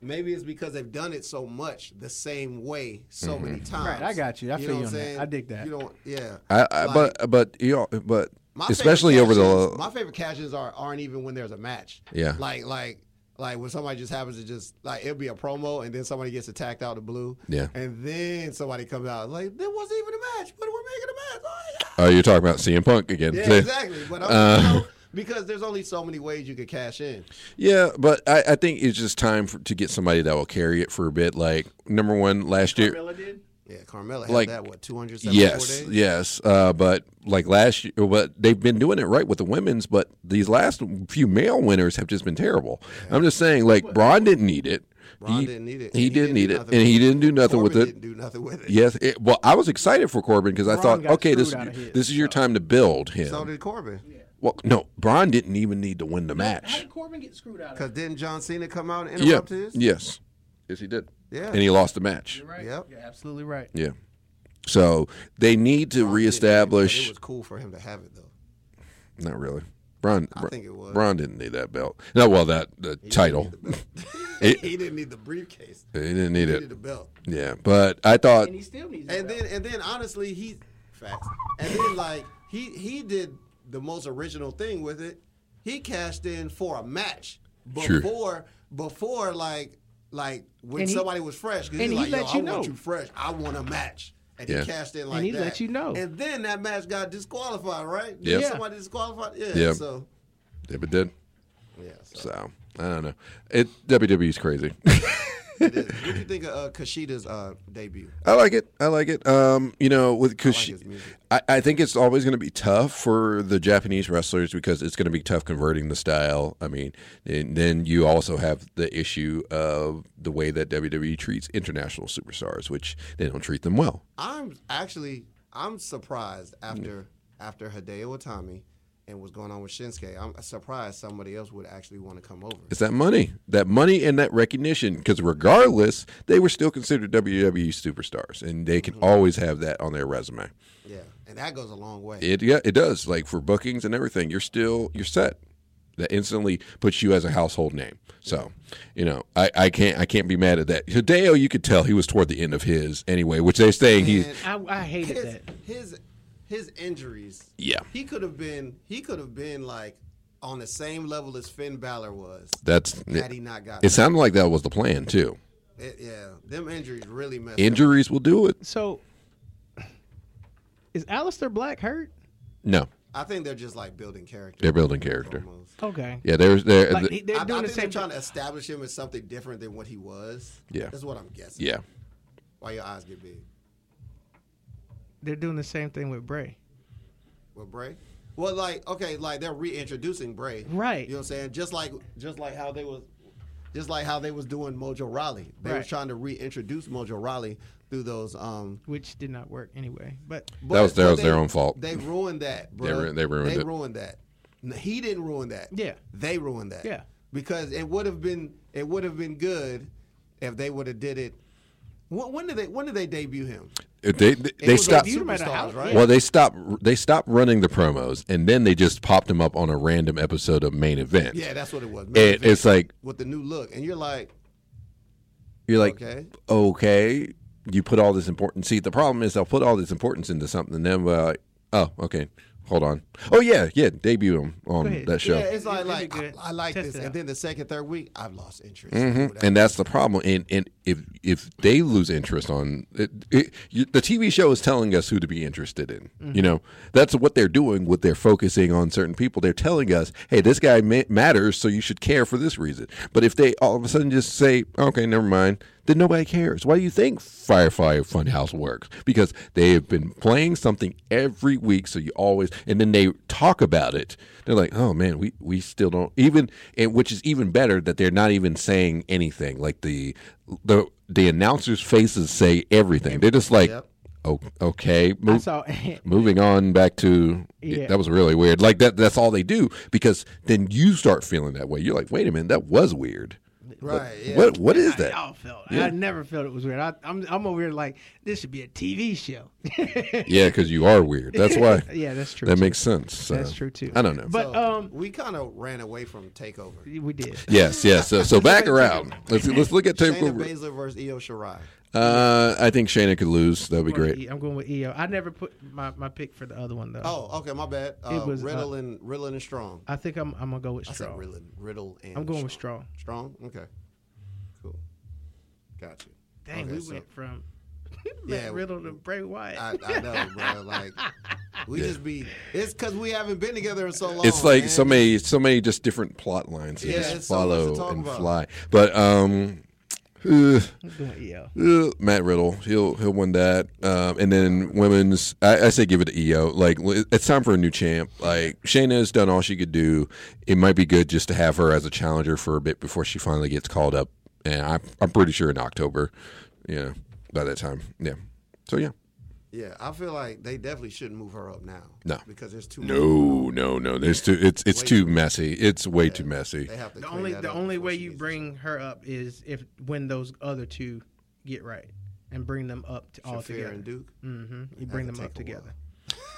Speaker 1: Maybe it's because they've done it so much the same way so
Speaker 3: Mm-hmm.
Speaker 1: many times.
Speaker 2: I got you. I feel
Speaker 1: what I'm
Speaker 2: you on that.
Speaker 1: saying?
Speaker 2: I dig that.
Speaker 1: You don't, yeah.
Speaker 3: I, I
Speaker 1: Like,
Speaker 3: but but you know, but
Speaker 1: my favorite
Speaker 3: especially over the
Speaker 1: cash-ins- my favorite cash-ins are aren't even when there's a match.
Speaker 3: Yeah.
Speaker 1: Like like like when somebody just happens to just like it'll be a promo and then somebody gets attacked out of the blue.
Speaker 3: Yeah.
Speaker 1: And then somebody comes out like there wasn't even a match, but we're making a match. Oh, yeah.
Speaker 3: oh you're talking about CM Punk again.
Speaker 1: Yeah, exactly. But I'm,
Speaker 3: Uh,
Speaker 1: you know, because there's only so many ways you could cash in.
Speaker 3: Yeah, but I, I think it's just time for, to get somebody that will carry it for a bit. Like number one last year.
Speaker 2: did.
Speaker 1: Yeah, Carmella had
Speaker 3: Like,
Speaker 1: that what 274
Speaker 3: Yes,
Speaker 1: days.
Speaker 3: yes, uh, but like last year, but they've been doing it right with the women's, but these last few male winners have just been terrible. I'm just saying, like Braun didn't need it.
Speaker 1: Braun
Speaker 3: he,
Speaker 1: didn't need it.
Speaker 3: He,
Speaker 1: And he
Speaker 3: didn't
Speaker 1: didn't
Speaker 3: need
Speaker 1: do
Speaker 3: it,
Speaker 1: nothing
Speaker 3: and
Speaker 1: with
Speaker 3: he
Speaker 1: it.
Speaker 3: didn't do nothing
Speaker 1: Corbin
Speaker 3: with it.
Speaker 1: didn't do nothing with it.
Speaker 3: Yes, it, well, I was excited for Corbin because I thought,
Speaker 2: got
Speaker 3: okay, this
Speaker 2: screwed out of his.
Speaker 3: this is your time to build him.
Speaker 1: So did Corbin.
Speaker 3: Well, no, Braun didn't even need to win the
Speaker 2: How
Speaker 3: match.
Speaker 2: did Corbin get screwed out?
Speaker 1: Because
Speaker 2: Of
Speaker 1: didn't John Cena come out and
Speaker 3: Yeah.
Speaker 1: interrupt his?
Speaker 3: Yes. Yes, he did.
Speaker 1: Yeah.
Speaker 3: And he lost the match.
Speaker 2: it? Right.
Speaker 1: Yep.
Speaker 2: You're absolutely right.
Speaker 3: Yeah. So they need to
Speaker 1: But
Speaker 3: reestablish.
Speaker 1: It was cool for him to have it though.
Speaker 3: Not really. Braun. I
Speaker 1: think it was.
Speaker 3: Braun didn't need that belt. No, well, that the title. It-
Speaker 1: he didn't need the briefcase.
Speaker 3: he didn't need
Speaker 1: He needed
Speaker 3: it.
Speaker 1: the belt.
Speaker 3: Yeah, but I thought.
Speaker 2: And he still needs.
Speaker 1: And then and then honestly he facts. And then like he he did the most original thing with it. He cashed in for a match
Speaker 3: True.
Speaker 1: before before like like when
Speaker 2: And he-
Speaker 1: somebody was fresh. 'cause
Speaker 2: and
Speaker 1: he's like,
Speaker 2: he let
Speaker 1: Yo,
Speaker 2: you
Speaker 1: I want
Speaker 2: know.
Speaker 1: you fresh. I want a match. and
Speaker 3: Yeah.
Speaker 1: he cashed in like
Speaker 2: he
Speaker 1: that.
Speaker 2: let you know.
Speaker 1: And then that match got disqualified, right?
Speaker 3: Yep.
Speaker 1: Yeah. Somebody disqualified. Yeah.
Speaker 3: Yep.
Speaker 1: So
Speaker 3: They but did.
Speaker 1: yeah. So.
Speaker 3: So I don't know. It WWE's crazy.
Speaker 1: it is. what do you think of uh, Kushida's uh, debut?
Speaker 3: I like it. I like it. Um, you know, with
Speaker 1: like
Speaker 3: Kush,
Speaker 1: his music.
Speaker 3: I, I think it's always going to be tough for the Japanese wrestlers because it's going to be tough converting the style. I mean, and then you also have the issue of the way that WWE treats international superstars, which they don't treat them well.
Speaker 1: I'm actually I'm surprised after after Hideo Itami and what's going on with Shinsuke. I'm surprised somebody else would actually want to come over.
Speaker 3: It's that money, that money, and that recognition. Because regardless, they were still considered WWE superstars, and they
Speaker 1: Mm-hmm.
Speaker 3: can always have that on their resume.
Speaker 1: Yeah, and that goes a long way.
Speaker 3: It yeah, it does. Like for bookings and everything, you're still you're set. That instantly puts you as a household name. So, you know, I, I can't I can't be mad at that. Hideo, you could tell he was toward the end of his anyway, which they're saying he
Speaker 1: And
Speaker 2: I, I hated
Speaker 1: his,
Speaker 2: that.
Speaker 1: his his injuries.
Speaker 3: Yeah.
Speaker 1: he could have been he could have been like on the same level as Finn Balor was
Speaker 3: that's
Speaker 1: had
Speaker 3: it,
Speaker 1: he not got
Speaker 3: it sounded like that was the plan too.
Speaker 1: It- yeah, them injuries really messed. up.
Speaker 3: Injuries will do it.
Speaker 2: So, is Alistair Black hurt?
Speaker 3: No.
Speaker 1: I think they're just like building character.
Speaker 3: They're building character.
Speaker 1: almost.
Speaker 2: Okay.
Speaker 3: Yeah, there's there
Speaker 2: Like, he-
Speaker 1: I,
Speaker 2: they're
Speaker 1: I
Speaker 2: doing
Speaker 1: think
Speaker 2: the
Speaker 1: they're
Speaker 2: same
Speaker 1: trying
Speaker 2: thing.
Speaker 1: to establish him as something different than what he was.
Speaker 3: Yeah.
Speaker 1: that's what I'm guessing.
Speaker 3: yeah.
Speaker 1: why your eyes get big.
Speaker 2: They're doing the same thing with Bray.
Speaker 1: with Bray. Well, like okay, like they're reintroducing Bray,
Speaker 2: Right.
Speaker 1: You know what I'm saying? Just like just like how they was, just like how they was doing Mojo Raleigh. They were
Speaker 2: Right.
Speaker 1: trying to reintroduce Mojo Raleigh through those. Um,
Speaker 2: which did not work anyway. But
Speaker 1: but,
Speaker 3: was- that
Speaker 1: but
Speaker 3: was their
Speaker 1: they-
Speaker 3: own fault.
Speaker 1: They ruined that, bro.
Speaker 3: ruined- they ruined
Speaker 1: They
Speaker 3: it.
Speaker 1: ruined that. N- He didn't ruin that.
Speaker 2: Yeah.
Speaker 1: they ruined that.
Speaker 2: Yeah.
Speaker 1: because it would have been it would have been good if they would have did it. When, when did they when did they debut him?
Speaker 3: They they, they
Speaker 1: was a
Speaker 3: stopped
Speaker 1: few
Speaker 2: no matter how,
Speaker 1: Superstars, right?
Speaker 2: yeah.
Speaker 3: Well, they stopped. They stopped running the promos, and then they just popped them up on a random episode of main event.
Speaker 1: Yeah, that's what it was.
Speaker 3: It- it's like
Speaker 1: with the new look, and you're like,
Speaker 3: you're like,
Speaker 1: Okay.
Speaker 3: okay. you put all this importance. See, the problem is they'll put all this importance into something, and then uh, oh, okay, hold on. Oh yeah, yeah, debut 'em on
Speaker 2: ahead.
Speaker 3: that show.
Speaker 1: Yeah, it's like,
Speaker 2: It'd be
Speaker 1: like I,
Speaker 2: good.
Speaker 1: I like
Speaker 2: Test
Speaker 1: this,
Speaker 2: it
Speaker 1: and
Speaker 2: out.
Speaker 1: then the second, third week, I've lost interest.
Speaker 3: Mm-hmm. Hmm? and that's the problem. And and if if they lose interest on it, it you, the TV show is telling us who to be interested in.
Speaker 1: Mm-hmm.
Speaker 3: You know, that's what they're doing. With their focusing on certain people, they're telling us, "Hey, this guy ma- matters, so you should care for this reason." But if they all of a sudden just say, "Okay, never mind," then nobody cares. Why do you think Firefly Funhouse works? Because they have been playing something every week, so you always and then they talk about it. They're like, "Oh man, we we still don't even," and which is even better that they're not even saying anything. Like the the the announcers' faces say everything. They're just like,
Speaker 1: Yep.
Speaker 3: "Oh, okay."
Speaker 2: I
Speaker 3: Move,
Speaker 2: saw
Speaker 3: moving on back to
Speaker 2: Yeah.
Speaker 3: that was really weird. Like that that's all they do because then you start feeling that way. You're like, "Wait a minute, that was weird."
Speaker 1: Right, yeah.
Speaker 3: What what is that?
Speaker 2: y'all felt. I never felt it was weird. I, I'm I'm over here like this should be a TV show.
Speaker 3: Yeah, because you are weird. That's why.
Speaker 2: yeah, that's true.
Speaker 3: That makes sense. so.
Speaker 2: That's true, too.
Speaker 3: I don't know.
Speaker 2: but um,
Speaker 1: we kind of ran away from Takeover.
Speaker 2: we did.
Speaker 3: yes, yes. So, so back around. Let's let's look at
Speaker 1: Shayna
Speaker 3: takeover.
Speaker 1: Baszler versus Io Shirai.
Speaker 3: Uh, I think Shayna could lose. That'd be great.
Speaker 2: I'm going with EO. I never put my, my pick for the other one though.
Speaker 1: Oh, okay, my bad. Uh,
Speaker 2: It was, uh,
Speaker 1: Riddle and Riddle and Strong.
Speaker 2: I think I'm I'm gonna go with
Speaker 1: I said
Speaker 2: Strong.
Speaker 1: Riddle, Riddle and.
Speaker 2: I'm going with Strong.
Speaker 1: Strong. Okay, cool. Got you.
Speaker 2: Dang,
Speaker 1: Okay,
Speaker 2: we
Speaker 1: so-
Speaker 2: went from
Speaker 1: Yeah,
Speaker 2: Matt Riddle to Bray Wyatt.
Speaker 1: I, I know, bro. Like, we just be. It's because we haven't been together in so long.
Speaker 3: It's like
Speaker 1: Oh, man.
Speaker 3: so many so many just different plot lines that
Speaker 1: Yeah, it's
Speaker 3: just
Speaker 1: so much to
Speaker 3: follow
Speaker 1: talk
Speaker 3: and
Speaker 1: about.
Speaker 3: fly. But um, uh,
Speaker 2: I'm going E EO.
Speaker 3: uh, Matt Riddle, he'll he'll win that. Um, and then women's, I, I say give it to EO. Like l- it's time for a new champ. Like Shayna's done all she could do. It might be good just to have her as a challenger for a bit before she finally gets called up. And I'm I'm pretty sure in October, you know, by that time, yeah. So yeah.
Speaker 1: Yeah, I feel like they definitely shouldn't move her up now.
Speaker 3: No.
Speaker 1: because there's too
Speaker 3: No, no, no. There's too. It's it's too messy. It's way too messy.
Speaker 1: They have to
Speaker 2: The
Speaker 1: clean
Speaker 2: only
Speaker 1: that
Speaker 2: the
Speaker 1: up
Speaker 2: only
Speaker 1: before
Speaker 2: way
Speaker 1: she
Speaker 2: you
Speaker 1: gets-
Speaker 2: bring her up is if when those other two get right and bring them up to, all
Speaker 1: Shafir
Speaker 2: together.
Speaker 1: and Duke.
Speaker 2: hmm You bring them
Speaker 1: take
Speaker 2: up
Speaker 1: a while.
Speaker 2: together.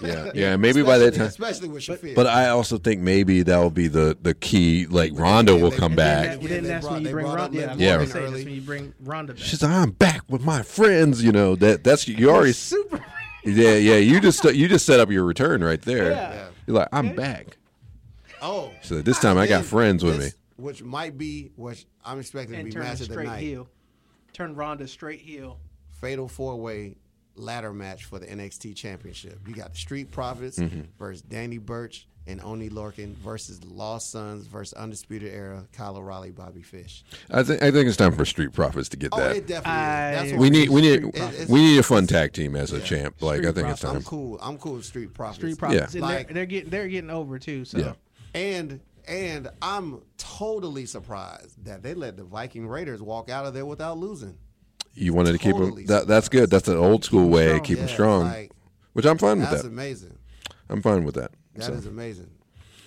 Speaker 3: Yeah, yeah. Maybe by that time.
Speaker 1: especially with Shafir.
Speaker 3: But I also think maybe that'll be the the key. Like Rhonda will come
Speaker 1: And
Speaker 2: Then
Speaker 3: back.
Speaker 2: that-
Speaker 1: Yeah,
Speaker 2: then
Speaker 1: they
Speaker 2: that's
Speaker 1: brought-
Speaker 2: when
Speaker 1: they
Speaker 2: you bring
Speaker 1: brought up
Speaker 2: Ronda. Yeah,
Speaker 1: Liv
Speaker 3: Yeah.
Speaker 2: yeah.
Speaker 3: Morgan
Speaker 2: Say, that's
Speaker 1: early.
Speaker 2: when you bring Ronda back.
Speaker 3: She's like, I'm back with my friends. You know that that's you already.
Speaker 2: super.
Speaker 3: Yeah, yeah. You just you just set up your return right there.
Speaker 2: Yeah.
Speaker 1: Yeah.
Speaker 3: You're like, I'm back.
Speaker 1: oh,
Speaker 3: So this time I got
Speaker 1: Again,
Speaker 3: friends with
Speaker 1: this-
Speaker 3: me.
Speaker 1: which might be which I'm expecting to
Speaker 2: and
Speaker 1: be
Speaker 2: turn her
Speaker 1: match of the
Speaker 2: straight
Speaker 1: night.
Speaker 2: heel. Turn Ronda straight heel.
Speaker 1: Fatal four way ladder match for the NXT Championship. You got the Street Profits
Speaker 3: Mm-hmm.
Speaker 1: versus Danny Burch and Oni Lorkin versus the Lost Sons versus Undisputed Era, Kyle O'Reilly, Bobby Fish.
Speaker 3: I think I think it's time for Street Profits to get
Speaker 1: Oh,
Speaker 3: that.
Speaker 1: it definitely
Speaker 2: I-
Speaker 1: is. That's what
Speaker 3: we need we need
Speaker 1: Street Profits.
Speaker 3: we need a fun tag team as a champ. Like I
Speaker 2: Street
Speaker 3: think it's
Speaker 1: I'm
Speaker 3: time.
Speaker 1: cool. I'm cool with Street Profits.
Speaker 2: Street profits.
Speaker 1: Yeah.
Speaker 2: And
Speaker 1: Like-
Speaker 2: they're, they're getting they're getting over too. So
Speaker 3: Yeah.
Speaker 1: And and I'm totally surprised that they let the Viking Raiders walk out of there without losing.
Speaker 3: You wanted to keep
Speaker 1: Totally
Speaker 3: them. That, that's good. That's an old school way. Keep 'em Keep them
Speaker 1: Yeah,
Speaker 3: strong,
Speaker 1: like,
Speaker 3: which I'm fine with
Speaker 1: That's
Speaker 3: that.
Speaker 1: amazing.
Speaker 3: I'm fine with that.
Speaker 1: That is
Speaker 3: So,
Speaker 1: amazing.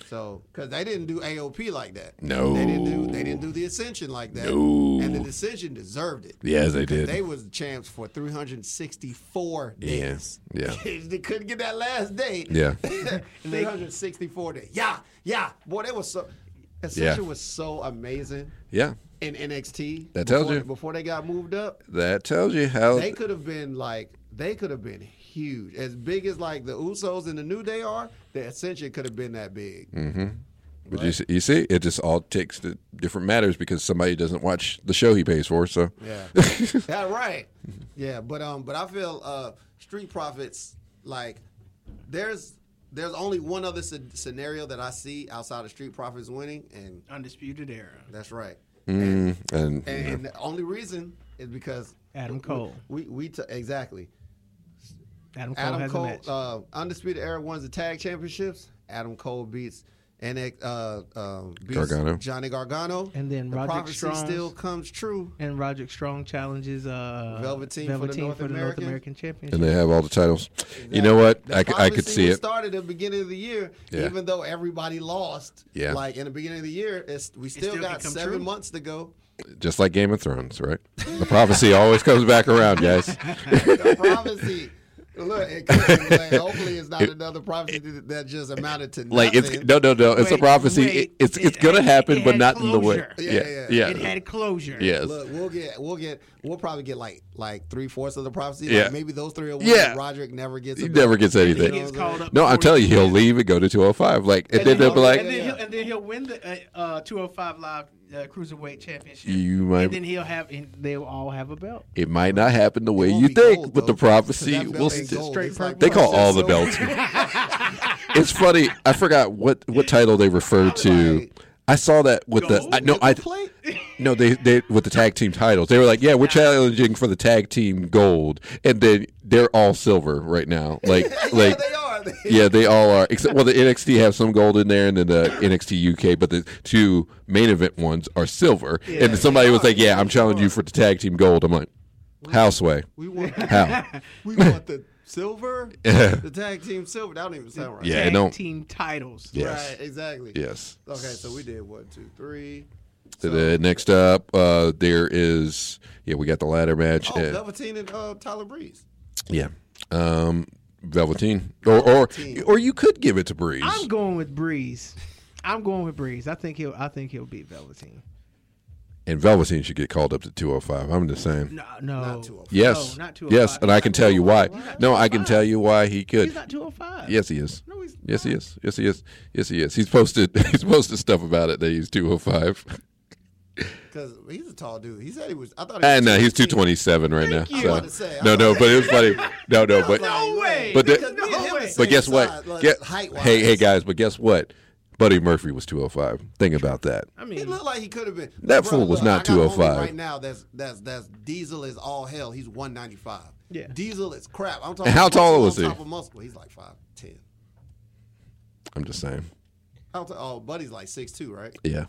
Speaker 1: So, because they didn't do AOP like that.
Speaker 3: No.
Speaker 1: they didn't do they didn't do the Ascension like that.
Speaker 3: No.
Speaker 1: and the Ascension deserved it.
Speaker 3: Yes, they did.
Speaker 1: They was champs for 364
Speaker 3: Yeah.
Speaker 1: days.
Speaker 3: Yeah.
Speaker 1: they couldn't get that last day.
Speaker 3: Yeah.
Speaker 1: 364 days. Yeah, yeah. Boy, they was so. Ascension was so amazing
Speaker 3: yeah,
Speaker 1: in NXT.
Speaker 3: That tells
Speaker 1: before-
Speaker 3: you. Oh,
Speaker 1: before they got moved up
Speaker 3: that tells you how.
Speaker 1: they could have been like they could have been huge, as big as like the Usos and the New Day are. The Ascension could have been that big.
Speaker 3: Mm. But you see, you see, it just all takes to different matters because somebody doesn't watch the show he pays for. So
Speaker 1: Yeah, yeah, right. Yeah, but um, but I feel uh, Street Profits like there's there's only one other sce- scenario that I see outside of Street Profits winning, and
Speaker 2: undisputed era.
Speaker 1: that's right.
Speaker 3: mm,
Speaker 1: And,
Speaker 3: and, you know,
Speaker 1: and the only reason is because
Speaker 2: Adam
Speaker 1: we-
Speaker 2: Cole.
Speaker 1: We we, t- exactly.
Speaker 2: Adam Cole
Speaker 1: Adam
Speaker 2: has a
Speaker 1: Cole,
Speaker 2: match.
Speaker 1: uh, Undisputed Era wins the tag championships. Adam Cole beats NX, uh, uh, beats
Speaker 3: Gargano.
Speaker 1: Johnny Gargano.
Speaker 2: And then
Speaker 1: the
Speaker 2: Roderick
Speaker 1: prophecy
Speaker 2: Strong's-
Speaker 1: still comes true.
Speaker 2: and Roderick Strong challenges uh,
Speaker 1: Velveteen for the North American.
Speaker 2: Championship.
Speaker 3: and they have all the titles. You know what?
Speaker 1: The
Speaker 3: I, c- I could
Speaker 1: prophecy
Speaker 3: see
Speaker 1: was
Speaker 3: it.
Speaker 1: started at the beginning of the year,
Speaker 3: Yeah.
Speaker 1: even though everybody lost.
Speaker 3: Yeah.
Speaker 1: Like in the beginning of the year, it's, we still,
Speaker 2: still
Speaker 1: got
Speaker 2: become
Speaker 1: seven
Speaker 2: true.
Speaker 1: months to go.
Speaker 3: Just like Game of Thrones, right? The prophecy always comes back around, guys.
Speaker 1: The prophecy. Look, it could be like, hopefully it's not another prophecy that just amounted to nothing.
Speaker 3: Like it's no, no, no. It's a
Speaker 2: Wait,
Speaker 3: prophecy.
Speaker 2: wait.
Speaker 3: It- it's it's
Speaker 2: It-
Speaker 3: gonna happen,
Speaker 2: it
Speaker 3: but
Speaker 2: had
Speaker 3: not in the way.
Speaker 2: closure.
Speaker 1: Yeah,
Speaker 3: Yeah,
Speaker 1: yeah.
Speaker 3: yeah,
Speaker 2: It had closure.
Speaker 3: yes.
Speaker 1: Look, we'll get, we'll get, we'll probably get like, like three fourths of the prophecy.
Speaker 3: Yeah.
Speaker 1: Like maybe those three. Are ones
Speaker 3: Yeah.
Speaker 1: that Roderick never gets. a
Speaker 3: He
Speaker 1: belt.
Speaker 3: never gets
Speaker 2: He
Speaker 3: anything.
Speaker 2: gets called up
Speaker 3: No, I'm
Speaker 2: before
Speaker 3: telling you,
Speaker 2: he-
Speaker 3: he'll leave and go to 205. Like, and then they'll
Speaker 2: and
Speaker 3: be like,
Speaker 2: then he'll
Speaker 1: Yeah.
Speaker 2: and then he'll win the uh, uh, 205 live uh, cruiserweight championship.
Speaker 3: You might-
Speaker 2: And then he'll have and they'll all have a belt.
Speaker 3: it might not happen the way
Speaker 1: won't
Speaker 3: you
Speaker 1: be
Speaker 3: think,
Speaker 1: gold,
Speaker 3: but
Speaker 1: though, 'cause
Speaker 3: the
Speaker 1: that
Speaker 3: prophecy
Speaker 1: belt
Speaker 3: will.
Speaker 1: ain't
Speaker 3: St-
Speaker 1: gold.
Speaker 2: straight
Speaker 1: It's like
Speaker 3: they call
Speaker 1: purple
Speaker 3: all the
Speaker 1: silver.
Speaker 3: belts. it's funny. I forgot what what title they referred to. I saw that with the
Speaker 2: Gold?
Speaker 3: I, no, I
Speaker 1: plate?
Speaker 3: no they they with the tag team titles. They were like, yeah, we're challenging for the tag team gold, and then they're all silver right now. Like
Speaker 1: yeah,
Speaker 3: like
Speaker 1: they are. They-
Speaker 3: yeah, they all are. Except well, the NXT have some gold in there, and then the NXT UK, but the two main event ones are silver. and somebody was like, "Yeah, I'm challenging you for the tag team gold." I'm like, "How sway?
Speaker 1: We want
Speaker 3: How?
Speaker 1: we want the silver, the tag team silver. That don't even sound right.
Speaker 3: Yeah, it
Speaker 2: Tag
Speaker 3: don't-
Speaker 2: team titles.
Speaker 3: Yeah. yes.
Speaker 1: Right, exactly.
Speaker 3: Yes."
Speaker 1: Okay, so we did one, two, three.
Speaker 3: So the next up, uh, there is yeah, we got the ladder match.
Speaker 1: Oh,
Speaker 3: and-
Speaker 1: Velveteen and uh, Tyler Breeze.
Speaker 3: yeah, um, Velveteen, or or or you could give it to Breeze.
Speaker 2: I'm going with Breeze. I'm going with Breeze. I think he'll I think he'll beat Velveteen.
Speaker 3: and Velveteen should get called up to 205. I'm just saying.
Speaker 2: No, no.
Speaker 1: Not 205.
Speaker 3: Yes,
Speaker 2: No, not 205.
Speaker 3: yes, and I can tell you why.
Speaker 2: Not
Speaker 3: No, I can tell you why he
Speaker 2: He's
Speaker 3: could.
Speaker 2: not 205.
Speaker 3: Yes, he is.
Speaker 2: No, he's
Speaker 3: Yes, he is. Yes, he is. Yes, he is. He's posted. He's posted stuff about it that he's two hundred five.
Speaker 1: Because he's a tall dude. He said he was. I thought. He was
Speaker 3: And no, he's two
Speaker 1: 215.
Speaker 3: twenty seven right now.
Speaker 2: Thank you.
Speaker 3: so-
Speaker 1: I was about to say, I
Speaker 3: no,
Speaker 1: was
Speaker 3: no, but it was funny. No, no,
Speaker 1: Like,
Speaker 3: but
Speaker 2: No way.
Speaker 3: But the-
Speaker 1: because me and
Speaker 2: No
Speaker 1: him
Speaker 2: way.
Speaker 1: the same
Speaker 3: but guess
Speaker 1: size,
Speaker 3: what?
Speaker 1: like,
Speaker 3: Get-
Speaker 1: height-wise.
Speaker 3: hey, hey guys, but guess what? Buddy Murphy was two hundred five. Think about that.
Speaker 2: I
Speaker 1: He
Speaker 2: mean,
Speaker 1: looked like he could have been.
Speaker 3: That
Speaker 1: Bruh,
Speaker 3: fool was
Speaker 1: look,
Speaker 3: not
Speaker 1: I got a homie
Speaker 3: 205.
Speaker 1: Right now, that's that's that's Diesel is all hell. He's one ninety five.
Speaker 2: Yeah.
Speaker 1: Diesel is crap. I'm talking.
Speaker 3: And how tall
Speaker 1: muscle
Speaker 3: was
Speaker 1: on
Speaker 3: he?
Speaker 1: Top of muscle. He's like five ten.
Speaker 3: I'm just saying.
Speaker 1: How t- oh, Buddy's like six two, right?
Speaker 3: Yeah,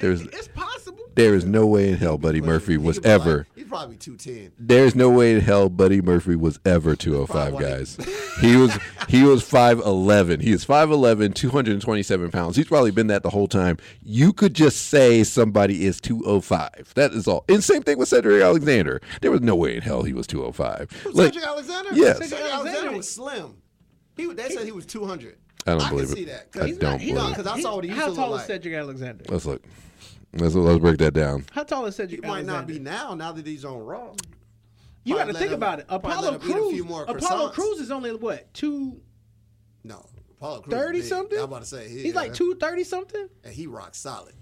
Speaker 3: there's
Speaker 2: it's possible.
Speaker 3: there is no way in hell Buddy Murphy
Speaker 1: He
Speaker 3: was
Speaker 1: could be like-
Speaker 3: ever.
Speaker 1: he's probably two ten.
Speaker 3: There's no way in hell Buddy Murphy was ever 205,
Speaker 1: Probably.
Speaker 3: guys. He was he was 5'11. He is 5'11, 227 pounds. He's probably been that the whole time. You could just say somebody is 205. That is all. And same thing with Cedric Alexander. There was no way in hell he was 205. Like,
Speaker 1: Cedric Alexander.
Speaker 3: Yes.
Speaker 1: Cedric
Speaker 2: Cedric
Speaker 1: Alexander,
Speaker 2: Alexander-
Speaker 1: was slim. He they said he was two hundred.
Speaker 3: I don't believe
Speaker 1: can
Speaker 3: it.
Speaker 1: See that,
Speaker 3: I
Speaker 1: He's
Speaker 3: don't
Speaker 1: not-
Speaker 3: believe
Speaker 1: no,
Speaker 3: it.
Speaker 1: because I saw what he used to
Speaker 2: How
Speaker 1: look
Speaker 2: tall is
Speaker 1: like.
Speaker 2: Cedric Alexander?
Speaker 3: let's look. Let's let's break that down.
Speaker 2: How tall is Cedric
Speaker 1: He might
Speaker 2: Alexander?
Speaker 1: not be now. Now that he's on Raw,
Speaker 2: You
Speaker 1: Probably
Speaker 2: got to
Speaker 1: let
Speaker 2: think
Speaker 1: him-
Speaker 2: about it.
Speaker 1: probably
Speaker 2: Apollo
Speaker 1: let him eat a
Speaker 2: Cruz.
Speaker 1: few more
Speaker 2: Apollo
Speaker 1: croissants.
Speaker 2: Cruz is only what two
Speaker 1: no. Paul Cruz is
Speaker 2: thirty
Speaker 1: big.
Speaker 2: something.
Speaker 1: I'm about to say he-
Speaker 2: He's like two thirty something.
Speaker 1: and he rocks solid.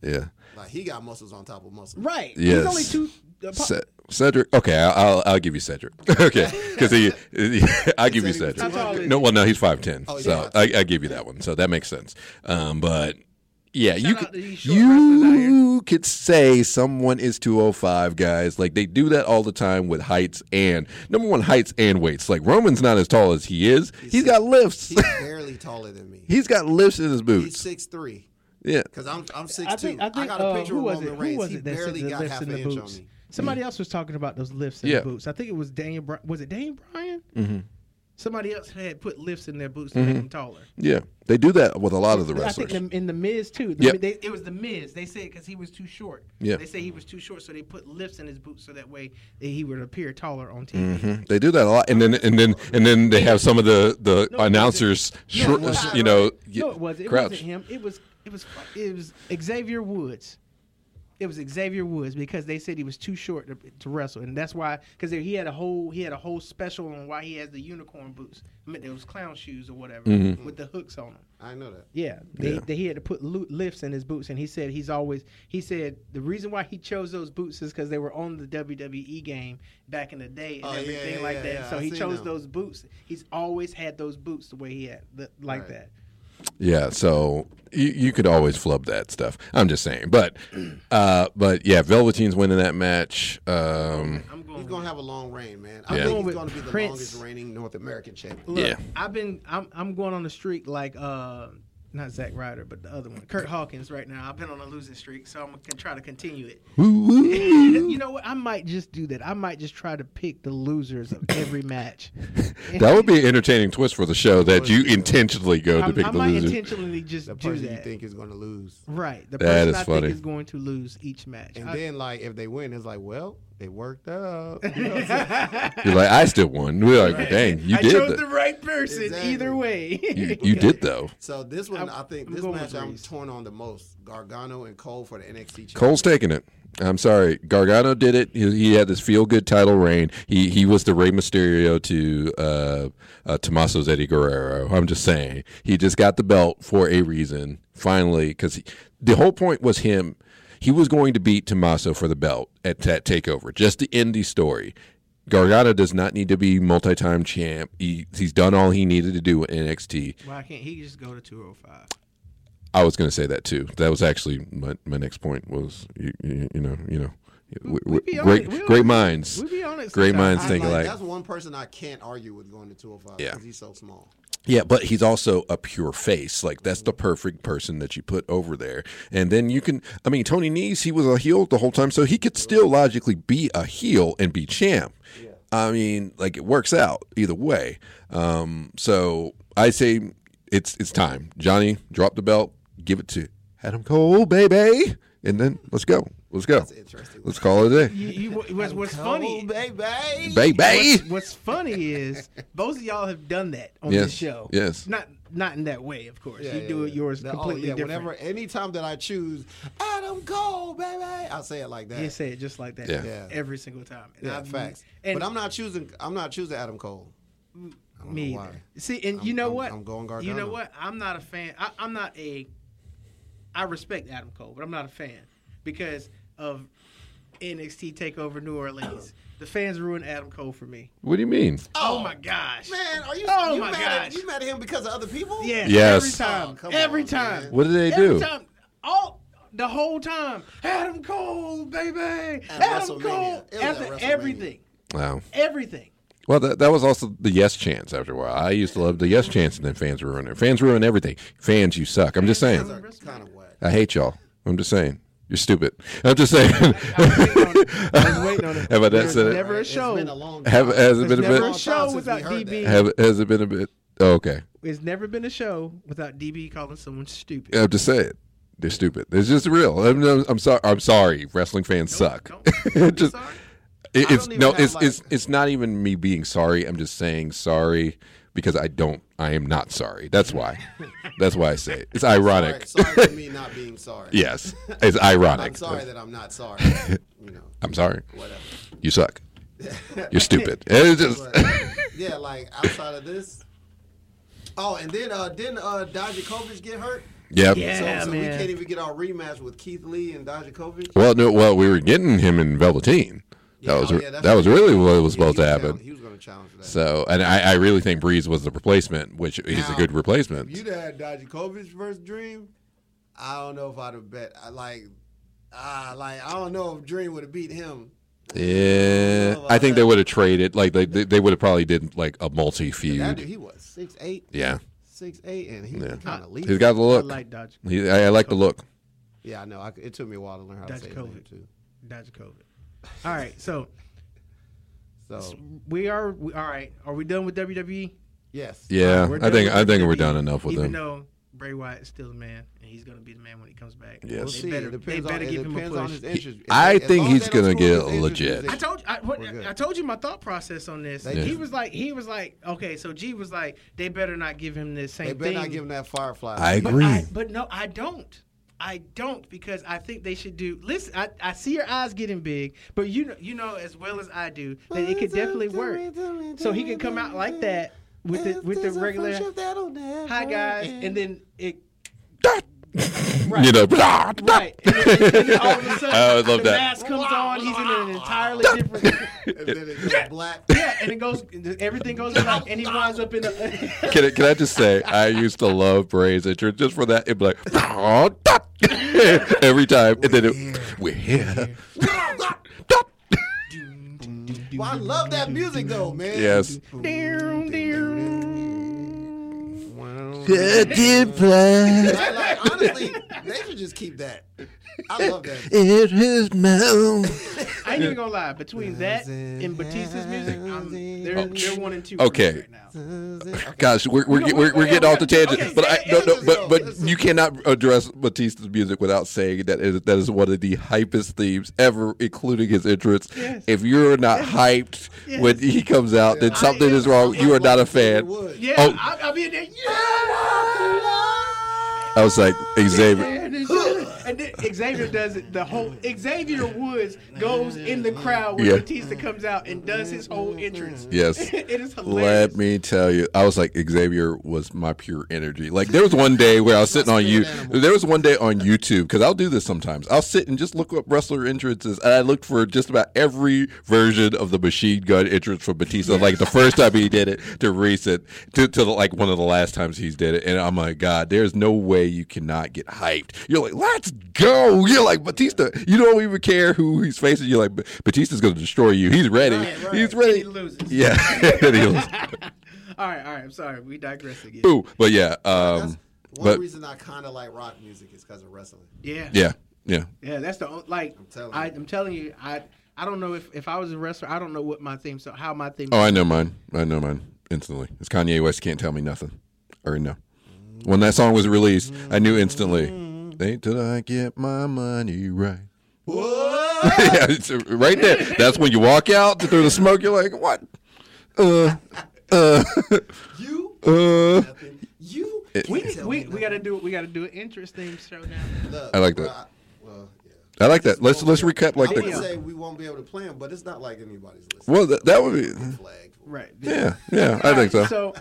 Speaker 3: Yeah.
Speaker 1: Like he got muscles on top of muscles.
Speaker 2: Right.
Speaker 3: Yes.
Speaker 2: He's only two. uh, po-
Speaker 3: Ce- Cedric. Okay, I'll, I'll I'll give you Cedric. okay, because he, I'll give you
Speaker 1: said he was
Speaker 3: Cedric.
Speaker 2: How tall is
Speaker 3: No, well, no, he's five ten.
Speaker 1: Oh,
Speaker 3: so I, I give you that one. So that makes sense. Um, but yeah, you
Speaker 2: out
Speaker 3: could
Speaker 2: to these short wrestlers out
Speaker 3: you could say someone is two oh five guys. Like they do that all the time with heights and number one heights and weights. Like Roman's not as tall as he is. he's got lifts.
Speaker 1: He's barely taller than me.
Speaker 3: he's got lifts in his
Speaker 1: He's
Speaker 3: boots.
Speaker 1: six three.
Speaker 3: Yeah.
Speaker 1: Cause I'm I'm six
Speaker 2: I think,
Speaker 1: two.
Speaker 2: I
Speaker 1: I,
Speaker 2: think
Speaker 1: got a
Speaker 2: uh,
Speaker 1: picture
Speaker 2: who was
Speaker 1: of
Speaker 2: it?
Speaker 1: Roman
Speaker 2: Who
Speaker 1: Reigns.
Speaker 2: was
Speaker 1: He
Speaker 2: it that said
Speaker 1: barely
Speaker 2: the
Speaker 1: got
Speaker 2: lifts
Speaker 1: half
Speaker 2: in
Speaker 1: an
Speaker 2: the
Speaker 1: inch on
Speaker 2: boots?
Speaker 1: me.
Speaker 2: Somebody else was talking about those lifts in
Speaker 3: Yeah. Mm-hmm.
Speaker 2: the boots. I think it was Daniel. Bry- Was it Daniel Bryan? Somebody else had put lifts in their boots to make them taller.
Speaker 3: Yeah, they do that with a lot of the
Speaker 2: I
Speaker 3: wrestlers.
Speaker 2: think the, in the Miz too. The,
Speaker 3: Yep.
Speaker 2: they, it was the Miz. They said because he was too short.
Speaker 3: Yeah.
Speaker 2: They say he was too short, so they put lifts in his boots so that way that he would appear taller on TV.
Speaker 3: They do that a lot, and then and then and then they have some of the the
Speaker 2: it
Speaker 3: announcers,
Speaker 2: No,
Speaker 3: short,
Speaker 2: it wasn't.
Speaker 3: you know,
Speaker 2: no, it was. It
Speaker 3: crouch.
Speaker 2: wasn't him. It was. It was. It was Xavier Woods. It was Xavier Woods because they said he was too short to, to wrestle, and that's why. Because he had a whole he had a whole special on why he has the unicorn boots. I mean, it was clown shoes or whatever
Speaker 3: Mm-hmm.
Speaker 2: with the hooks on them.
Speaker 1: I know that.
Speaker 2: Yeah, they, They, he had to put lo- lifts in his boots, and he said he's always he said the reason why he chose those boots is because they were on the WWE game back in the day and
Speaker 1: Oh, yeah,
Speaker 2: everything
Speaker 1: yeah,
Speaker 2: like
Speaker 1: yeah,
Speaker 2: that.
Speaker 1: yeah,
Speaker 2: So
Speaker 1: I
Speaker 2: he
Speaker 1: seen
Speaker 2: chose
Speaker 1: them.
Speaker 2: those boots. He's always had those boots the way he had the, like
Speaker 1: Right.
Speaker 2: that.
Speaker 3: Yeah, so you, you could always flub that stuff. I'm just saying, but uh, but yeah, Velveteen's winning that match. Um,
Speaker 2: I'm going.
Speaker 1: He's
Speaker 2: with-
Speaker 1: gonna have a long reign, man. I
Speaker 3: Yeah.
Speaker 1: think
Speaker 2: Oh, Going
Speaker 1: he's gonna be
Speaker 2: with
Speaker 1: the
Speaker 2: Prince.
Speaker 1: longest reigning North American champion.
Speaker 2: Look,
Speaker 3: Yeah.
Speaker 2: I've been. I'm. I'm going on the streak like uh, not Zack Ryder, but the other one, Kurt Hawkins. Right now, I've been on a losing streak, so I'm gonna try to continue it. you know what? I might just do that. I might just try to pick the losers of every match.
Speaker 3: that would be an entertaining twist for the show that you intentionally go
Speaker 2: I,
Speaker 3: to pick
Speaker 2: I
Speaker 3: the
Speaker 2: might
Speaker 3: loser.
Speaker 2: intentionally just
Speaker 1: The
Speaker 2: do
Speaker 1: person you
Speaker 2: that.
Speaker 1: think is gonna lose.
Speaker 2: Right. The
Speaker 3: That
Speaker 2: person
Speaker 3: is
Speaker 2: I
Speaker 3: funny.
Speaker 2: think is going to lose each match.
Speaker 1: And
Speaker 2: I-
Speaker 1: then like if they win, it's like, well, it worked out.
Speaker 3: You're like, I still won. We're like, dang, you
Speaker 2: I
Speaker 3: did.
Speaker 2: chose the
Speaker 3: tho-
Speaker 2: right person
Speaker 1: Exactly.
Speaker 2: either way.
Speaker 3: you, you did though.
Speaker 1: so this one,
Speaker 2: I'm-
Speaker 1: i think
Speaker 2: I'm
Speaker 1: this
Speaker 2: going
Speaker 1: match
Speaker 2: with
Speaker 1: I'm
Speaker 2: Reigns.
Speaker 1: torn on the most: Gargano and Cole for the NXT.
Speaker 3: Cole's taking it. I'm sorry, Gargano did it. He, he had this feel good title reign. He he was the Rey Mysterio to uh, uh, Tommaso's Eddie Guerrero. I'm just saying he just got the belt for a reason. Finally, because the whole point was him. He was going to beat Tommaso for the belt at that takeover, just to end the story. Gargano does not need to be multi-time champ. He, he's done all he needed to do in NXT.
Speaker 2: Why can't he just go to 205?
Speaker 3: I was going to say that too. That was actually my, my next point was you, you, you know you know w-
Speaker 2: we
Speaker 3: w-
Speaker 2: be on
Speaker 3: great
Speaker 2: it. We on
Speaker 3: great
Speaker 2: it.
Speaker 3: minds
Speaker 2: We be on it
Speaker 3: great
Speaker 2: sometime.
Speaker 3: minds
Speaker 2: I
Speaker 3: think
Speaker 1: Like,
Speaker 3: alike.
Speaker 1: that's one person I can't argue with going to 205
Speaker 3: Yeah.
Speaker 1: because he's so small.
Speaker 3: Yeah, but he's also a pure face. Like that's the perfect person that you put over there. And then you can I mean Tony Nese, he was a heel the whole time, so he could still logically be a heel and be champ. I mean, like it works out either way. Um, so I say it's it's time. Johnny, drop the belt, give it to Adam Cole, baby. And then let's go. Let's go.
Speaker 1: Interesting.
Speaker 3: Let's call it a day.
Speaker 2: You, you, what's what's funny?
Speaker 1: baby.
Speaker 3: Baby.
Speaker 2: What's funny is both of y'all have done that on
Speaker 3: Yes.
Speaker 2: this show.
Speaker 3: Yes.
Speaker 2: Not not in that way, of course.
Speaker 1: Yeah,
Speaker 2: you
Speaker 1: yeah,
Speaker 2: do it
Speaker 1: yeah.
Speaker 2: yours
Speaker 1: That- oh,
Speaker 2: completely
Speaker 1: yeah,
Speaker 2: different.
Speaker 1: Whenever, anytime that I choose Adam Cole, baby, I say it like that.
Speaker 2: You say it just like that
Speaker 3: Yeah.
Speaker 1: Yeah.
Speaker 2: every single time. And
Speaker 1: yeah,
Speaker 2: I've-
Speaker 1: facts.
Speaker 2: And
Speaker 1: but I'm not choosing. I'm not choosing Adam Cole. I don't
Speaker 2: me
Speaker 1: know why.
Speaker 2: either. See, and you know
Speaker 1: I'm-
Speaker 2: what?
Speaker 1: I'm going
Speaker 2: You know
Speaker 1: Gargano.
Speaker 2: what? I'm not a fan. I, I'm not a. I respect Adam Cole, but I'm not a fan because of NXT Takeover New Orleans. the fans ruined Adam Cole for me.
Speaker 3: What do you mean?
Speaker 2: Oh, my gosh!
Speaker 1: Man, are you?
Speaker 2: Oh
Speaker 1: you
Speaker 2: my
Speaker 1: mad At,
Speaker 2: gosh.
Speaker 1: you mad at him because of other people?
Speaker 2: Yeah.
Speaker 3: Yes.
Speaker 2: Every time.
Speaker 1: Oh, come
Speaker 2: every
Speaker 1: on,
Speaker 2: time.
Speaker 1: man.
Speaker 3: What did they
Speaker 2: every
Speaker 3: do?
Speaker 2: time. All the whole time. Adam Cole, baby. Adam
Speaker 1: WrestleMania.
Speaker 2: Cole.
Speaker 1: It was at
Speaker 2: After
Speaker 1: WrestleMania.
Speaker 2: everything.
Speaker 3: Wow.
Speaker 2: Everything.
Speaker 3: Well, that, that was also the yes chance after a while. I used to love the yes chance, and then fans ruin it. Fans ruin everything. Fans, you suck. I'm just
Speaker 1: Those
Speaker 3: saying.
Speaker 1: are kind of whack.
Speaker 3: I hate y'all. I'm just saying. You're stupid. I'm just saying.
Speaker 2: I was waiting on it.
Speaker 3: Have I done
Speaker 2: There's
Speaker 3: said it?
Speaker 2: never a
Speaker 1: It's
Speaker 2: show.
Speaker 1: been a long time.
Speaker 3: Have, has
Speaker 2: There's
Speaker 3: it been a
Speaker 2: never a
Speaker 3: bit?
Speaker 2: show
Speaker 1: since we
Speaker 2: without
Speaker 1: heard
Speaker 2: DB.
Speaker 3: Have, has it been a bit? Oh, okay.
Speaker 2: There's never been a show without DB calling someone stupid.
Speaker 3: I'm just saying. They're stupid. It's just real. I'm, I'm, I'm sorry. I'm sorry. Wrestling fans suck.
Speaker 2: Don't-
Speaker 3: Just-
Speaker 2: sorry.
Speaker 3: It,
Speaker 1: I
Speaker 3: it's
Speaker 1: don't even
Speaker 3: no,
Speaker 1: have,
Speaker 3: it's
Speaker 1: like-
Speaker 3: it's it's not even me being sorry. I'm just saying sorry because I don't. I am not sorry. That's why. That's why I say it. It's
Speaker 1: All
Speaker 3: ironic.
Speaker 1: right, sorry for me not being sorry.
Speaker 3: Yes, it's
Speaker 1: I'm
Speaker 3: ironic.
Speaker 1: sorry that I'm not sorry. you know,
Speaker 3: I'm sorry.
Speaker 1: whatever.
Speaker 3: You suck. You're stupid. It's just
Speaker 1: But yeah, like outside of this. Oh, and then uh didn't uh Dijakovic get hurt?
Speaker 3: Yep.
Speaker 2: Yeah,
Speaker 1: so so we
Speaker 2: man.
Speaker 1: can't even get our rematch with Keith Lee and Dijakovic.
Speaker 3: Well, no. Well, we were getting him in Velveteen. That
Speaker 1: Yeah,
Speaker 3: was
Speaker 1: oh, yeah, that's
Speaker 3: that was
Speaker 1: right.
Speaker 3: really what was
Speaker 1: Yeah, he
Speaker 3: supposed to
Speaker 1: was
Speaker 3: happen.
Speaker 1: challenge- He was going to challenge for that.
Speaker 3: So, and I, I really think Breeze was the replacement, which is a
Speaker 1: Now,
Speaker 3: good replacement.
Speaker 1: If you'd had Dijakovic versus Dream, I don't know if I'd have bet. I like, ah, like I don't know if Dream would have beat him.
Speaker 3: Yeah, I think they would have traded. Like they they, they would have probably did like a multi
Speaker 1: That
Speaker 3: feud.
Speaker 1: dude, he was six eight,
Speaker 3: Yeah,
Speaker 1: six eight, and he
Speaker 3: Yeah.
Speaker 1: kind of
Speaker 3: he's
Speaker 1: leaky.
Speaker 3: got the
Speaker 2: I
Speaker 3: look.
Speaker 2: like Dodge
Speaker 3: He, I, I like the look.
Speaker 1: Yeah, I know. I, it took me a while to learn how to say his name
Speaker 2: Dijakovic.
Speaker 1: too.
Speaker 2: Dodge COVID. All right, so
Speaker 3: Oh.
Speaker 1: So
Speaker 2: we are we, all right. Are we done with WWE?
Speaker 1: yes,
Speaker 3: Yeah,
Speaker 2: We're
Speaker 3: I
Speaker 2: done
Speaker 3: think
Speaker 2: with
Speaker 3: I think
Speaker 2: WWE,
Speaker 3: we're done enough with
Speaker 2: even
Speaker 3: him.
Speaker 2: though Bray Wyatt is still a man, and he's gonna be the man when he comes back.
Speaker 3: Yes.
Speaker 1: We'll
Speaker 2: they
Speaker 1: see.
Speaker 2: better,
Speaker 1: it
Speaker 2: they
Speaker 1: depends,
Speaker 2: better
Speaker 1: on,
Speaker 2: give
Speaker 1: it
Speaker 2: him a
Speaker 1: depends on
Speaker 2: push.
Speaker 1: his interest. If
Speaker 3: I
Speaker 1: they- as
Speaker 3: think
Speaker 1: long as
Speaker 3: he's
Speaker 1: they don't
Speaker 3: gonna
Speaker 1: screw
Speaker 3: get
Speaker 1: up his
Speaker 3: legit.
Speaker 1: interest,
Speaker 2: I
Speaker 1: they-
Speaker 2: told I, what,
Speaker 1: We're good.
Speaker 2: I told you my thought process on this.
Speaker 1: They-
Speaker 2: He was like he was like okay, so G was like they better not give him this same
Speaker 1: They better
Speaker 2: thing.
Speaker 1: not give him that firefly.
Speaker 3: I
Speaker 2: But
Speaker 3: agree.
Speaker 2: I- but no, I don't. I don't because I think they should do. Listen, I, I see your eyes getting big, but you know, you know as well as I do that it could definitely work. So he could come out like that with the with the regular hi guys, and then it
Speaker 3: You know, blah, blah.
Speaker 2: right. And then, and then all of a sudden,
Speaker 3: I would love
Speaker 2: the
Speaker 3: that.
Speaker 2: mask comes on. He's in an entirely different.
Speaker 1: and then it goes black.
Speaker 2: Yeah, and it goes. Everything goes black, and he winds up in a.
Speaker 3: Can I, can I just say I used to love Bray's intro just for that? It'd be like "Blah, blah," every time, and then it, we're here. Blah.
Speaker 1: Well, I love that music though, man.
Speaker 3: yes.
Speaker 2: Down, down.
Speaker 3: Did play
Speaker 1: Like, like, honestly, they should just keep that. I love that.
Speaker 3: in his mouth.
Speaker 2: I ain't even gonna lie. Between that and Batista's music, I'm, they're, they're one and two. for me
Speaker 3: Okay.
Speaker 2: Right now.
Speaker 1: Oh.
Speaker 3: Gosh, we're we're, get- we're, we're getting off the tangent,
Speaker 2: Okay,
Speaker 3: but I,
Speaker 2: yeah,
Speaker 3: no,
Speaker 1: yeah,
Speaker 3: no,
Speaker 1: let's
Speaker 3: but
Speaker 1: go,
Speaker 3: but
Speaker 1: let's
Speaker 3: you cannot address Batista's music without saying that is, that is one of the hypest themes ever, including his entrance.
Speaker 2: Yes.
Speaker 3: If you're not hyped when he comes out, then something
Speaker 2: I-
Speaker 3: is wrong. You are not a fan.
Speaker 1: Wood.
Speaker 2: Yeah,
Speaker 3: Oh.
Speaker 2: I, I'll be in there. Yeah.
Speaker 3: I was like Xavier.
Speaker 2: And then- and then Xavier does it. The whole Xavier Woods goes in the crowd when
Speaker 3: Yeah.
Speaker 2: Batista comes out and does his whole entrance.
Speaker 3: Yes.
Speaker 2: it is hilarious.
Speaker 3: Let me tell you, I was like Xavier was my pure energy. Like there was one day where I was sitting on you. There was one day on YouTube because I'll do this sometimes. I'll sit and just look up wrestler entrances, and I looked for just about every version of the machine gun entrance for Batista. Like the first time he did it, to recent, to, to like one of the last times he's did it, and I'm like, God, there's no way you cannot get hyped. You're like, let's go. You're like Batista. You don't even care who he's facing. You're like Batista's going to destroy you. He's ready.
Speaker 2: right.
Speaker 3: He's
Speaker 2: And
Speaker 3: ready.
Speaker 2: he loses.
Speaker 3: Yeah. And he was-
Speaker 2: All right, all right. I'm sorry. We digress again.
Speaker 3: Ooh, but yeah,
Speaker 1: That's
Speaker 3: um,
Speaker 1: one
Speaker 3: but
Speaker 1: reason I kind of like rock music is because of wrestling.
Speaker 2: Yeah.
Speaker 3: yeah, yeah.
Speaker 2: Yeah, that's the on- like I'm
Speaker 1: telling
Speaker 2: telling, I,
Speaker 1: you.
Speaker 2: I'm telling you, I I don't know if if I was a wrestler, I don't know what my theme so how my theme.
Speaker 3: Oh, I know mine. I know mine instantly. It's Kanye West. Can't tell me nothing. Or no. When that song was released, I knew instantly. Ain't till I get my money right. yeah, it's uh, right there. That's when you walk out through the smoke. You're like, what? Uh, uh,
Speaker 1: You,
Speaker 3: uh.
Speaker 1: you,
Speaker 2: we we, we got to do we got to do an interest theme show now.
Speaker 1: Look,
Speaker 3: I like
Speaker 1: well,
Speaker 3: that.
Speaker 1: I- Well, yeah.
Speaker 3: I like that. Let's let's recap
Speaker 1: I
Speaker 3: like
Speaker 1: wouldn't
Speaker 3: the.
Speaker 1: say we won't be able to play them, but it's not like anybody's listening.
Speaker 3: Well, that, that would be.
Speaker 1: Flag.
Speaker 2: Right.
Speaker 3: Yeah, yeah. I think so.
Speaker 2: So,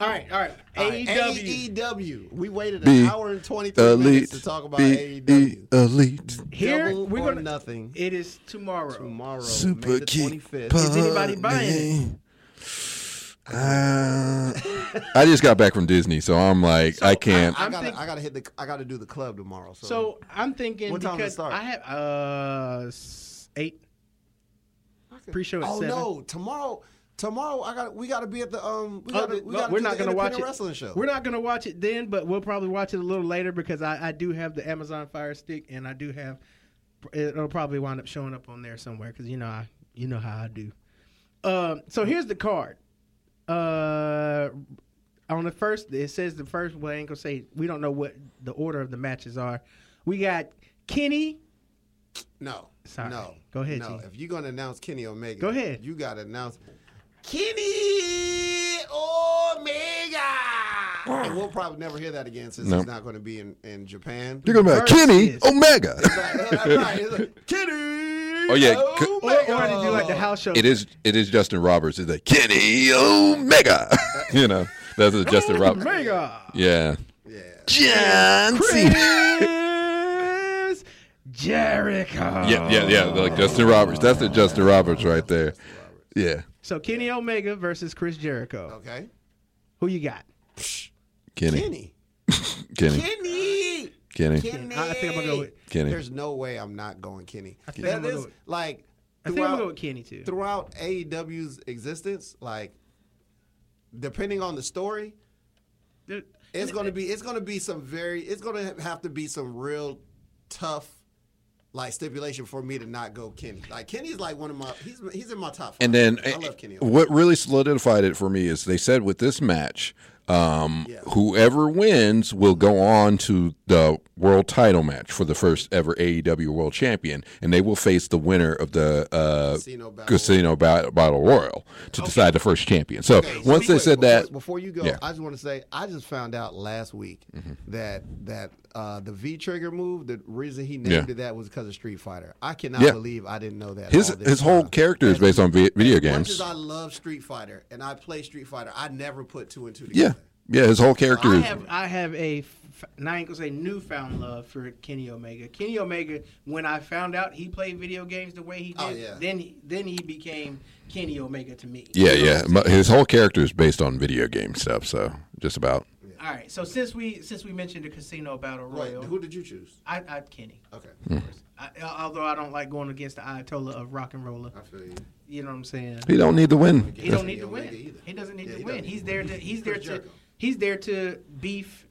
Speaker 2: all right, all right.
Speaker 1: All right, E
Speaker 2: AEW.
Speaker 1: AEW. We waited an
Speaker 3: B-
Speaker 1: hour and 23
Speaker 3: Elite.
Speaker 1: minutes to talk about E
Speaker 3: B- E,
Speaker 1: AEW.
Speaker 3: Elite.
Speaker 2: Here
Speaker 1: Double
Speaker 2: we're
Speaker 1: or
Speaker 2: gonna.
Speaker 1: nothing
Speaker 2: It is tomorrow.
Speaker 1: tomorrow. May
Speaker 3: Super
Speaker 1: the
Speaker 3: kick.
Speaker 1: 25th.
Speaker 2: Is anybody buying
Speaker 3: it? Uh, I just got back from Disney, so I'm like, I can't.
Speaker 1: I
Speaker 2: I'm
Speaker 1: gotta,
Speaker 2: think-
Speaker 1: I gotta hit the, I gotta do the club tomorrow. So,
Speaker 2: So I'm thinking
Speaker 1: What time
Speaker 2: because
Speaker 1: does it start?
Speaker 2: I have uh s- eight. Pre-show at
Speaker 1: oh
Speaker 2: seven.
Speaker 1: no, tomorrow, tomorrow I got, to we gotta be at the, um, we
Speaker 2: Oh,
Speaker 1: gotta, we
Speaker 2: no,
Speaker 1: gotta
Speaker 2: we're
Speaker 1: do
Speaker 2: not
Speaker 1: the
Speaker 2: going to watch
Speaker 1: independent
Speaker 2: it.
Speaker 1: wrestling show.
Speaker 2: We're not going to watch it then, but we'll probably watch it a little later because I, I do have the Amazon Fire Stick and I do have it'll probably wind up showing up on there somewhere because you know I you know how I do. Um, so here's the card. Uh, on the first, it says the first. Well, I ain't gonna say we don't know what the order of the matches are. We got Kenny.
Speaker 1: No.
Speaker 2: Sorry.
Speaker 1: No.
Speaker 2: Go ahead,
Speaker 1: No.
Speaker 2: G.
Speaker 1: If you're gonna announce Kenny Omega,
Speaker 2: Go ahead.
Speaker 1: You gotta announce Kenny Omega. and we'll probably never hear that again since
Speaker 3: No.
Speaker 1: he's not gonna be in, in Japan.
Speaker 3: You're gonna be like,
Speaker 2: Versus-
Speaker 3: Kenny Omega.
Speaker 1: That's right. It's like, Kenny.
Speaker 3: Oh, yeah. C-
Speaker 1: Omega.
Speaker 2: Or, or to do like the house show.
Speaker 3: It is. It is Justin Roberts. It's like Kenny Omega. you know, that's a Justin Roberts.
Speaker 2: Omega.
Speaker 3: Yeah,
Speaker 1: Yeah.
Speaker 3: John
Speaker 2: Chris Jericho.
Speaker 3: Yeah, yeah, yeah. Like Justin Roberts. That's the Justin Roberts right there. Yeah.
Speaker 2: So Kenny Omega versus Chris Jericho.
Speaker 1: Okay.
Speaker 2: Who you got?
Speaker 3: Kenny.
Speaker 1: Kenny.
Speaker 3: Kenny.
Speaker 1: Kenny.
Speaker 3: Kenny.
Speaker 1: Kenny.
Speaker 2: I- I think I'm gonna go with-
Speaker 3: Kenny.
Speaker 1: There's no way I'm not going Kenny.
Speaker 2: think
Speaker 1: That
Speaker 2: I'm gonna
Speaker 1: is,
Speaker 2: go with-
Speaker 1: like
Speaker 2: I think I'm gonna
Speaker 1: throughout-
Speaker 2: go with Kenny too.
Speaker 1: throughout AEW's existence, like depending on the story, it's gonna be it's gonna be some very it's gonna have to be some real tough like stipulation for me to not go Kenny. Like Kenny's like one of my he's he's in my top. Five.
Speaker 3: And then eh,
Speaker 1: I love Kenny.
Speaker 3: what really solidified it for me is they said with this match, um,
Speaker 1: Yeah.
Speaker 3: whoever wins will go on to the world title match for the first ever AEW World Champion, and they will face the winner of the uh,
Speaker 1: Casino Battle
Speaker 3: Casino Ba- Battle Royal to decide the first champion. So
Speaker 1: Okay, so
Speaker 3: once they
Speaker 1: wait,
Speaker 3: said
Speaker 1: before-
Speaker 3: that,
Speaker 1: before you go,
Speaker 3: Yeah. Mm-hmm.
Speaker 1: I just want to say I just found out last week that that uh, the V trigger move. The reason he named
Speaker 3: Yeah.
Speaker 1: it that was because of Street Fighter. I cannot
Speaker 3: Yeah.
Speaker 1: believe I didn't know that.
Speaker 3: his
Speaker 1: all this
Speaker 3: his whole
Speaker 1: time.
Speaker 3: character is based on vi- video
Speaker 1: As much as
Speaker 3: games.
Speaker 1: I love Street Fighter and I play Street Fighter, I never put two and two
Speaker 3: Yeah,
Speaker 1: together.
Speaker 3: yeah, his whole character
Speaker 2: I
Speaker 3: is
Speaker 2: have I have a f- now I ain't gonna say newfound love for Kenny Omega. Kenny Omega, when I found out he played video games the way he did,
Speaker 1: Oh, yeah.
Speaker 2: then he, then he became Kenny Omega to me.
Speaker 3: yeah, yeah. Mu- His whole character is based on video game stuff. So just about.
Speaker 2: All right. So since we since we mentioned the casino battle
Speaker 1: Wait,
Speaker 2: royal,
Speaker 1: who did you choose?
Speaker 2: I, I Kenny.
Speaker 1: Okay,
Speaker 3: Hmm.
Speaker 2: I, although I don't like going against the Ayatollah of rock and roller,
Speaker 1: I feel you.
Speaker 2: you know what I'm saying?
Speaker 3: He don't need to win.
Speaker 2: He don't
Speaker 1: Kenny
Speaker 2: need to win.
Speaker 1: Omega either.
Speaker 2: He doesn't need
Speaker 1: Yeah,
Speaker 2: to
Speaker 1: he
Speaker 2: win.
Speaker 1: doesn't
Speaker 2: He's
Speaker 1: need
Speaker 2: there to he's there
Speaker 1: Chris
Speaker 2: to
Speaker 1: Jericho.
Speaker 2: he's there to beef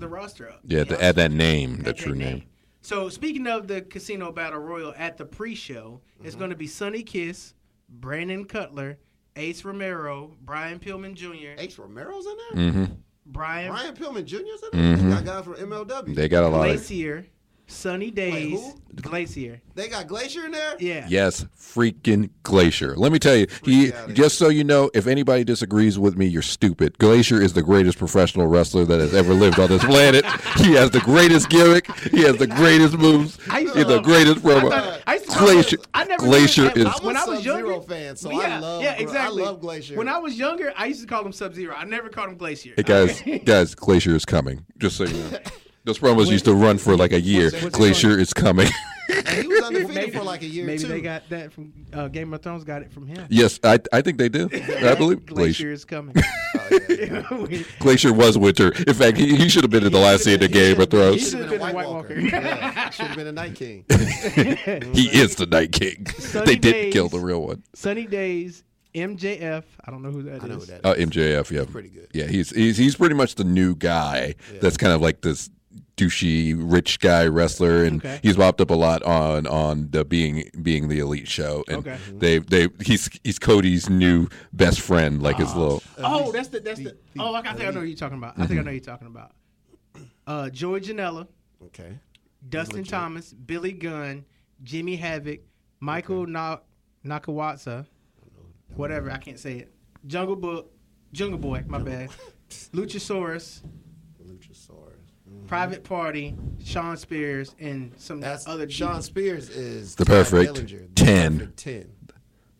Speaker 2: the roster up.
Speaker 3: Yeah,
Speaker 2: You
Speaker 3: to
Speaker 2: know?
Speaker 3: add that name, the
Speaker 2: That's
Speaker 3: true
Speaker 2: their
Speaker 3: name.
Speaker 2: So speaking of the Casino Battle Royal at the pre-show, it's
Speaker 1: Mm-hmm.
Speaker 2: going to be Sonny Kiss, Brandon Cutler, Ace Romero, Brian Pillman Jr.,
Speaker 1: H. Romero's in there.
Speaker 2: Brian,
Speaker 1: Brian Pillman Jr.'s in there. They got guys from MLW.
Speaker 3: Mm-hmm. They got a lot of
Speaker 2: Glacier, Sunny Days,
Speaker 1: who?
Speaker 2: Glacier.
Speaker 1: They got Glacier in there.
Speaker 2: Yeah.
Speaker 3: yes, freaking Glacier. Let me tell you, he
Speaker 1: outta
Speaker 3: just so you know, if anybody disagrees with me, you're stupid. Glacier is the greatest professional wrestler that has ever lived on this planet. He has the greatest gimmick. He has the greatest moves.
Speaker 2: I used to
Speaker 3: He's the
Speaker 2: love-
Speaker 3: greatest promo.
Speaker 2: thought- I used to-
Speaker 3: Glacier,
Speaker 2: I never knew
Speaker 3: Glacier
Speaker 2: that-
Speaker 3: is
Speaker 1: I'm
Speaker 2: when
Speaker 1: a
Speaker 2: I was
Speaker 1: Sub-Zero
Speaker 2: younger-
Speaker 1: fan, so
Speaker 2: yeah,
Speaker 1: I love.
Speaker 2: yeah,
Speaker 1: Gla-
Speaker 2: exactly.
Speaker 1: I love Glacier.
Speaker 2: When I was younger, I used to call him Sub Zero. I never called him Glacier.
Speaker 3: Hey, guys, guys, Glacier is coming. Just so you know. Those promos used to run for like a year.
Speaker 2: what's it
Speaker 3: Glacier is coming.
Speaker 1: and he was undefeated for like a year
Speaker 2: Maybe
Speaker 1: too.
Speaker 2: they got that from uh, Game of Thrones. Got it from him.
Speaker 3: yes, I, I think they do. I believe
Speaker 2: Glacier
Speaker 3: Glacier.
Speaker 2: is coming.
Speaker 1: Oh, yeah.
Speaker 3: Glacier was Winter. In fact, he, he should have been in the last scene of the Game of
Speaker 2: He
Speaker 3: Thrones.
Speaker 2: should
Speaker 1: Should've
Speaker 2: have been a White Walker.
Speaker 1: yeah, should have been a Night King.
Speaker 3: He is the Night King.
Speaker 2: Sunny
Speaker 3: they didn't kill
Speaker 2: days.
Speaker 3: the real one.
Speaker 2: Sunny Days, MJF. I don't know who that is.
Speaker 1: I know that.
Speaker 3: Uh, MJF, yeah,
Speaker 1: pretty good.
Speaker 3: Yeah, he's he's he's pretty much the new guy. That's kind of like this douchey rich guy wrestler, and
Speaker 2: Okay.
Speaker 3: he's popped up a lot on on the being being the elite show. And
Speaker 2: Okay.
Speaker 3: they they he's he's Cody's new best friend, like his little.
Speaker 2: Oh, that's the that's the.
Speaker 1: the-
Speaker 2: oh, I think I know who you're talking about.
Speaker 3: Mm-hmm.
Speaker 2: I think I know who you're talking about. Uh, Joy Janela,
Speaker 1: Okay.
Speaker 2: Dustin Thomas, Billy Gunn, Jimmy Havoc, Michael Na- Nakawatsa, whatever I can't say it. Jungle Book, Jungle Boy, my bad. Luchasaurus,
Speaker 1: Luchasaurus.
Speaker 2: Private Party, Sean Spears, and some
Speaker 1: That's
Speaker 2: other
Speaker 1: other Sean
Speaker 2: dudes.
Speaker 1: Spears is
Speaker 3: The
Speaker 1: Ty
Speaker 3: perfect
Speaker 1: Dillinger,
Speaker 3: 10.
Speaker 1: perfect 10.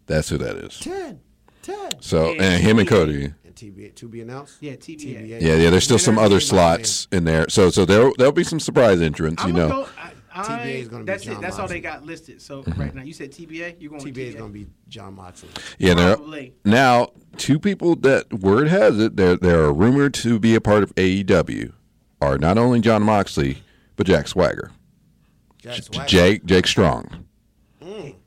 Speaker 3: That's who that is.
Speaker 1: 10. 10.
Speaker 3: So
Speaker 2: Yeah,
Speaker 3: and him and
Speaker 2: TBA.
Speaker 3: Cody.
Speaker 1: And TBA to be announced.
Speaker 2: Yeah, TBA.
Speaker 3: Yeah, yeah. There's still some other
Speaker 1: Entertainment
Speaker 3: slots in there. So so there there'll be some surprise entrants. You
Speaker 2: I'm
Speaker 3: know. Mm-hmm.
Speaker 2: gonna go. I, I,
Speaker 1: TBA is gonna be
Speaker 2: that's it.
Speaker 1: John
Speaker 2: That's all
Speaker 1: Moxley.
Speaker 2: they got listed. So right now, you said TBA. You're going
Speaker 1: TBA
Speaker 2: TBA.
Speaker 1: is going to be John Moxley.
Speaker 3: Yeah, there
Speaker 2: Probably.
Speaker 3: now two people that word has it they're they are rumored to be a part of AEW are not only John Moxley but Jack Swagger,
Speaker 1: Jack
Speaker 3: J-
Speaker 1: Swagger. Mm.
Speaker 3: Jake Jake Strong.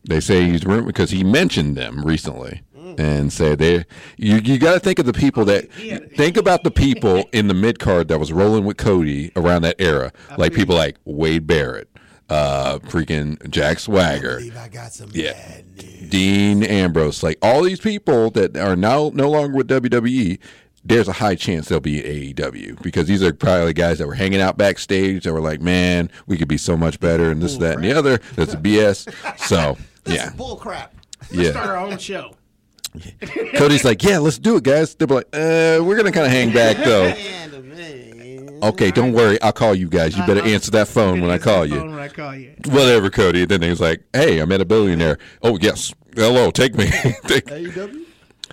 Speaker 3: They say he's rumored because he mentioned them recently
Speaker 1: Mm.
Speaker 3: and said they you you got to think of the people that
Speaker 2: Yeah.
Speaker 3: think about the people in the mid card that was rolling with Cody around that era, like people like Wade Barrett, uh, freaking Jack Swagger.
Speaker 1: Believe I got some
Speaker 3: Yeah.
Speaker 1: bad news.
Speaker 3: Dean Ambrose, like all these people that are now no longer with WWE, there's a high chance they'll be in AEW because these are probably guys that were hanging out backstage that were like, man, we could be so much better and this, that, and the other. That's BS. So,
Speaker 1: This
Speaker 3: yeah.
Speaker 1: is bull crap.
Speaker 3: Yeah.
Speaker 2: Start our own show.
Speaker 3: Cody's like, yeah, let's do it, guys. They're like, uh, we're going to kind of hang back, though.
Speaker 1: And a man.
Speaker 3: Okay, don't worry. I'll call you guys. You better answer that phone when I
Speaker 2: Answer
Speaker 3: call
Speaker 2: the
Speaker 3: you.
Speaker 2: phone When I call you.
Speaker 3: Whatever, Cody.
Speaker 1: E
Speaker 3: Then he's like, hey, I met a billionaire. Oh, yes. Hello, take me. Take-
Speaker 1: AEW?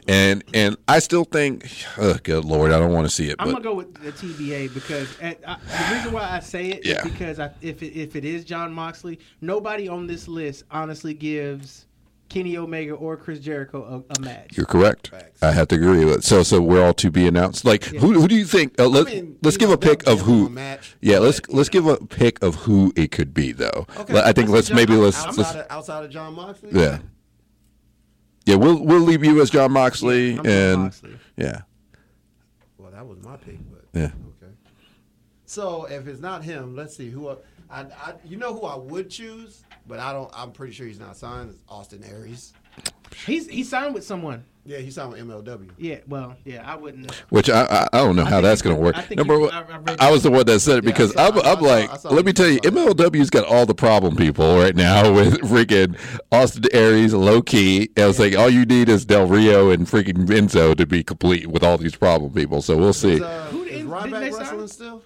Speaker 3: and and I still think, oh, good lord, I don't want to see it.
Speaker 2: I'm gonna
Speaker 3: But
Speaker 2: go with the TBA because at, I, the reason why I say it is
Speaker 3: Yeah.
Speaker 2: because I, if it, if it is John Moxley, nobody on this list honestly gives Kenny Omega or Chris Jericho a, a match.
Speaker 3: you're correct.
Speaker 1: Facts.
Speaker 3: I have to agree with. It. So so we're all to be announced. Like who who do you think? Uh, let,
Speaker 1: I mean,
Speaker 3: let's
Speaker 1: you
Speaker 3: give
Speaker 1: know,
Speaker 3: a pick
Speaker 1: they'll
Speaker 3: of
Speaker 1: give them
Speaker 3: who.
Speaker 1: a match,
Speaker 3: yeah, let's let's give a pick of who it could be though. Let- I think
Speaker 2: I
Speaker 3: let's
Speaker 2: said
Speaker 3: maybe
Speaker 2: John-
Speaker 3: let's,
Speaker 1: outside,
Speaker 3: let's
Speaker 1: of, outside of John Moxley.
Speaker 3: yeah. Yeah, we'll we'll leave you as John Moxley
Speaker 2: I'm John
Speaker 3: and
Speaker 2: Moxley.
Speaker 3: yeah.
Speaker 1: Well, that was my pick, but
Speaker 3: Yeah.
Speaker 1: Okay. So if it's not him, let's see who. I, I, I you know who I would choose, but I don't. I'm pretty sure he's not signed. Is Austin Aries.
Speaker 2: He's he signed with someone.
Speaker 1: Yeah, he's signed with MLW.
Speaker 2: Yeah, well, yeah, I wouldn't.
Speaker 3: Which I, I, I don't know how
Speaker 2: think
Speaker 3: that's
Speaker 2: you-
Speaker 3: going to work.
Speaker 2: I think
Speaker 3: Number
Speaker 2: you-
Speaker 3: one,
Speaker 2: I- I
Speaker 3: I,
Speaker 2: read-
Speaker 3: was the one that said it
Speaker 1: Yeah,
Speaker 3: because
Speaker 1: I
Speaker 3: I'm,
Speaker 1: saw- I
Speaker 3: I'm
Speaker 1: saw-
Speaker 3: like,
Speaker 1: I saw
Speaker 3: let me
Speaker 1: you
Speaker 3: tell you,
Speaker 1: saw that.
Speaker 3: MLW's got all the problem people right now with freaking Austin Aries, low key. I was like, all you need is Del Rio and freaking Enzo to be complete with all these problem people. So we'll see.
Speaker 1: Is, uh,
Speaker 2: Who
Speaker 1: is
Speaker 2: didn't- didn't they
Speaker 1: Ryback
Speaker 2: sign?
Speaker 1: wrestling still?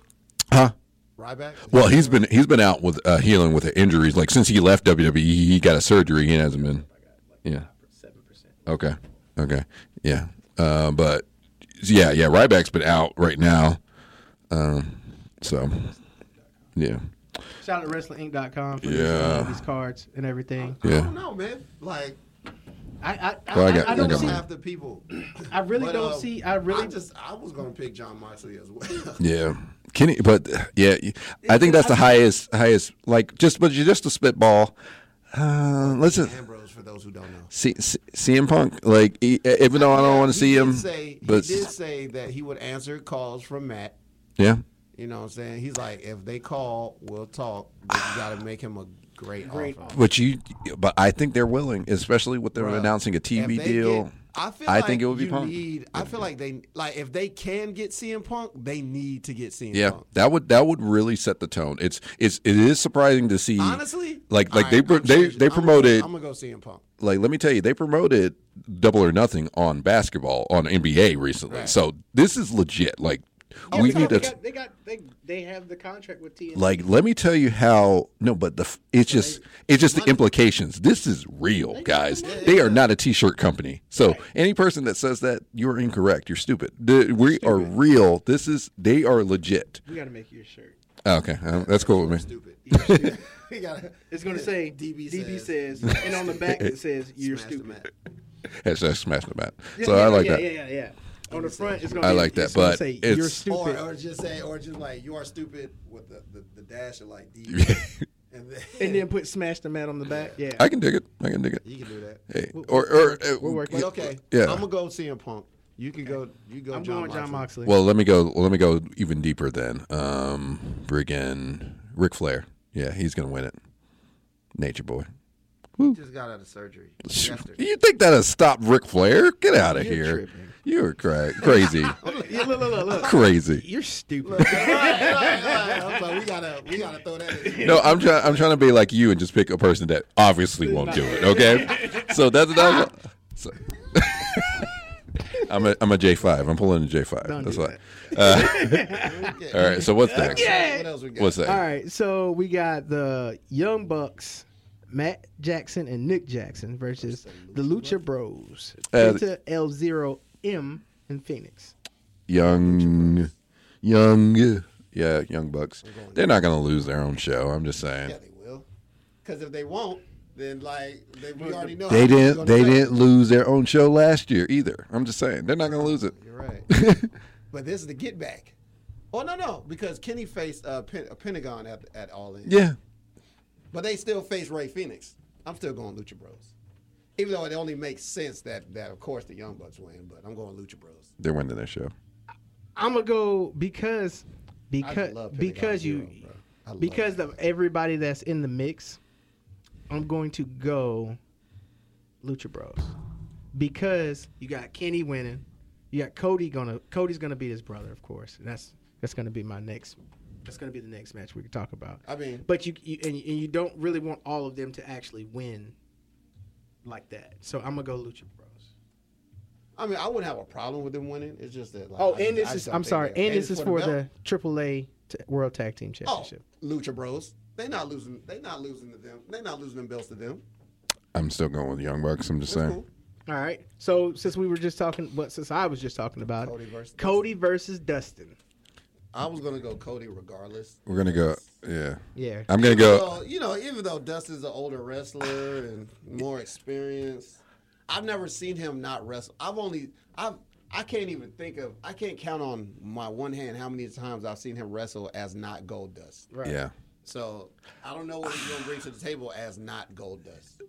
Speaker 3: Huh?
Speaker 1: Ryback.
Speaker 3: Well, he's been he's been out with uh, healing with injuries. Like since he left WWE, he got a surgery. He hasn't been. Yeah.
Speaker 2: Seven percent.
Speaker 3: Okay. Okay. Yeah. Uh, but yeah, yeah. Ryback's been out right now. Um, so yeah,
Speaker 2: Shout out to WrestlingInc.com for
Speaker 3: Yeah.
Speaker 2: these, uh, these cards and everything.
Speaker 1: I
Speaker 3: yeah.
Speaker 1: don't know, man. Like
Speaker 2: I I, I,
Speaker 3: Well, I
Speaker 2: I,
Speaker 3: got-
Speaker 2: I
Speaker 1: I
Speaker 2: don't
Speaker 1: don't
Speaker 3: got
Speaker 2: see.
Speaker 3: mine.
Speaker 1: half the people.
Speaker 2: I really
Speaker 1: But,
Speaker 2: don't
Speaker 1: uh,
Speaker 2: see. I really
Speaker 1: I just I was gonna pick John Moxley as well.
Speaker 3: Yeah. Kenny, but yeah, I think that's the highest, highest. Like just, but you're just a spitball. Uh, listen,
Speaker 1: Ambrose, for those who don't know.
Speaker 3: C- C- CM Punk. Like e- even though I don't want to
Speaker 1: He
Speaker 3: see
Speaker 1: did
Speaker 3: him,
Speaker 1: say,
Speaker 3: but
Speaker 1: he did say that he would answer calls from Matt.
Speaker 3: yeah,
Speaker 1: You know what I'm saying? He's like, if they call, we'll talk. But you got to make him a great,
Speaker 2: Great
Speaker 1: offer.
Speaker 3: but you, but I think they're willing, especially with them announcing a
Speaker 1: If
Speaker 3: TV
Speaker 1: they
Speaker 3: deal.
Speaker 1: get- I feel
Speaker 3: I
Speaker 1: like
Speaker 3: think it would be
Speaker 1: you
Speaker 3: Punk.
Speaker 1: Need, I feel like they like if they can get CM Punk, they need to get CM
Speaker 3: Yeah,
Speaker 1: Punk.
Speaker 3: that would that would really set the tone. It's it's it is surprising to see.
Speaker 1: Honestly,
Speaker 3: like like
Speaker 1: all
Speaker 3: they
Speaker 1: right,
Speaker 3: pro-
Speaker 1: I'm
Speaker 3: they
Speaker 1: changing-
Speaker 3: they
Speaker 1: I'm gonna-
Speaker 3: promoted
Speaker 1: I'm gonna go CM Punk.
Speaker 3: like let me tell you they promoted Double or Nothing on basketball on NBA recently.
Speaker 1: Right.
Speaker 3: So this is legit. Like
Speaker 2: Yeah,
Speaker 3: we
Speaker 2: so
Speaker 3: need
Speaker 2: they
Speaker 3: to
Speaker 2: got, they got they they have the contract with TNT.
Speaker 3: like let me tell you how no, but the f- it's just it's just the implications. This is real, guys. They are not a t-shirt company. So any person that says that you're incorrect. You're stupid. The- we are real. This is they are legit.
Speaker 2: we got to make you a shirt.
Speaker 3: Okay, um, that's cool with me.
Speaker 1: Stupid. You gotta-
Speaker 2: It's gonna say DB,
Speaker 1: DB
Speaker 2: says,
Speaker 1: says-
Speaker 2: and on the back it says you're
Speaker 1: Smash the
Speaker 2: stupid.
Speaker 1: mat.
Speaker 3: Hashtag smash the bat.
Speaker 2: Yeah,
Speaker 3: so
Speaker 2: yeah,
Speaker 3: I like
Speaker 2: yeah,
Speaker 3: that.
Speaker 2: Yeah, yeah, yeah. On the front, it's gonna.
Speaker 3: I
Speaker 2: be-
Speaker 3: like that,
Speaker 2: it's gonna
Speaker 3: but
Speaker 2: say,
Speaker 3: it's-
Speaker 2: you're stupid.
Speaker 1: Or, or just say, or just like you are stupid with the the, the dash of like DB, and then,
Speaker 2: and then put smash the mat on the back. Yeah,
Speaker 3: I can dig it. I can dig it.
Speaker 1: you can do that.
Speaker 3: Hey, or or uh,
Speaker 2: working.
Speaker 1: But okay,
Speaker 3: Yeah.
Speaker 1: I'm gonna go CM Punk. You can go. You go.
Speaker 2: I'm
Speaker 1: John
Speaker 2: going John Moxley.
Speaker 3: Well, let me go. Let me go even deeper then. Um, friggin' Ric Flair. Yeah, he's gonna win it. Nature boy.
Speaker 1: He just got out of surgery. yesterday.
Speaker 3: You think that'll stop Ric Flair? Get out of here.
Speaker 2: tripping.
Speaker 3: You're cra- crazy.
Speaker 2: yeah, look, look, look, look.
Speaker 3: crazy.
Speaker 2: You're stupid.
Speaker 1: I'm like, we gotta, we gotta throw that in.
Speaker 3: No, I'm trying. I'm trying to be like you and just pick a person that obviously won't do it. Okay. So that's that's. So. I'm a I'm a J five. I'm pulling a J five.
Speaker 2: Don't
Speaker 3: That's
Speaker 2: do
Speaker 3: why.
Speaker 2: that.
Speaker 1: Yeah.
Speaker 3: All right. So what's next?
Speaker 1: What else we got?
Speaker 3: What's that?
Speaker 2: All right, so we got the Young Bucks, Matt Jackson and Nick Jackson versus the Lucha Bros,
Speaker 3: Uh,
Speaker 2: Penta L Zero M and Phoenix.
Speaker 3: Young, young, yeah, young bucks. They're not gonna lose their own show. I'm just saying.
Speaker 1: Yeah, they will. Because if they won't, then like they, we already know. how
Speaker 3: They
Speaker 1: this is gonna
Speaker 3: didn't. They
Speaker 1: go.
Speaker 3: didn't lose their own show last year either. I'm just saying they're not gonna lose it.
Speaker 1: You're right. but this is the get back. Oh no no, because Kenny faced uh, Pen- uh, Pentagon at, at All In.
Speaker 3: Yeah,
Speaker 1: But they still face Ray Phoenix. I'm still going Lucha Bros. Even though it only makes sense that that of course the Young Bucks win, but I'm going Lucha Bros.
Speaker 3: they're winning their show.
Speaker 2: I'm gonna go because because
Speaker 1: love Pentagon
Speaker 2: because you
Speaker 1: Zero, bro. I love
Speaker 2: because of everybody that's in the mix. I'm going to go Lucha Bros because you got Kenny winning. You got Cody gonna Cody's gonna beat his brother, of course. And that's that's gonna be my next. That's gonna be the next match we can talk about.
Speaker 1: I mean-
Speaker 2: but you, you and, and you don't really want all of them to actually win like that. So I'm gonna go Lucha Bros.
Speaker 1: I mean I wouldn't have a problem with them winning. It's just that like,
Speaker 2: Oh,
Speaker 1: I just-
Speaker 2: and
Speaker 1: I
Speaker 2: this
Speaker 1: just
Speaker 2: is
Speaker 1: don't
Speaker 2: I'm
Speaker 1: think
Speaker 2: sorry,
Speaker 1: they-
Speaker 2: and this is for
Speaker 1: belt.
Speaker 2: the AAA t- World Tag Team
Speaker 1: oh,
Speaker 2: Championship.
Speaker 1: Lucha Bros. They not losing. They not losing to them. They not losing them belts to them.
Speaker 3: I'm still going with Young Bucks. I'm just
Speaker 1: That's
Speaker 3: saying.
Speaker 1: cool.
Speaker 2: All right. So since we were just talking, well, since I was just talking about
Speaker 1: Cody
Speaker 2: it,
Speaker 1: versus
Speaker 2: Cody versus Dustin.
Speaker 1: I was gonna go Cody regardless.
Speaker 3: We're gonna go. Yeah.
Speaker 2: Yeah.
Speaker 3: I'm gonna go.
Speaker 1: So, you know, even though Dustin's an older wrestler and more experienced, I've never seen him not wrestle. I've only I've I can't even think of I can't count on my one hand how many times I've seen him wrestle as not gold dust.
Speaker 2: Right.
Speaker 3: Yeah.
Speaker 1: So I don't know what he's gonna bring to the table as not gold dust.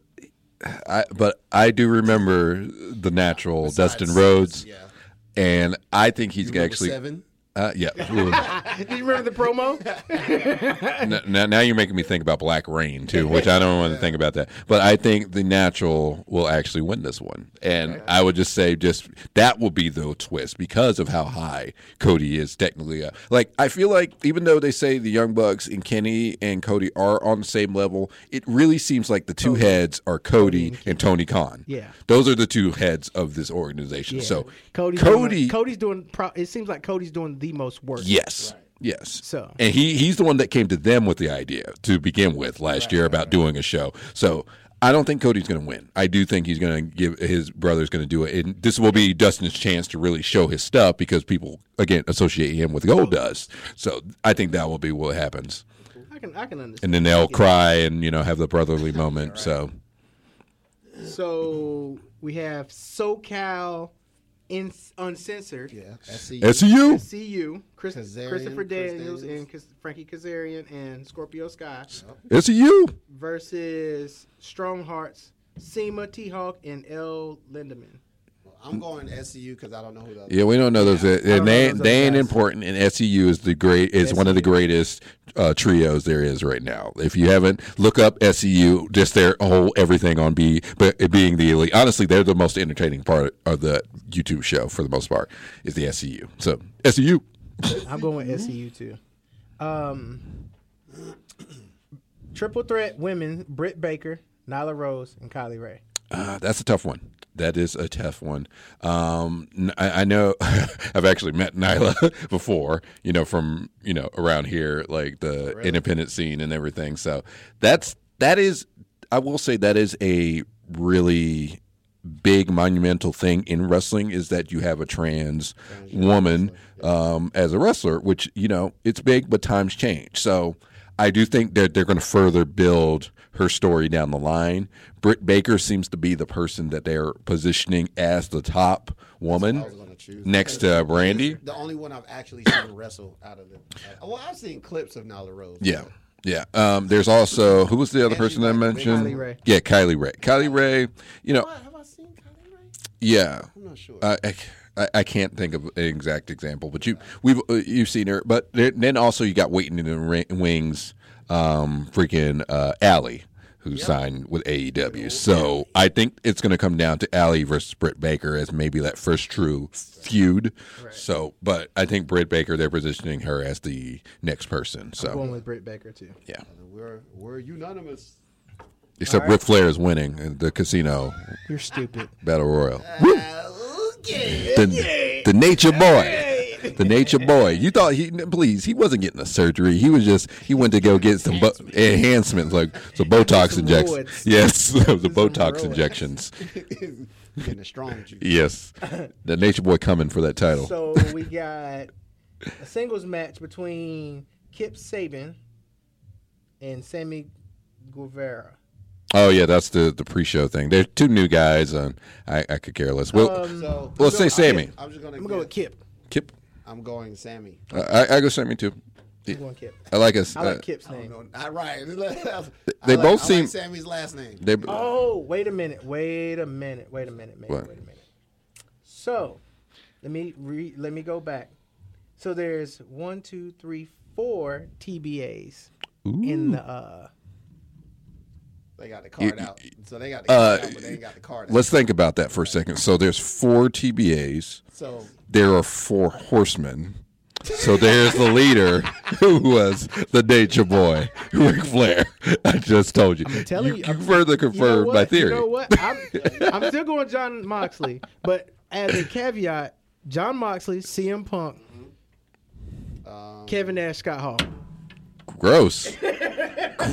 Speaker 3: I but I do remember the natural Dustin
Speaker 1: Besides-
Speaker 3: Rhodes,
Speaker 1: Yeah.
Speaker 3: and I think he's
Speaker 1: Number
Speaker 3: actually.
Speaker 1: seven.
Speaker 3: Uh, yeah. Ooh.
Speaker 2: Did you remember the promo?
Speaker 3: N- now, now you're making me think about Black Rain too, which I don't want to think about that. But I think the natural will actually win this one, and I would just say just that will be the twist because of how high Cody is technically. Up. Like I feel like even though they say the Young Bucks and Kenny and Cody are on the same level, it really seems like the two heads are Cody and Tony Khan.
Speaker 2: Yeah.
Speaker 3: those are the two heads of this organization. So
Speaker 2: Cody's
Speaker 3: Cody,
Speaker 2: doing, Cody's doing. Pro, it seems like Cody's doing the most work.
Speaker 3: Yes. Yes.
Speaker 2: So-
Speaker 3: and he he's the one that came to them with the idea to begin with last year about doing a show. So I don't think Cody's going to win. I do think he's going to give his brother's going to do it, and this will be Dustin's chance to really show his stuff because people again associate him with gold dust. So I think that will be what happens,
Speaker 2: I can I can understand.
Speaker 3: and then they'll cry and you know have the brotherly moment. So
Speaker 2: So we have SoCal, in, uncensored.
Speaker 1: Yeah. SCU.
Speaker 3: SEU,
Speaker 2: CU, Chris,
Speaker 1: Kazarian,
Speaker 2: Christopher
Speaker 1: Chris
Speaker 2: Daniels,
Speaker 1: Daniels.
Speaker 2: and Chris, Frankie Kazarian and Scorpio Sky
Speaker 3: SEU.
Speaker 2: versus Strong Hearts, Seema T Hawk, and L Lindemann.
Speaker 1: I'm going SCU because I don't know who the other
Speaker 3: Yeah, we don't know those, uh, and
Speaker 2: know
Speaker 3: they
Speaker 2: those
Speaker 3: they
Speaker 2: other
Speaker 3: ain't
Speaker 2: guys.
Speaker 3: important. And SEU is the great is one of the greatest uh, trios there is right now. If you haven't, look up SEU. Just their whole everything on be but it being the elite. Honestly, they're the most entertaining part of the YouTube show for the most part is the SEU. So SEU,
Speaker 2: I'm going with SEU too. Um, triple threat women: Britt Baker, Nyla Rose, and Kylie Ray.
Speaker 3: uh, that's a tough one. That is a tough one. Um, n- I, I know I've actually met Nyla before, you know, from you know around here, like the independent scene and everything. So that's that is, I will say that is a really big monumental thing in wrestling is that you have a trans woman um, as a wrestler, which you know it's big, but times change. So I do think that they're going to further build her story down the line. Britt Baker seems to be the person that they're positioning as the
Speaker 1: I
Speaker 3: top
Speaker 1: was
Speaker 3: woman
Speaker 1: gonna choose.
Speaker 3: next uh, to Brandy.
Speaker 1: The only one I've actually seen wrestle out of it. Well, I've seen clips of Nyla Rose.
Speaker 3: Yeah. Yeah. Um, there's also who was the other
Speaker 1: And she's
Speaker 3: person I
Speaker 1: like
Speaker 3: mentioned?
Speaker 2: Kylie Rae.
Speaker 3: Yeah, Kylie Ray. Kylie Ray. You know.
Speaker 1: Have I seen Kylie Ray?
Speaker 3: Yeah.
Speaker 1: I'm not sure.
Speaker 3: I, I- I, I can't think of an exact example, but you we've uh, you've seen her. But there, then also you got waiting in the ri- wings, um, freaking uh, Allie, who signed with AEW. So I think it's going to come down to Allie versus Britt Baker as maybe that first true feud. So, but I think Britt Baker they're positioning her as the next person.
Speaker 2: I'm going
Speaker 3: So
Speaker 2: with Britt Baker too.
Speaker 3: yeah,
Speaker 1: We're we're unanimous.
Speaker 3: except Ric Flair is winning in the casino
Speaker 2: You're stupid.
Speaker 3: battle royal.
Speaker 2: Uh,
Speaker 1: Okay.
Speaker 3: the, the nature boy. The nature boy. You thought he please, he wasn't getting a surgery. He was just he went to go get some bo- enhancements like some Botox
Speaker 2: Some
Speaker 3: injections.
Speaker 2: roids.
Speaker 3: Yes, the Botox
Speaker 2: roids.
Speaker 3: injections.
Speaker 1: Getting strong with you.
Speaker 3: Yes. The nature boy coming for that title.
Speaker 2: So we got a singles match between Kip Saban and Sammy Guevara.
Speaker 3: oh yeah, that's the the pre-show thing. They're two new guys and I, I could care less. Well,
Speaker 2: Um,
Speaker 1: So
Speaker 3: let's say Sammy.
Speaker 1: I'm just gonna.
Speaker 2: I'm gonna go with Kip.
Speaker 3: Kip.
Speaker 1: I'm going Sammy.
Speaker 3: I, I, I go Sammy too.
Speaker 2: I'm going Kip.
Speaker 3: I like us.
Speaker 2: I like
Speaker 3: uh,
Speaker 2: Kip's
Speaker 1: I'm
Speaker 2: name.
Speaker 1: going, all right. they
Speaker 3: They both
Speaker 1: I
Speaker 3: seem-
Speaker 1: Like Sammy's last name.
Speaker 3: they,
Speaker 2: Oh, wait a minute. Wait a minute. Wait a minute, man.
Speaker 3: What?
Speaker 2: Wait a minute. So, let me re- let me go back. So there's one, two, three, four TBAs in the. Uh,
Speaker 1: They got the card out. So they got the
Speaker 3: Uh,
Speaker 1: card out, but they ain't got the card out.
Speaker 3: let's think about that for a second. So there's four TBAs.
Speaker 1: So
Speaker 3: there are four horsemen. So there's the leader who was the nature boy, Ric Flair. I just told you. I'm
Speaker 2: telling you,
Speaker 3: you
Speaker 2: I'm-
Speaker 3: further
Speaker 2: you know
Speaker 3: confirmed
Speaker 2: what?
Speaker 3: my theory.
Speaker 2: You know what? I'm, I'm still going John Moxley, but as a caveat, John Moxley, CM Punk, Mm-hmm. Kevin Nash, Scott Hall.
Speaker 3: Gross.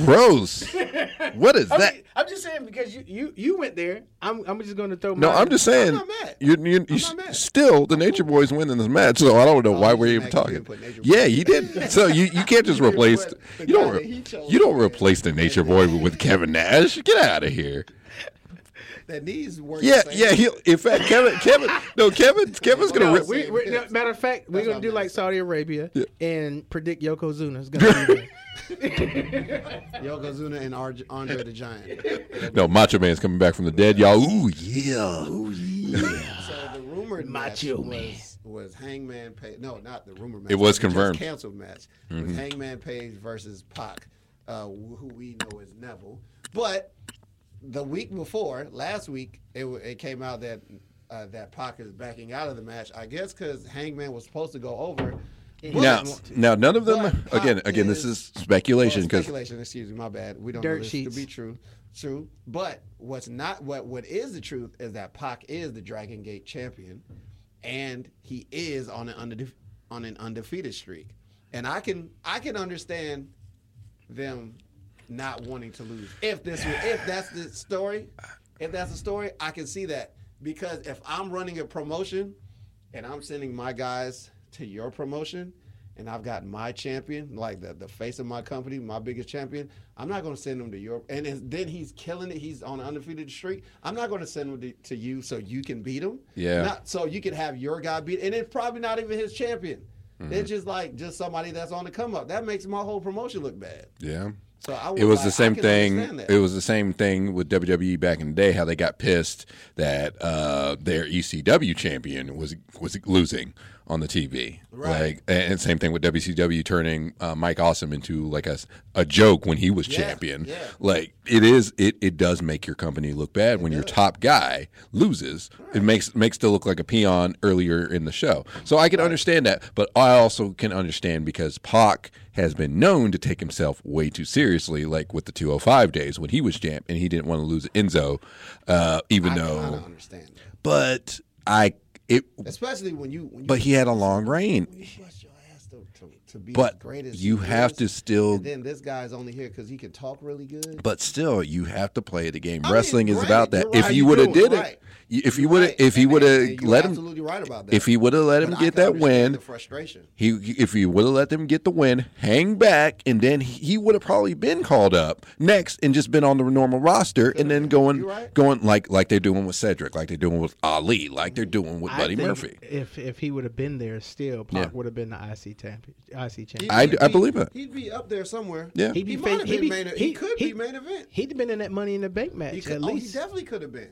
Speaker 3: gross. What is
Speaker 2: Um, I
Speaker 3: that?
Speaker 2: mean, I'm just saying because you you, you went there. I'm I'm just going to throw.
Speaker 3: No,
Speaker 2: mine.
Speaker 3: I'm just saying.
Speaker 1: not mad.
Speaker 3: You, you, you
Speaker 1: not mad.
Speaker 3: still the Nature Boys winning this match, so I don't know why
Speaker 1: he's
Speaker 3: we're even
Speaker 1: mad 'cause you
Speaker 3: talking.
Speaker 1: didn't put Nature Boy.
Speaker 3: Yeah, you did. So you, you can't just replace
Speaker 1: put the
Speaker 3: you don't
Speaker 1: guy
Speaker 3: re-
Speaker 1: that he chose.
Speaker 3: you don't replace the Nature Boy with Kevin Nash. Get out of here.
Speaker 1: That knees work.
Speaker 3: Yeah, yeah. He, in fact, Kevin, Kevin, no, Kevin, Kevin's gonna.
Speaker 2: No,
Speaker 3: rip.
Speaker 2: we, we, no, matter of fact, we're
Speaker 1: what
Speaker 2: gonna
Speaker 1: I
Speaker 2: do
Speaker 1: meant.
Speaker 2: like Saudi Arabia and predict Yokozuna's gonna be there.
Speaker 1: Yokozuna and Ar- Andre the Giant.
Speaker 3: no, Macho Man's coming back from the dead, y'all. Ooh yeah, ooh yeah.
Speaker 1: So the rumored
Speaker 2: Macho
Speaker 1: match
Speaker 2: Man.
Speaker 1: was, was Hangman Page. No, not the rumored match.
Speaker 3: It was
Speaker 1: just
Speaker 3: confirmed. Mm-hmm.
Speaker 1: Canceled match was Hangman Page versus Pac, uh, wh- who we know as Neville. But the week before, last week, it, w- it came out that uh, that Pac is backing out of the match. I guess because Hangman was supposed to go over.
Speaker 3: Now,
Speaker 1: But-
Speaker 3: now, none of
Speaker 1: But
Speaker 3: them. Again,
Speaker 1: Pac
Speaker 3: again, this is
Speaker 1: is-
Speaker 3: speculation
Speaker 1: well,
Speaker 3: because
Speaker 1: speculation. Excuse me, my bad. We don't
Speaker 2: Dirt
Speaker 1: know this
Speaker 2: sheets.
Speaker 1: to be true. True, but what's not what what is the truth is that Pac is the Dragon Gate champion, and he is on an undefe on an undefeated streak. And I can I can understand them not wanting to lose if this if that's the story, if that's the story, I can see that because if I'm running a promotion and I'm sending my guys to your promotion and I've got my champion, like the, the face of my company, my biggest champion, I'm not going to send him to your and it's- then he's killing it. He's on an undefeated streak. I'm not going to send him to, to you so you can beat him.
Speaker 3: Yeah.
Speaker 1: Not so you can have your guy beat and it's probably not even his champion. It's just like just somebody that's on the come up. That makes my whole promotion look bad.
Speaker 3: yeah.
Speaker 1: So I
Speaker 3: it was
Speaker 1: like,
Speaker 3: the
Speaker 1: I
Speaker 3: same
Speaker 1: can
Speaker 3: thing.
Speaker 1: understand that.
Speaker 3: It was the same thing with WWE back in the day. How they got pissed that uh, their ECW champion was was losing on the TV.
Speaker 1: Right.
Speaker 3: Like, and and same thing with WCW turning uh, Mike Awesome into like a s- a joke when he was
Speaker 1: Yeah,
Speaker 3: champion.
Speaker 1: yeah.
Speaker 3: Like it is. It, it does make your company look bad when your top guy loses. It makes makes to look like a peon earlier in the show. So I can understand that, but I also can understand because Pac has been known to take himself way too seriously, like with the 205 days when he was champ and he didn't want to lose to Enzo, uh, even
Speaker 1: I
Speaker 3: though.
Speaker 1: kinda understand that.
Speaker 3: But I it.
Speaker 1: Especially when you when you
Speaker 3: But he had a long reign.
Speaker 1: you bust your ass to, to, to be
Speaker 3: But
Speaker 1: the greatest.
Speaker 3: you
Speaker 1: he
Speaker 3: have
Speaker 1: is,
Speaker 3: to still.
Speaker 1: And then this guy's only here because he can talk really good.
Speaker 3: But still, you have to play the game.
Speaker 1: mean,
Speaker 3: Wrestling is
Speaker 1: right,
Speaker 3: about that.
Speaker 1: you're
Speaker 3: If
Speaker 1: right,
Speaker 3: you
Speaker 1: you're
Speaker 3: would have
Speaker 1: doing
Speaker 3: did
Speaker 1: right.
Speaker 3: it, if you would have, if he would have let him,
Speaker 1: absolutely right about that.
Speaker 3: if he would have let him
Speaker 1: But I
Speaker 3: get
Speaker 1: can
Speaker 3: that
Speaker 1: understand
Speaker 3: win,
Speaker 1: the frustration.
Speaker 3: he if he would have let them get the win, hang back, and then he would have probably been called up next and just been on the normal roster, and then going
Speaker 1: You right.
Speaker 3: going like like they're doing with Cedric, like they're doing with Ali, like they're doing with
Speaker 2: I
Speaker 3: Buddy
Speaker 2: think
Speaker 3: Murphy.
Speaker 2: If if he would have been there, still Pac
Speaker 3: Yeah.
Speaker 2: would have been the IC champion. IC champion.
Speaker 3: I
Speaker 1: He'd
Speaker 3: do- I
Speaker 1: be-
Speaker 3: believe it.
Speaker 1: He'd be up there somewhere.
Speaker 3: Yeah.
Speaker 1: he
Speaker 2: He'd be
Speaker 1: might have
Speaker 2: fa-
Speaker 1: been
Speaker 2: he'd be-
Speaker 1: main. He,
Speaker 2: he-
Speaker 1: could
Speaker 2: he-
Speaker 1: be main event.
Speaker 2: He'd have been in that Money in the Bank match
Speaker 1: He could,
Speaker 2: at
Speaker 1: oh,
Speaker 2: least.
Speaker 1: he definitely could have been.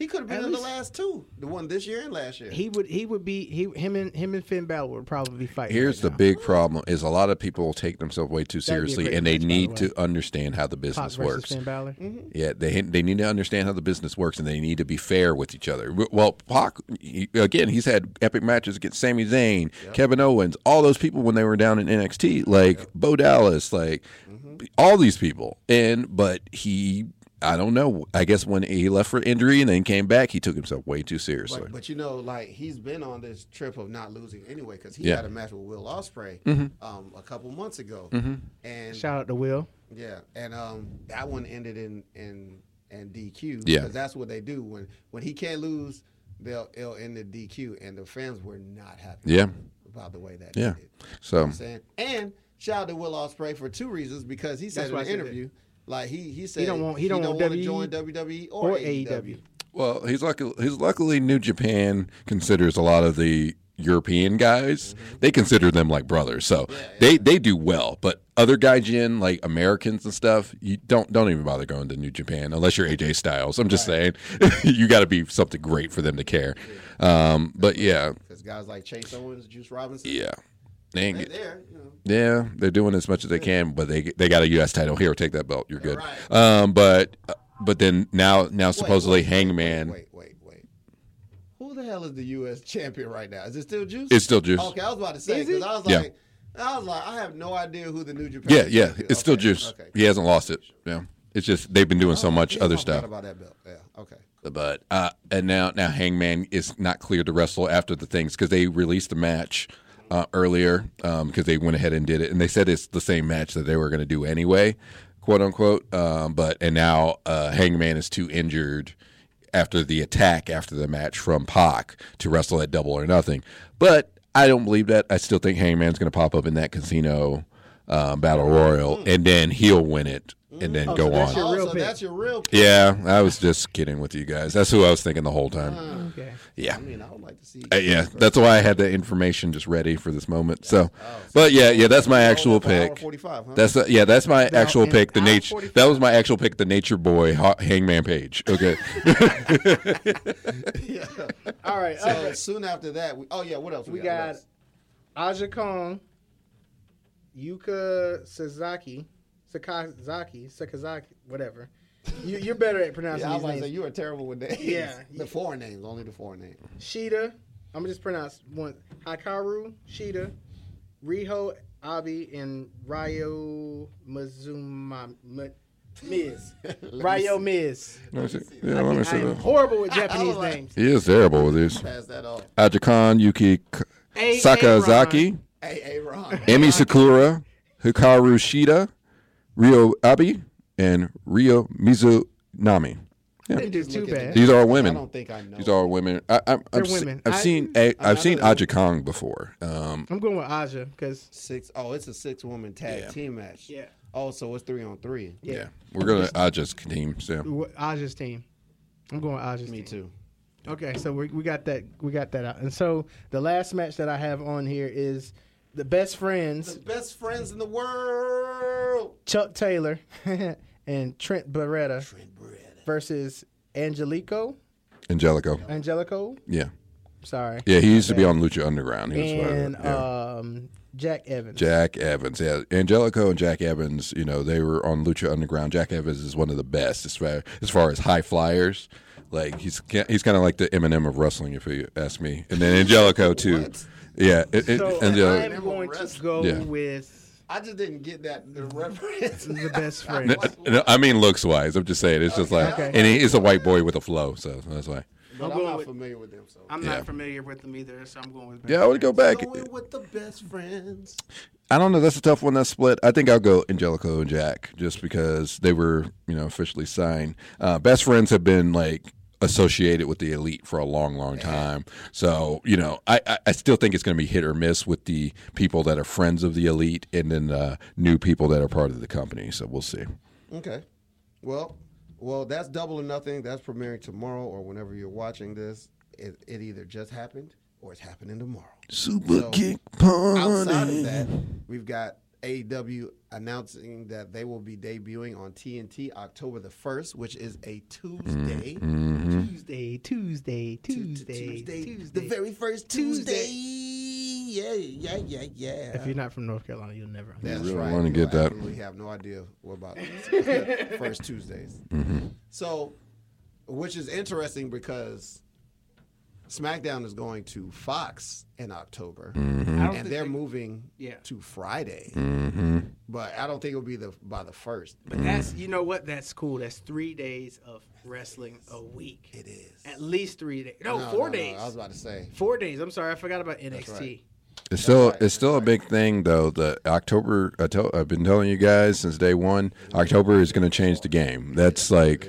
Speaker 1: He could have been
Speaker 2: At
Speaker 1: in the
Speaker 2: least-
Speaker 1: last two, the one this year and last year.
Speaker 2: He would he would be he him and him and Finn Balor would probably be fighting.
Speaker 3: Here's the
Speaker 2: right now.
Speaker 3: big problem: is a lot of people take themselves way too
Speaker 2: That'd be a
Speaker 3: seriously,
Speaker 2: great
Speaker 3: and they
Speaker 2: match, by the
Speaker 3: need
Speaker 2: way.
Speaker 3: to understand how the
Speaker 2: Pac
Speaker 3: business
Speaker 2: versus
Speaker 3: works.
Speaker 2: Finn Balor.
Speaker 1: Mm-hmm.
Speaker 3: Yeah, they they need to understand how the business works, and they need to be fair with each other. Well, Pac, he- again, he's had epic matches against Sami Zayn, Kevin Owens, all those people when they were down in NXT, like Bo Dallas, like all these people. And but he, I don't know. I guess when he left for injury and then came back, he took himself way too seriously.
Speaker 1: But, but you know, like he's been on this trip of not losing anyway because he
Speaker 3: Yeah. Mm-hmm.
Speaker 1: had a match with Will Ospreay um, a couple months ago, and
Speaker 2: Shout out to Will.
Speaker 1: yeah, and um, that one ended in in in DQ.
Speaker 3: Yeah.
Speaker 1: 'cause that's what they do when when he can't lose, they'll it'll end the DQ, and the fans were not happy.
Speaker 3: Yeah.
Speaker 1: about the way that
Speaker 3: yeah,
Speaker 1: ended.
Speaker 3: so
Speaker 1: You know what I'm saying? And shout out to Will Ospreay for two reasons because he said
Speaker 2: That's why I
Speaker 1: in
Speaker 2: said
Speaker 1: an interview, like he he said
Speaker 2: don't want- he don't want
Speaker 1: wanna
Speaker 2: WWE
Speaker 1: join WWE or, E
Speaker 2: Or E
Speaker 1: AEW.
Speaker 2: AEW.
Speaker 3: Well, he's lucky. He's luckily New Japan considers a lot of the European guys.
Speaker 1: Mm-hmm.
Speaker 3: They consider them like brothers, so they they do well. But other gaijin like Americans and stuff, you don't don't even bother going to New Japan unless you're AJ Styles. I'm just saying, you got to be something great for them to care. Um, but yeah,
Speaker 1: Because guys like Chase Owens, Juice Robinson,
Speaker 3: yeah, they ain't
Speaker 1: they're
Speaker 3: get,
Speaker 1: there. You know.
Speaker 3: yeah, they're doing as much as they can, but they they got a U.S. title here. Take that belt, you're good.
Speaker 1: Right.
Speaker 3: Um, but but then now now supposedly Hangman.
Speaker 1: Wait, wait, wait. Who the hell is the U.S. champion right now? Is it still Juice?
Speaker 3: It's still Juice.
Speaker 1: Okay, I was about to say
Speaker 2: Is he?
Speaker 1: because I was
Speaker 3: Yeah.
Speaker 1: like, I was like, I have no idea who the New Japan.
Speaker 3: Yeah, yeah.
Speaker 1: champion-
Speaker 3: It's still
Speaker 1: okay,
Speaker 3: juice.
Speaker 1: Okay. Oh,
Speaker 3: He hasn't lost it. Yeah. It's just they've been doing so much
Speaker 1: Damn, I
Speaker 3: other
Speaker 1: forgot
Speaker 3: stuff.
Speaker 1: about that belt. Yeah. Okay.
Speaker 3: But uh and now now Hangman is not cleared to wrestle after the things cuz they released the match uh, earlier um cuz they went ahead and did it and they said it's the same match that they were going to do anyway. quote unquote. Um, but and now uh, Hangman is too injured after the attack after the match from Pac to wrestle at Double or Nothing. But I don't believe that. I still think Hangman's going to pop up in that casino um, battle royal, and then he'll win it, and then go
Speaker 2: that's
Speaker 3: on.
Speaker 1: Mm.
Speaker 2: your
Speaker 1: Oh,
Speaker 2: real
Speaker 1: so
Speaker 2: pick.
Speaker 1: that's your real pick.
Speaker 3: Yeah, I was just kidding with you guys. That's who I was thinking the whole time.
Speaker 2: Okay.
Speaker 3: Yeah.
Speaker 1: I mean, I would like to see.
Speaker 3: Uh, yeah, that's why I had the information just ready for this moment. So, but yeah, yeah, that's my actual
Speaker 1: for hour
Speaker 3: pick.
Speaker 1: 45, huh?
Speaker 3: That's uh, yeah, that's my actual
Speaker 2: in
Speaker 3: pick. The
Speaker 2: hour
Speaker 3: nature
Speaker 2: 45.
Speaker 3: that was my actual pick. The Nature Boy Ha- Hangman Page. Okay,
Speaker 1: yeah.
Speaker 2: All right. uh,
Speaker 1: So soon after that, we, oh yeah, what else?
Speaker 2: we
Speaker 1: What
Speaker 2: got
Speaker 1: else?
Speaker 2: Aja Kong, Yuka Sasaki, Sakazaki, Sakazaki, whatever. You, you're better at pronouncing
Speaker 1: Yeah, I was
Speaker 2: these
Speaker 1: about to
Speaker 2: names.
Speaker 1: say you are terrible with names.
Speaker 2: Yeah.
Speaker 1: the foreign names, only the foreign names.
Speaker 2: Sheeta. I'm gonna just pronounce one. Hikaru Sheeta, Riho Abi, and Ryo Mizuma M- Miz. Ryo Miz.
Speaker 3: yeah, let me
Speaker 2: I
Speaker 3: see
Speaker 2: am
Speaker 3: that.
Speaker 2: horrible with Japanese
Speaker 1: like-
Speaker 2: names.
Speaker 3: He is terrible with these.
Speaker 1: Pass that off.
Speaker 3: Ajakan Yuki K-
Speaker 2: A-
Speaker 3: Sakazaki,
Speaker 1: Hey, hey, Ron.
Speaker 3: Emi Sakura, Hikaru Shida, Ryo Abi, and Ryo Mizunami. Yeah.
Speaker 2: Didn't do too
Speaker 1: Look at
Speaker 2: bad.
Speaker 1: the-
Speaker 3: These are
Speaker 1: I
Speaker 3: women.
Speaker 1: don't think I know.
Speaker 3: These are women. I, I,
Speaker 2: They're
Speaker 3: I've, se-
Speaker 2: women.
Speaker 3: I've
Speaker 2: I-
Speaker 3: seen a, I've
Speaker 1: know
Speaker 3: seen
Speaker 1: they're
Speaker 3: Aja Kong before. Um,
Speaker 2: I'm going with Aja because
Speaker 1: six. Oh, it's a six woman tag team match.
Speaker 2: Yeah.
Speaker 1: Oh, so it's three on three.
Speaker 3: yeah. we're gonna Aja's team. So
Speaker 2: Aja's team. I'm going with Aja's
Speaker 1: Me
Speaker 2: team.
Speaker 1: too.
Speaker 2: Okay, so we, we got that we got that out. And so the last match that I have on here is the best friends
Speaker 1: Best friends in the world.
Speaker 2: Chuck Taylor and Trent Beretta versus Angelico
Speaker 3: Angelico.
Speaker 2: Angelico.
Speaker 3: Yeah,
Speaker 2: Sorry.
Speaker 3: yeah. He used to be on Lucha Underground. He was
Speaker 2: And
Speaker 3: uh, yeah.
Speaker 2: um, Jack Evans.
Speaker 3: Jack Evans. Yeah, Angelico and Jack Evans. You know, they were on Lucha Underground. Jack Evans is one of the best as far as far as high flyers. Like he's ki- he's kind of like the Eminem of wrestling, if you ask me. And then Angelico too. Yeah, it, it,
Speaker 2: so
Speaker 3: Angelico-
Speaker 2: I'm going to go
Speaker 3: Yeah.
Speaker 2: with
Speaker 1: I just didn't get that the reference.
Speaker 2: the best
Speaker 3: No,
Speaker 2: friends.
Speaker 3: no, I mean looks wise. I'm just saying it's just like,
Speaker 2: Okay.
Speaker 3: and he, he's a white boy with a flow, so that's why.
Speaker 1: But I'm
Speaker 2: going
Speaker 1: not
Speaker 2: with-
Speaker 1: familiar with them. So
Speaker 2: I'm
Speaker 3: not Yeah.
Speaker 2: familiar with them either, so I'm going with
Speaker 3: Yeah, I would go back.
Speaker 1: going with the best friends.
Speaker 3: I don't know. That's a tough one. That's split. I think I'll go Angelico and Jack just because they were, you know, officially signed. Uh, best friends have been like associated with the elite for a long, long time. So you know, I I, I still think it's going to be hit or miss with the people that are friends of the elite and then uh, new people that are part of the company. So we'll see.
Speaker 1: Okay. Well, well, that's double or nothing. That's premiering tomorrow or whenever you're watching this. It, it either just happened or it's happening tomorrow.
Speaker 3: Super
Speaker 1: So,
Speaker 3: kick
Speaker 1: Outside
Speaker 3: party.
Speaker 1: of that, we've got AEW announcing that they will be debuting on TNT October the 1st, which is a Tuesday.
Speaker 2: Mm-hmm.
Speaker 3: Mm-hmm.
Speaker 2: Tuesday, Tuesday, Tuesday, Tuesday.
Speaker 1: The very first Tuesday. Yeah, yeah, yeah, yeah.
Speaker 2: If you're not from North Carolina, you'll never.
Speaker 1: That's
Speaker 3: really
Speaker 1: right.
Speaker 3: wanna
Speaker 1: You
Speaker 3: get that.
Speaker 1: absolutely have no idea what about first Tuesdays.
Speaker 3: Mm-hmm.
Speaker 1: So, which is interesting because SmackDown is going to Fox in October,
Speaker 3: Mm-hmm.
Speaker 1: and they're moving
Speaker 4: Yeah.
Speaker 1: to Friday.
Speaker 3: Mm-hmm.
Speaker 1: But I don't think it'll be the by the first.
Speaker 4: But that's
Speaker 1: Mm.
Speaker 4: you know what? That's cool. That's three days of wrestling a week.
Speaker 1: It is
Speaker 4: At least three days.
Speaker 2: Oh,
Speaker 4: No,
Speaker 1: No,
Speaker 4: four
Speaker 1: no, no,
Speaker 4: days.
Speaker 1: I was about to say.
Speaker 4: Four days. I'm sorry, I forgot about NXT.
Speaker 1: right.
Speaker 3: It's still it's still a big thing though. The October I tell, I've been telling you guys since day one. October is going to change the game. That's like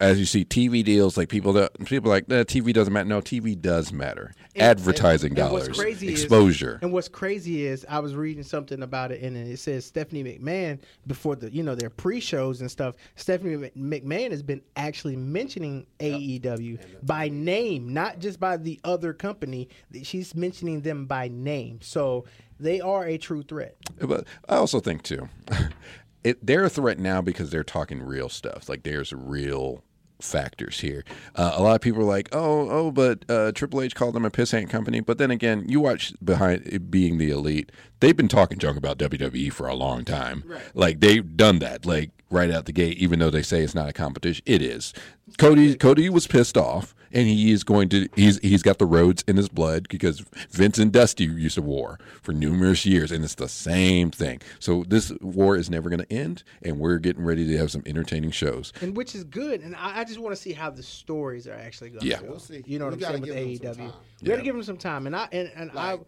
Speaker 3: as you see TV deals like people that people like eh, TV doesn't matter. No, TV does matter. Advertising
Speaker 2: and what's
Speaker 3: dollars,
Speaker 2: crazy is-
Speaker 3: exposure.
Speaker 2: And what's crazy is I was reading something about it, and it says Stephanie McMahon before the you know their pre-shows and stuff. Stephanie Mc- McMahon has been actually mentioning AEW by name, not just by the other company. She's mentioning them by name, so they are a true threat.
Speaker 3: But I also think too, it, they're a threat now because they're talking real stuff. Like there's real factors here. Uh, a lot of people are like, "Oh, oh," but uh, Triple H called them a pissant company. But then again, you watch behind it being the elite. They've been talking junk about WWE for a long time. Like they've done that. Like right out the gate, even though they say it's not a competition, it is. Cody, Cody was pissed off and he is going to he's he's got the roads in his blood because Vince and Dusty used to war for numerous years and it's the same thing. So this war is never going to end and we're getting ready to have some entertaining shows.
Speaker 2: and which is good. And I, I just want to see how the stories are actually going.
Speaker 3: Yeah.
Speaker 2: to
Speaker 3: We'll
Speaker 1: see.
Speaker 2: You know what
Speaker 1: We
Speaker 2: I'm
Speaker 1: gotta
Speaker 2: saying with E
Speaker 1: give them some
Speaker 2: AEW.
Speaker 1: time.
Speaker 2: We got to give them some time, and I and, and
Speaker 1: Like,
Speaker 2: I.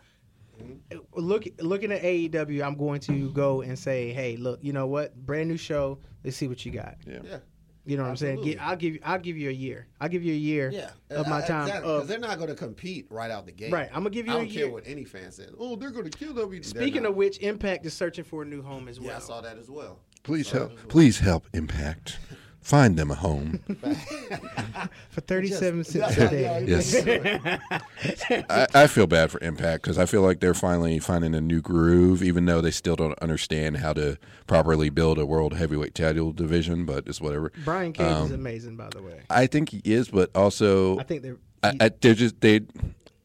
Speaker 2: Look, looking at AEW, I'm going to go and say, hey, look, you know what? Brand new show. Let's see what you got.
Speaker 3: Yeah.
Speaker 1: Yeah.
Speaker 2: You know what I'm saying?
Speaker 1: Absolutely.
Speaker 2: Gi- I'll give you. I'll give you a year. I'll give you a year
Speaker 1: Yeah.
Speaker 2: of my
Speaker 1: Uh,
Speaker 2: time.
Speaker 1: exactly, 'cause
Speaker 2: of-
Speaker 1: they're not going to compete right out the gate.
Speaker 2: right. I'm gonna
Speaker 1: I
Speaker 2: give you a
Speaker 1: don't
Speaker 2: year.
Speaker 1: care what any fan says. Oh, they're going to kill WWE. They're
Speaker 2: Speaking
Speaker 1: not.
Speaker 2: of which, Impact is searching for a new home as well.
Speaker 1: yeah, I saw that as well.
Speaker 3: Please help. Please help Impact. Find them a home.
Speaker 2: For 37 cents
Speaker 1: Yeah,
Speaker 2: a
Speaker 1: yeah,
Speaker 2: day.
Speaker 1: yeah,
Speaker 3: Yes.
Speaker 1: yeah.
Speaker 3: I, I feel bad for Impact because I feel like they're finally finding a new groove, even though they still don't understand how to properly build a world heavyweight title division. But it's whatever.
Speaker 2: Brian Cage
Speaker 3: Um,
Speaker 2: is amazing, by the way.
Speaker 3: I think he is, but also
Speaker 2: I think they're.
Speaker 3: I, I, they're just they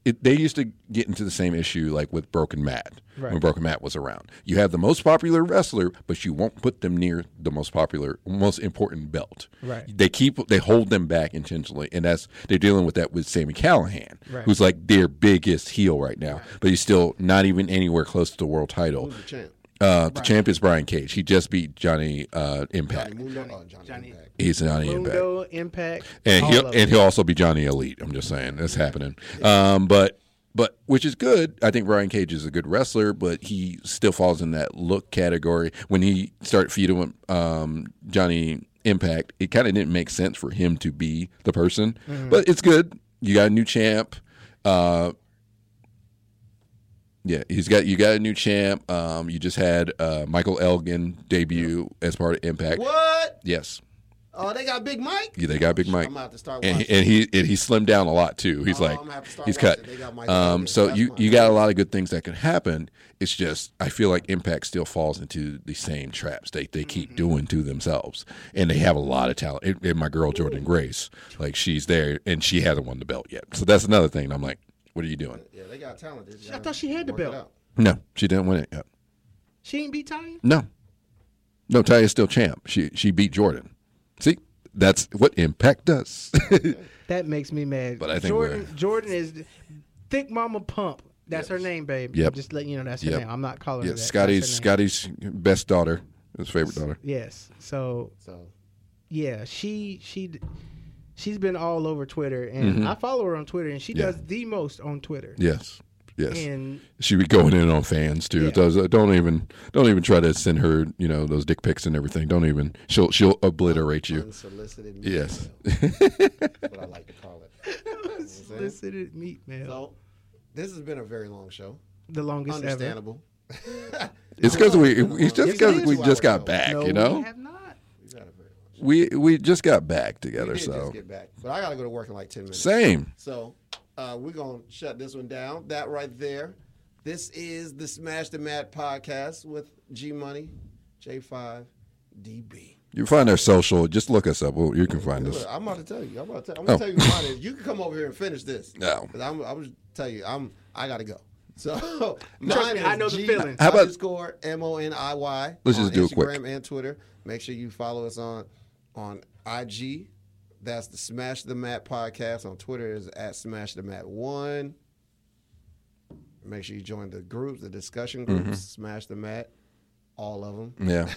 Speaker 3: it, they used to get into the same issue like with Broken Matt
Speaker 2: Right.
Speaker 3: when Broken Matt was around. You have the most popular wrestler, but you won't put them near the most popular, most important belt.
Speaker 2: Right.
Speaker 3: They keep they hold them back intentionally, and that's they're dealing with that with Sammy Callahan,
Speaker 2: Right.
Speaker 3: who's like their biggest heel right now, but he's still not even anywhere close to the world title.
Speaker 1: The champ.
Speaker 3: Uh, the champ is Brian Cage. He just beat Johnny uh, Impact.
Speaker 1: Johnny Mundo. Oh, Johnny,
Speaker 2: Johnny.
Speaker 1: Impact.
Speaker 3: He's Johnny Impact
Speaker 2: Mundo, Impact.
Speaker 3: and
Speaker 2: all
Speaker 3: he'll
Speaker 2: of
Speaker 3: and he'll also be Johnny Elite. I'm just saying that's happening. Um, but but which is good. I think Brian Cage is a good wrestler, but he still falls in that look category. When he started feeding with, um, Johnny Impact, it kind of didn't make sense for him to be the person.
Speaker 2: Mm-hmm.
Speaker 3: But it's good. You got a new champ. Uh, yeah, he's got you got a new champ. Um, you just had uh, Michael Elgin debut as part of Impact.
Speaker 1: What?
Speaker 3: Yes,
Speaker 1: Oh, they got Big Mike?
Speaker 3: Yeah, they got Big Mike
Speaker 1: I'm about to start
Speaker 3: and
Speaker 1: watching.
Speaker 3: he, and he and he slimmed down a lot too. He's
Speaker 1: Oh,
Speaker 3: like
Speaker 1: I'm gonna have to start
Speaker 3: he's cut.
Speaker 1: watching. They got Mike
Speaker 3: Um,
Speaker 1: Elgin.
Speaker 3: so
Speaker 1: That's
Speaker 3: you
Speaker 1: fine.
Speaker 3: you got a lot of good things that can happen. It's just I feel like Impact still falls into the same traps they they
Speaker 1: Mm-hmm.
Speaker 3: keep doing to themselves, and they have a lot of talent. And- and my girl Jordan Grace, like she's there and she hasn't won the belt yet. So that's another thing. I'm like, what are you doing?
Speaker 1: yeah, they got talent. They just
Speaker 2: I
Speaker 1: gotta
Speaker 2: thought she had the
Speaker 1: work it
Speaker 2: belt.
Speaker 1: out.
Speaker 3: No, she didn't win it yet.
Speaker 2: She ain't beat Tanya?
Speaker 3: No, no, Taya's still champ. She she beat Jordan. See, that's what Impact does.
Speaker 2: That makes me mad.
Speaker 3: But I think
Speaker 2: Jordan,
Speaker 3: we're-
Speaker 2: Jordan is Thick Mama Pump. That's her name, babe.
Speaker 3: Yep.
Speaker 2: Just letting you know that's her
Speaker 3: Yep.
Speaker 2: name. I'm not calling
Speaker 3: yeah,
Speaker 2: her that.
Speaker 3: Scotty's
Speaker 2: That's her name.
Speaker 3: Scotty's best daughter, his favorite daughter.
Speaker 2: Yes. So
Speaker 1: So,
Speaker 2: yeah, she she she's been all over Twitter, and I follow her on Twitter, and she
Speaker 3: Mm-hmm. Yeah.
Speaker 2: does the most on Twitter.
Speaker 3: Yes, yes.
Speaker 2: And
Speaker 3: she be going in on fans too.
Speaker 2: Yeah.
Speaker 3: Those- uh, don't even don't even try to send her you know those dick pics and everything. Don't even she'll she'll obliterate
Speaker 1: Oh,
Speaker 3: you.
Speaker 1: unsolicited meat
Speaker 3: Yes.
Speaker 1: mail. That's what I like to call it.
Speaker 2: solicited meat mail.
Speaker 1: So, this has been a very long show.
Speaker 2: the longest ever.
Speaker 1: Understandable.
Speaker 3: It's because we it's just
Speaker 1: Yes,
Speaker 3: because
Speaker 1: it is.
Speaker 3: we just got
Speaker 1: No,
Speaker 3: back.
Speaker 2: No,
Speaker 3: you
Speaker 2: we
Speaker 3: know,
Speaker 2: have not.
Speaker 1: We've had a very long show.
Speaker 3: we we just got back
Speaker 1: We
Speaker 3: together.
Speaker 1: did just
Speaker 3: So
Speaker 1: get back, but I got to go to work in like 10 minutes.
Speaker 3: same.
Speaker 1: So uh, we're gonna shut this one down. That right there. This is the Smash the Mat podcast with G Money, J Five, DB.
Speaker 3: You find our social. Just look us up. Well, you can find us.
Speaker 1: Look, I'm about to tell you. I'm about to tell, I'm gonna
Speaker 3: Oh.
Speaker 1: tell you what mine is. You can come over here and finish this.
Speaker 3: No.
Speaker 1: 'Cause I'm, I'm just tell you. I'm. I gotta go. So
Speaker 2: Trust
Speaker 1: mine
Speaker 2: me,
Speaker 1: is
Speaker 2: I know the
Speaker 1: G
Speaker 2: feeling.
Speaker 3: How about-
Speaker 1: underscore M O N I Y.
Speaker 3: Let's
Speaker 1: on
Speaker 3: just do it quick.
Speaker 1: Instagram and Twitter. Make sure you follow us on on IG. That's the Smash the Mat podcast. On Twitter is at Smash the Mat One. Make sure you join the groups, the discussion groups.
Speaker 3: Mm-hmm.
Speaker 1: Smash the Mat, all of them.
Speaker 3: Yeah,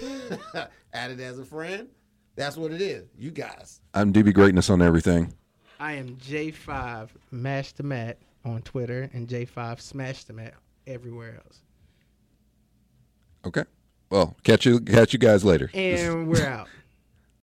Speaker 1: Add it as a friend. That's what it is. You guys.
Speaker 3: I'm DB Greatness on everything.
Speaker 2: I am J5 Mash the Mat on Twitter and J5 Smash the Mat everywhere else.
Speaker 3: Okay. Well, catch you catch you guys later. This is-
Speaker 2: And we're out.